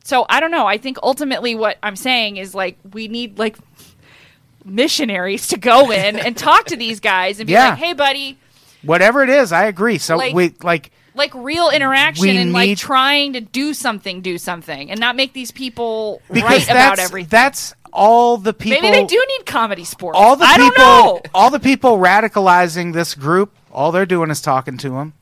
Speaker 3: so I don't know. I think ultimately what I'm saying is like we need like missionaries to go in
Speaker 2: [laughs]
Speaker 3: and talk to these guys and be
Speaker 2: Yeah.
Speaker 3: like, "Hey, buddy,"
Speaker 2: Whatever it is, I agree. So
Speaker 3: Like-
Speaker 2: we like
Speaker 3: like real interaction
Speaker 2: We
Speaker 3: and like
Speaker 2: need-
Speaker 3: trying to do something, do something, and not make these people
Speaker 2: because
Speaker 3: right
Speaker 2: that's
Speaker 3: about everything.
Speaker 2: that's all the people.
Speaker 3: Maybe they do need comedy sports.
Speaker 2: All the
Speaker 3: I
Speaker 2: people.
Speaker 3: don't know.
Speaker 2: All the people radicalizing this group. All they're doing is talking to them.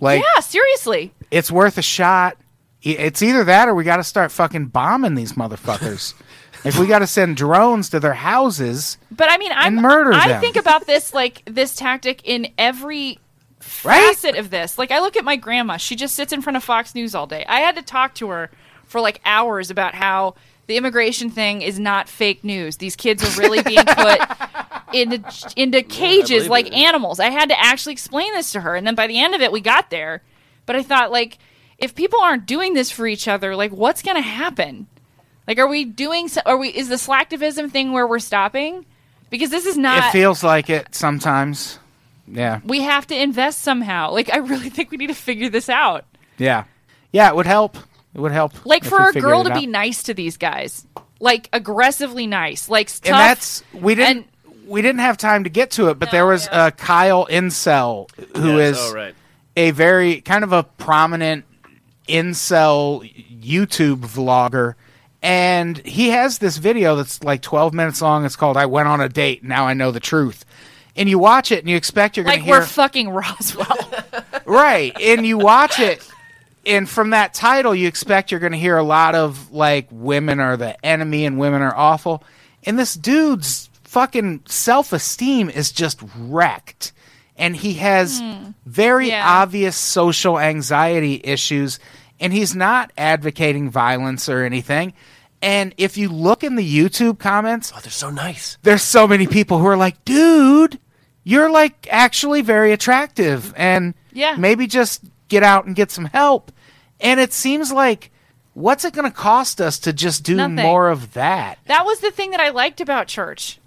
Speaker 2: Like
Speaker 3: Yeah, seriously.
Speaker 2: it's worth a shot. I- It's either that or we got to start fucking bombing these
Speaker 5: [laughs]
Speaker 2: motherfuckers. if we got to send drones to their houses,
Speaker 3: But I mean, I'm,
Speaker 2: murder
Speaker 3: I
Speaker 2: them.
Speaker 3: think about this like this tactic in every
Speaker 2: right?
Speaker 3: facet of this. Like I look at my grandma, she just sits in front of Fox News all day. I had to talk to her for like hours about how the immigration thing is not fake news. These kids are really being
Speaker 2: [laughs]
Speaker 3: put into into cages
Speaker 5: believe
Speaker 3: like
Speaker 5: it.
Speaker 3: animals. I had to actually explain this to her and then by the end of it we got there. But I thought like if people aren't doing this for each other, like what's going to happen? Like are we doing so, are we is the slacktivism thing where we're stopping? Because this is not
Speaker 2: It feels like it sometimes. Yeah.
Speaker 3: we have to invest somehow. Like I really [laughs] think we need to figure this out.
Speaker 2: Yeah. Yeah, it would help. It would help.
Speaker 3: Like
Speaker 2: if
Speaker 3: for
Speaker 2: we
Speaker 3: a
Speaker 2: figured
Speaker 3: girl
Speaker 2: it
Speaker 3: to be
Speaker 2: out.
Speaker 3: nice to these guys, like aggressively nice, like tough.
Speaker 2: and that's we didn't we didn't have time to get to it, but there was
Speaker 3: yeah.
Speaker 2: uh, Kyle Incel who is
Speaker 5: Yes, oh, right.
Speaker 2: a very kind of a prominent incel YouTube vlogger. And he has this video that's like 12 minutes long. It's called I Went on a Date, Now I Know the Truth. And you watch it and you expect you're going
Speaker 3: like
Speaker 2: to
Speaker 3: we're
Speaker 2: hear.
Speaker 3: fucking
Speaker 2: [laughs]
Speaker 3: Roswell.
Speaker 2: right. And you watch it. And from that title, you expect you're going to hear a lot of like women are the enemy and women are awful. And this dude's fucking self esteem is just wrecked. And he has very
Speaker 3: Yeah.
Speaker 2: obvious social anxiety issues. And he's not advocating violence or anything. And if you look in the YouTube comments,
Speaker 5: Oh, they're so nice.
Speaker 2: there's so many people who are like, dude, you're like actually very attractive and
Speaker 3: Yeah.
Speaker 2: maybe just get out and get some help. And it seems like what's it going to cost us to just do
Speaker 3: Nothing.
Speaker 2: more of that?
Speaker 3: that was the thing that I liked about church.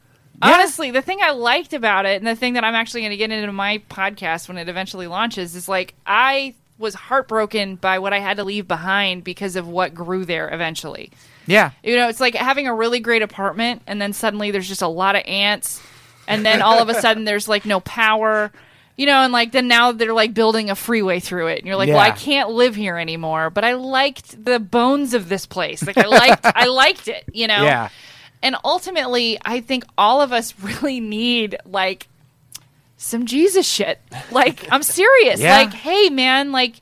Speaker 3: Honestly, the thing I liked about it and the thing that I'm actually going to get into my podcast when it eventually launches is like I was heartbroken by what I had to leave behind because of what grew there eventually.
Speaker 2: Yeah.
Speaker 3: You know, it's like having a really great apartment and then suddenly there's just a lot of ants and then all of a
Speaker 2: [laughs]
Speaker 3: sudden there's like no power. You know, and like then now they're like building a freeway through it and you're like, "Well, I
Speaker 2: Yeah.
Speaker 3: can't live here anymore, but I liked the bones of this place. Like I liked
Speaker 2: [laughs]
Speaker 3: I liked it, you know."
Speaker 2: Yeah.
Speaker 3: And ultimately, I think all of us [laughs] really need like some Jesus shit. Like I'm serious.
Speaker 2: Yeah.
Speaker 3: Like, hey man, like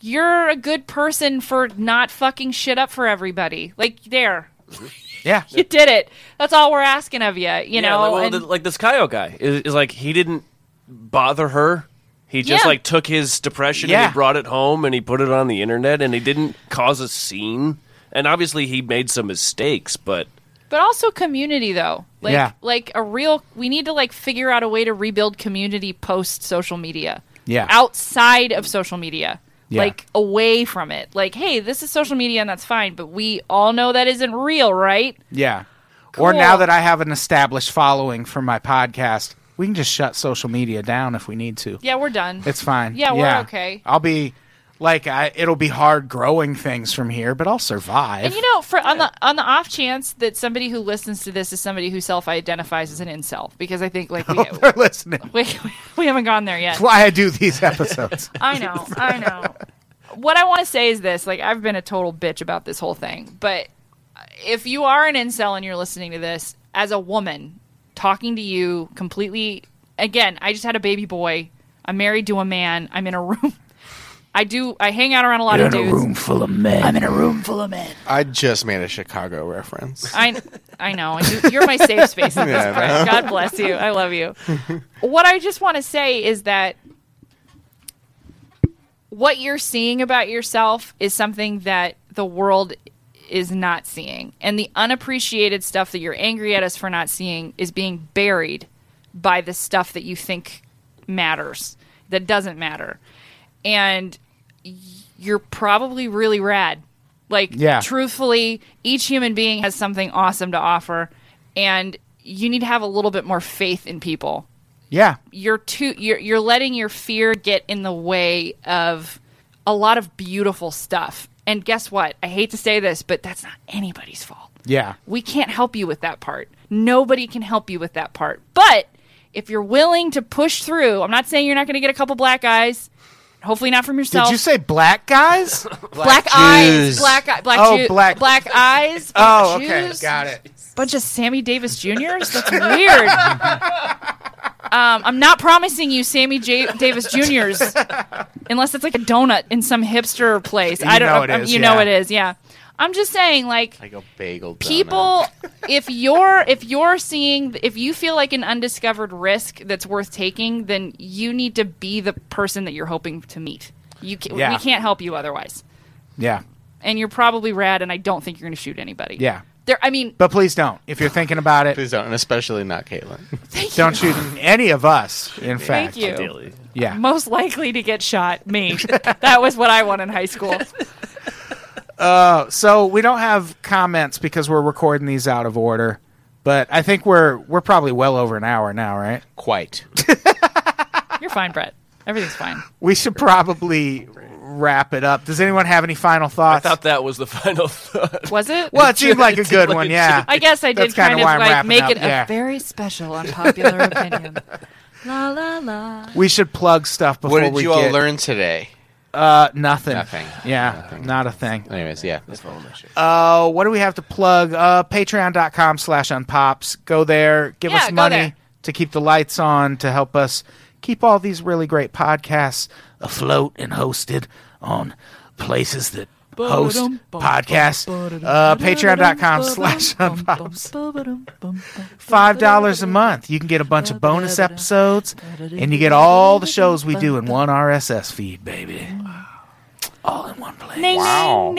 Speaker 3: you're a good person for not fucking shit up for everybody. Like there. [laughs]
Speaker 2: Yeah.
Speaker 3: You did it. That's all we're asking of you, you
Speaker 5: yeah,
Speaker 3: know.
Speaker 5: like, well,
Speaker 3: and-
Speaker 5: th- like this Kyle guy is, is like he didn't bother her. He just
Speaker 3: Yeah.
Speaker 5: like took his depression and
Speaker 2: Yeah.
Speaker 5: he brought it home and he put it on the internet and he didn't cause a scene. And obviously, he made some mistakes, but
Speaker 3: But also community though. Like
Speaker 2: Yeah.
Speaker 3: like a real we need to like figure out a way to rebuild community post social media.
Speaker 2: Yeah.
Speaker 3: Outside of social media.
Speaker 2: Yeah.
Speaker 3: Like away from it. Like, hey, this is social media and that's fine, but we all know that isn't real, right?
Speaker 2: Yeah. Or now
Speaker 3: Cool.
Speaker 2: that I have an established following for my podcast, we can just shut social media down if we need to.
Speaker 3: Yeah, we're done.
Speaker 2: It's fine.
Speaker 3: Yeah, we're okay.
Speaker 2: I'll be like I it'll be hard growing things from here, but I'll survive. [laughs]
Speaker 3: And you know, for on the on the off chance that somebody who listens to this is somebody who self-identifies as an incel, because I think like
Speaker 2: [laughs]
Speaker 3: we
Speaker 2: They're listening.
Speaker 3: we, we haven't gone there yet.
Speaker 2: That's why I do these [laughs] episodes.
Speaker 3: [laughs] I know, I know. What I want to say is this: like, I've been a total bitch about this whole thing, but if you are an incel and you're listening to this as a woman talking to you completely, again, I just had a baby boy. I'm married to a man. I'm in a room. [laughs] I do. I hang out around a lot of dudes.
Speaker 2: full of men. I'm in a room full of men.
Speaker 6: I just made a Chicago reference.
Speaker 3: I I know. And you, you're my safe space at this point. God bless you. I love you. What I just want to say is that what you're seeing about yourself is something that the world is not seeing. And the unappreciated stuff that you're angry at us for not seeing is being buried by the stuff that you think matters that doesn't matter. And y- you're probably really rad. Like
Speaker 2: Yeah.
Speaker 3: truthfully, each human being has something awesome to offer and you need to have a little bit more faith in people
Speaker 2: Yeah.
Speaker 3: you're too you're you're letting your fear get in the way of a lot of beautiful stuff. And guess what? I hate to say this, but that's not anybody's fault.
Speaker 2: Yeah.
Speaker 3: We can't help you with that part. Nobody can help you with that part. But if you're willing to push through, I'm not saying you're not going to get a couple black eyes. Hopefully not from yourself.
Speaker 2: Did you say black guys?
Speaker 3: black,
Speaker 6: Jews?
Speaker 3: eyes? Black eye- black
Speaker 2: Oh,
Speaker 3: Jew-
Speaker 2: black-
Speaker 3: black eyes.
Speaker 2: [laughs] [laughs] oh,
Speaker 3: black
Speaker 2: okay.
Speaker 3: Jews?
Speaker 2: Got it.
Speaker 3: bunch of Sammy Davis Juniors.
Speaker 2: [laughs]
Speaker 3: That's weird. um, I'm not promising you Sammy J- Davis Juniors, unless it's like a donut in some hipster place. I
Speaker 2: You
Speaker 3: don't
Speaker 2: know
Speaker 3: know. Um,
Speaker 2: it is,
Speaker 3: you know
Speaker 2: yeah.
Speaker 3: it is. Yeah. I'm just saying, like
Speaker 6: Like a bagel. donut.
Speaker 3: people if you're if you're seeing if you feel like an undiscovered risk that's worth taking then you need to be the person that you're hoping to meet you ca-
Speaker 2: Yeah.
Speaker 3: we can't help you otherwise
Speaker 2: Yeah.
Speaker 3: and you're probably rad and i don't think you're going to shoot anybody
Speaker 2: Yeah.
Speaker 3: there i mean
Speaker 2: But please don't. If you're thinking about it,
Speaker 6: Please don't, and especially not Caitlin.
Speaker 3: thank you.
Speaker 2: don't shoot any of us, in fact.
Speaker 3: thank you
Speaker 2: Yeah.
Speaker 3: most likely to get shot me that was what i won in high school
Speaker 2: so we don't have comments because we're recording these out of order, but I think we're we're probably well over an hour now, right?
Speaker 4: Quite.
Speaker 3: you're fine brett everything's fine
Speaker 2: We should probably wrap it up. Does anyone have any final
Speaker 5: I
Speaker 2: thoughts?
Speaker 5: thought that was the [laughs] final thought.
Speaker 3: was it
Speaker 2: well, it seemed like a
Speaker 5: It seemed
Speaker 2: good
Speaker 5: like
Speaker 2: one,
Speaker 5: it
Speaker 2: yeah.
Speaker 3: I guess I did
Speaker 2: That's kinda
Speaker 3: kind of
Speaker 2: why I'm
Speaker 3: like
Speaker 2: wrapping
Speaker 3: make
Speaker 2: up,
Speaker 3: it
Speaker 2: yeah.
Speaker 3: a very special unpopular opinion.
Speaker 2: We should plug stuff before
Speaker 6: what did
Speaker 2: we
Speaker 6: you all
Speaker 2: get-
Speaker 6: learn today?
Speaker 2: Uh, nothing.
Speaker 6: Nothing.
Speaker 2: Yeah, not a thing.
Speaker 6: Anyways, yeah.
Speaker 2: Uh, what do we have to plug? Uh, Patreon.com slash unpops. Go there. Give
Speaker 3: Yeah,
Speaker 2: us
Speaker 3: go
Speaker 2: money
Speaker 3: there.
Speaker 2: to keep the lights on, to help us keep all these really great podcasts afloat and hosted on places that host podcasts. Uh, Patreon.com slash unpops. $5 a month. You can get a bunch of bonus episodes, and you get all the shows we do in one RSS feed, baby. All in one place.
Speaker 4: Wow.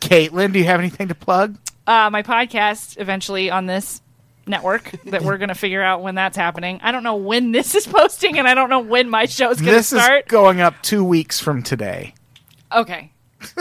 Speaker 2: Caitlin, do you have anything to plug?
Speaker 3: uh, my podcast eventually on this network that we're going to figure out when that's happening. I don't know when this is posting, and I don't know when my show's going to
Speaker 2: This
Speaker 3: start.
Speaker 2: is going up two weeks from today.
Speaker 3: okay,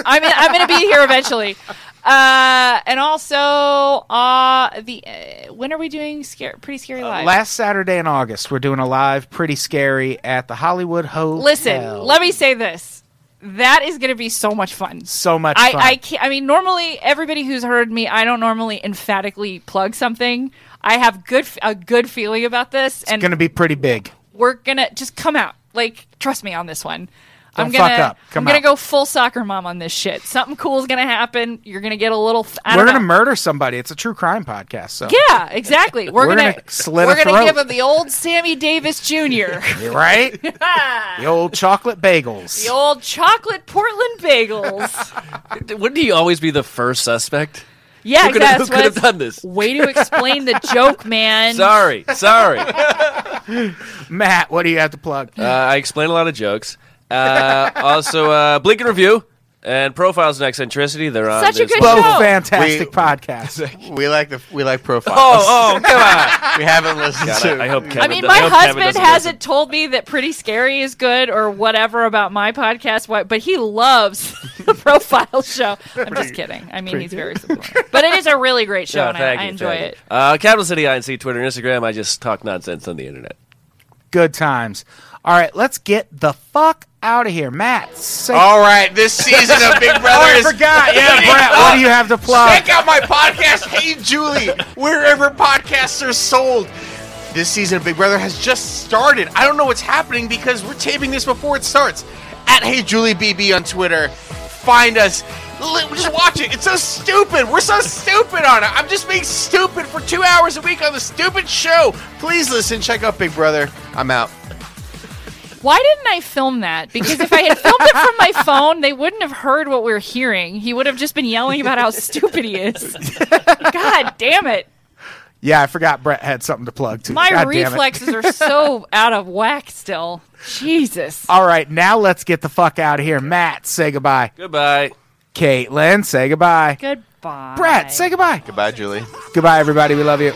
Speaker 3: I'm in, I'm going to be here eventually. Uh, and also, uh, the uh, when are we doing scare pretty scary live?
Speaker 2: Uh, Last Saturday in August, we're doing a live pretty scary at the Hollywood Hotel.
Speaker 3: Listen, let me say this: that is going to be so much fun.
Speaker 2: So much
Speaker 3: I,
Speaker 2: fun.
Speaker 3: I can't. I mean, normally everybody who's heard me, I don't normally emphatically plug something. I have good f- a good feeling about this, and
Speaker 2: Going to be pretty big.
Speaker 3: we're gonna just come out. Like, trust me on this one. I'm
Speaker 2: Don't fuck
Speaker 3: gonna
Speaker 2: up. Come
Speaker 3: I'm gonna
Speaker 2: out.
Speaker 3: go full soccer mom on this shit. Something cool's gonna happen. You're gonna get a little. f- I
Speaker 2: We're
Speaker 3: don't
Speaker 2: going to
Speaker 3: know.
Speaker 2: murder somebody. It's a true crime podcast. So
Speaker 3: Yeah,
Speaker 2: [laughs]
Speaker 3: exactly. We're,
Speaker 2: We're
Speaker 3: gonna,
Speaker 2: gonna slit
Speaker 3: we're
Speaker 2: a
Speaker 3: gonna
Speaker 2: throat.
Speaker 3: give him the old Sammy
Speaker 2: [laughs]
Speaker 3: Davis Jr.
Speaker 2: You
Speaker 3: [laughs]
Speaker 2: right, the old chocolate bagels.
Speaker 3: the old chocolate Portland
Speaker 2: [laughs]
Speaker 3: bagels.
Speaker 5: [laughs] Wouldn't he always be the first suspect?
Speaker 3: Yeah,
Speaker 5: Who could have-
Speaker 3: that's
Speaker 5: who could have
Speaker 3: what's-
Speaker 5: done this?
Speaker 3: Way to explain the
Speaker 2: [laughs]
Speaker 3: joke, man. [laughs]
Speaker 5: Sorry, sorry. uh,
Speaker 2: Matt, what do you have to plug?
Speaker 5: I explain a lot of jokes. Uh, also, uh, Blink and Review and Profiles in Eccentricity. They're on.
Speaker 3: Such a
Speaker 5: this-
Speaker 3: good
Speaker 5: Oh,
Speaker 2: Both
Speaker 3: show.
Speaker 2: fantastic
Speaker 4: We-
Speaker 2: podcasts.
Speaker 4: We like the we like profiles.
Speaker 5: oh, come [laughs] on!
Speaker 4: we haven't listened
Speaker 5: God,
Speaker 4: to.
Speaker 5: I, I hope Kevin.
Speaker 3: I mean,
Speaker 5: does-
Speaker 3: my
Speaker 5: hope Kevin
Speaker 3: husband
Speaker 5: doesn't
Speaker 3: hasn't told me that Pretty Scary is good or whatever about my podcast, why- but he loves [laughs] the profile show. I'm just kidding. I mean, he's very supportive. But it is a really
Speaker 5: [laughs]
Speaker 3: great show,
Speaker 5: No,
Speaker 3: and
Speaker 5: thank
Speaker 3: I, I
Speaker 5: you,
Speaker 3: enjoy
Speaker 5: thank you.
Speaker 3: it.
Speaker 5: Uh, Capital City INC Twitter and Instagram. I just talk nonsense on the internet.
Speaker 2: Good times. All right, let's get the fuck out of here, Matt. Say-
Speaker 4: All right, this season of Big Brother
Speaker 2: Oh, I
Speaker 4: is [laughs]
Speaker 2: forgot. Yeah, Brett, what do you have to plug?
Speaker 4: Check out my podcast, Hey Julie, wherever podcasts are sold. This season of Big Brother has just started. I don't know what's happening because we're taping this before it starts. At Hey Julie BB on Twitter, find us. Li- Just watch it. It's so stupid. We're so stupid on it. I'm just being stupid for two hours a week on the stupid show. Please listen. Check out Big Brother. I'm out.
Speaker 3: Why didn't I film that? Because if I had filmed it from my phone, they wouldn't have heard what we are hearing. He would have just been yelling about how stupid he
Speaker 5: [laughs]
Speaker 3: is. God damn it.
Speaker 2: Yeah, I forgot Brett had something to plug too.
Speaker 3: My
Speaker 2: God damn it.
Speaker 3: reflexes are so out of whack still. Jesus.
Speaker 5: Uh,
Speaker 2: All right, now let's get the fuck out of here. Matt, say goodbye.
Speaker 5: Goodbye.
Speaker 2: Caitlin, say goodbye.
Speaker 3: Goodbye.
Speaker 2: Brett, say goodbye.
Speaker 4: Goodbye, Julie.
Speaker 2: Goodbye, everybody. We love you.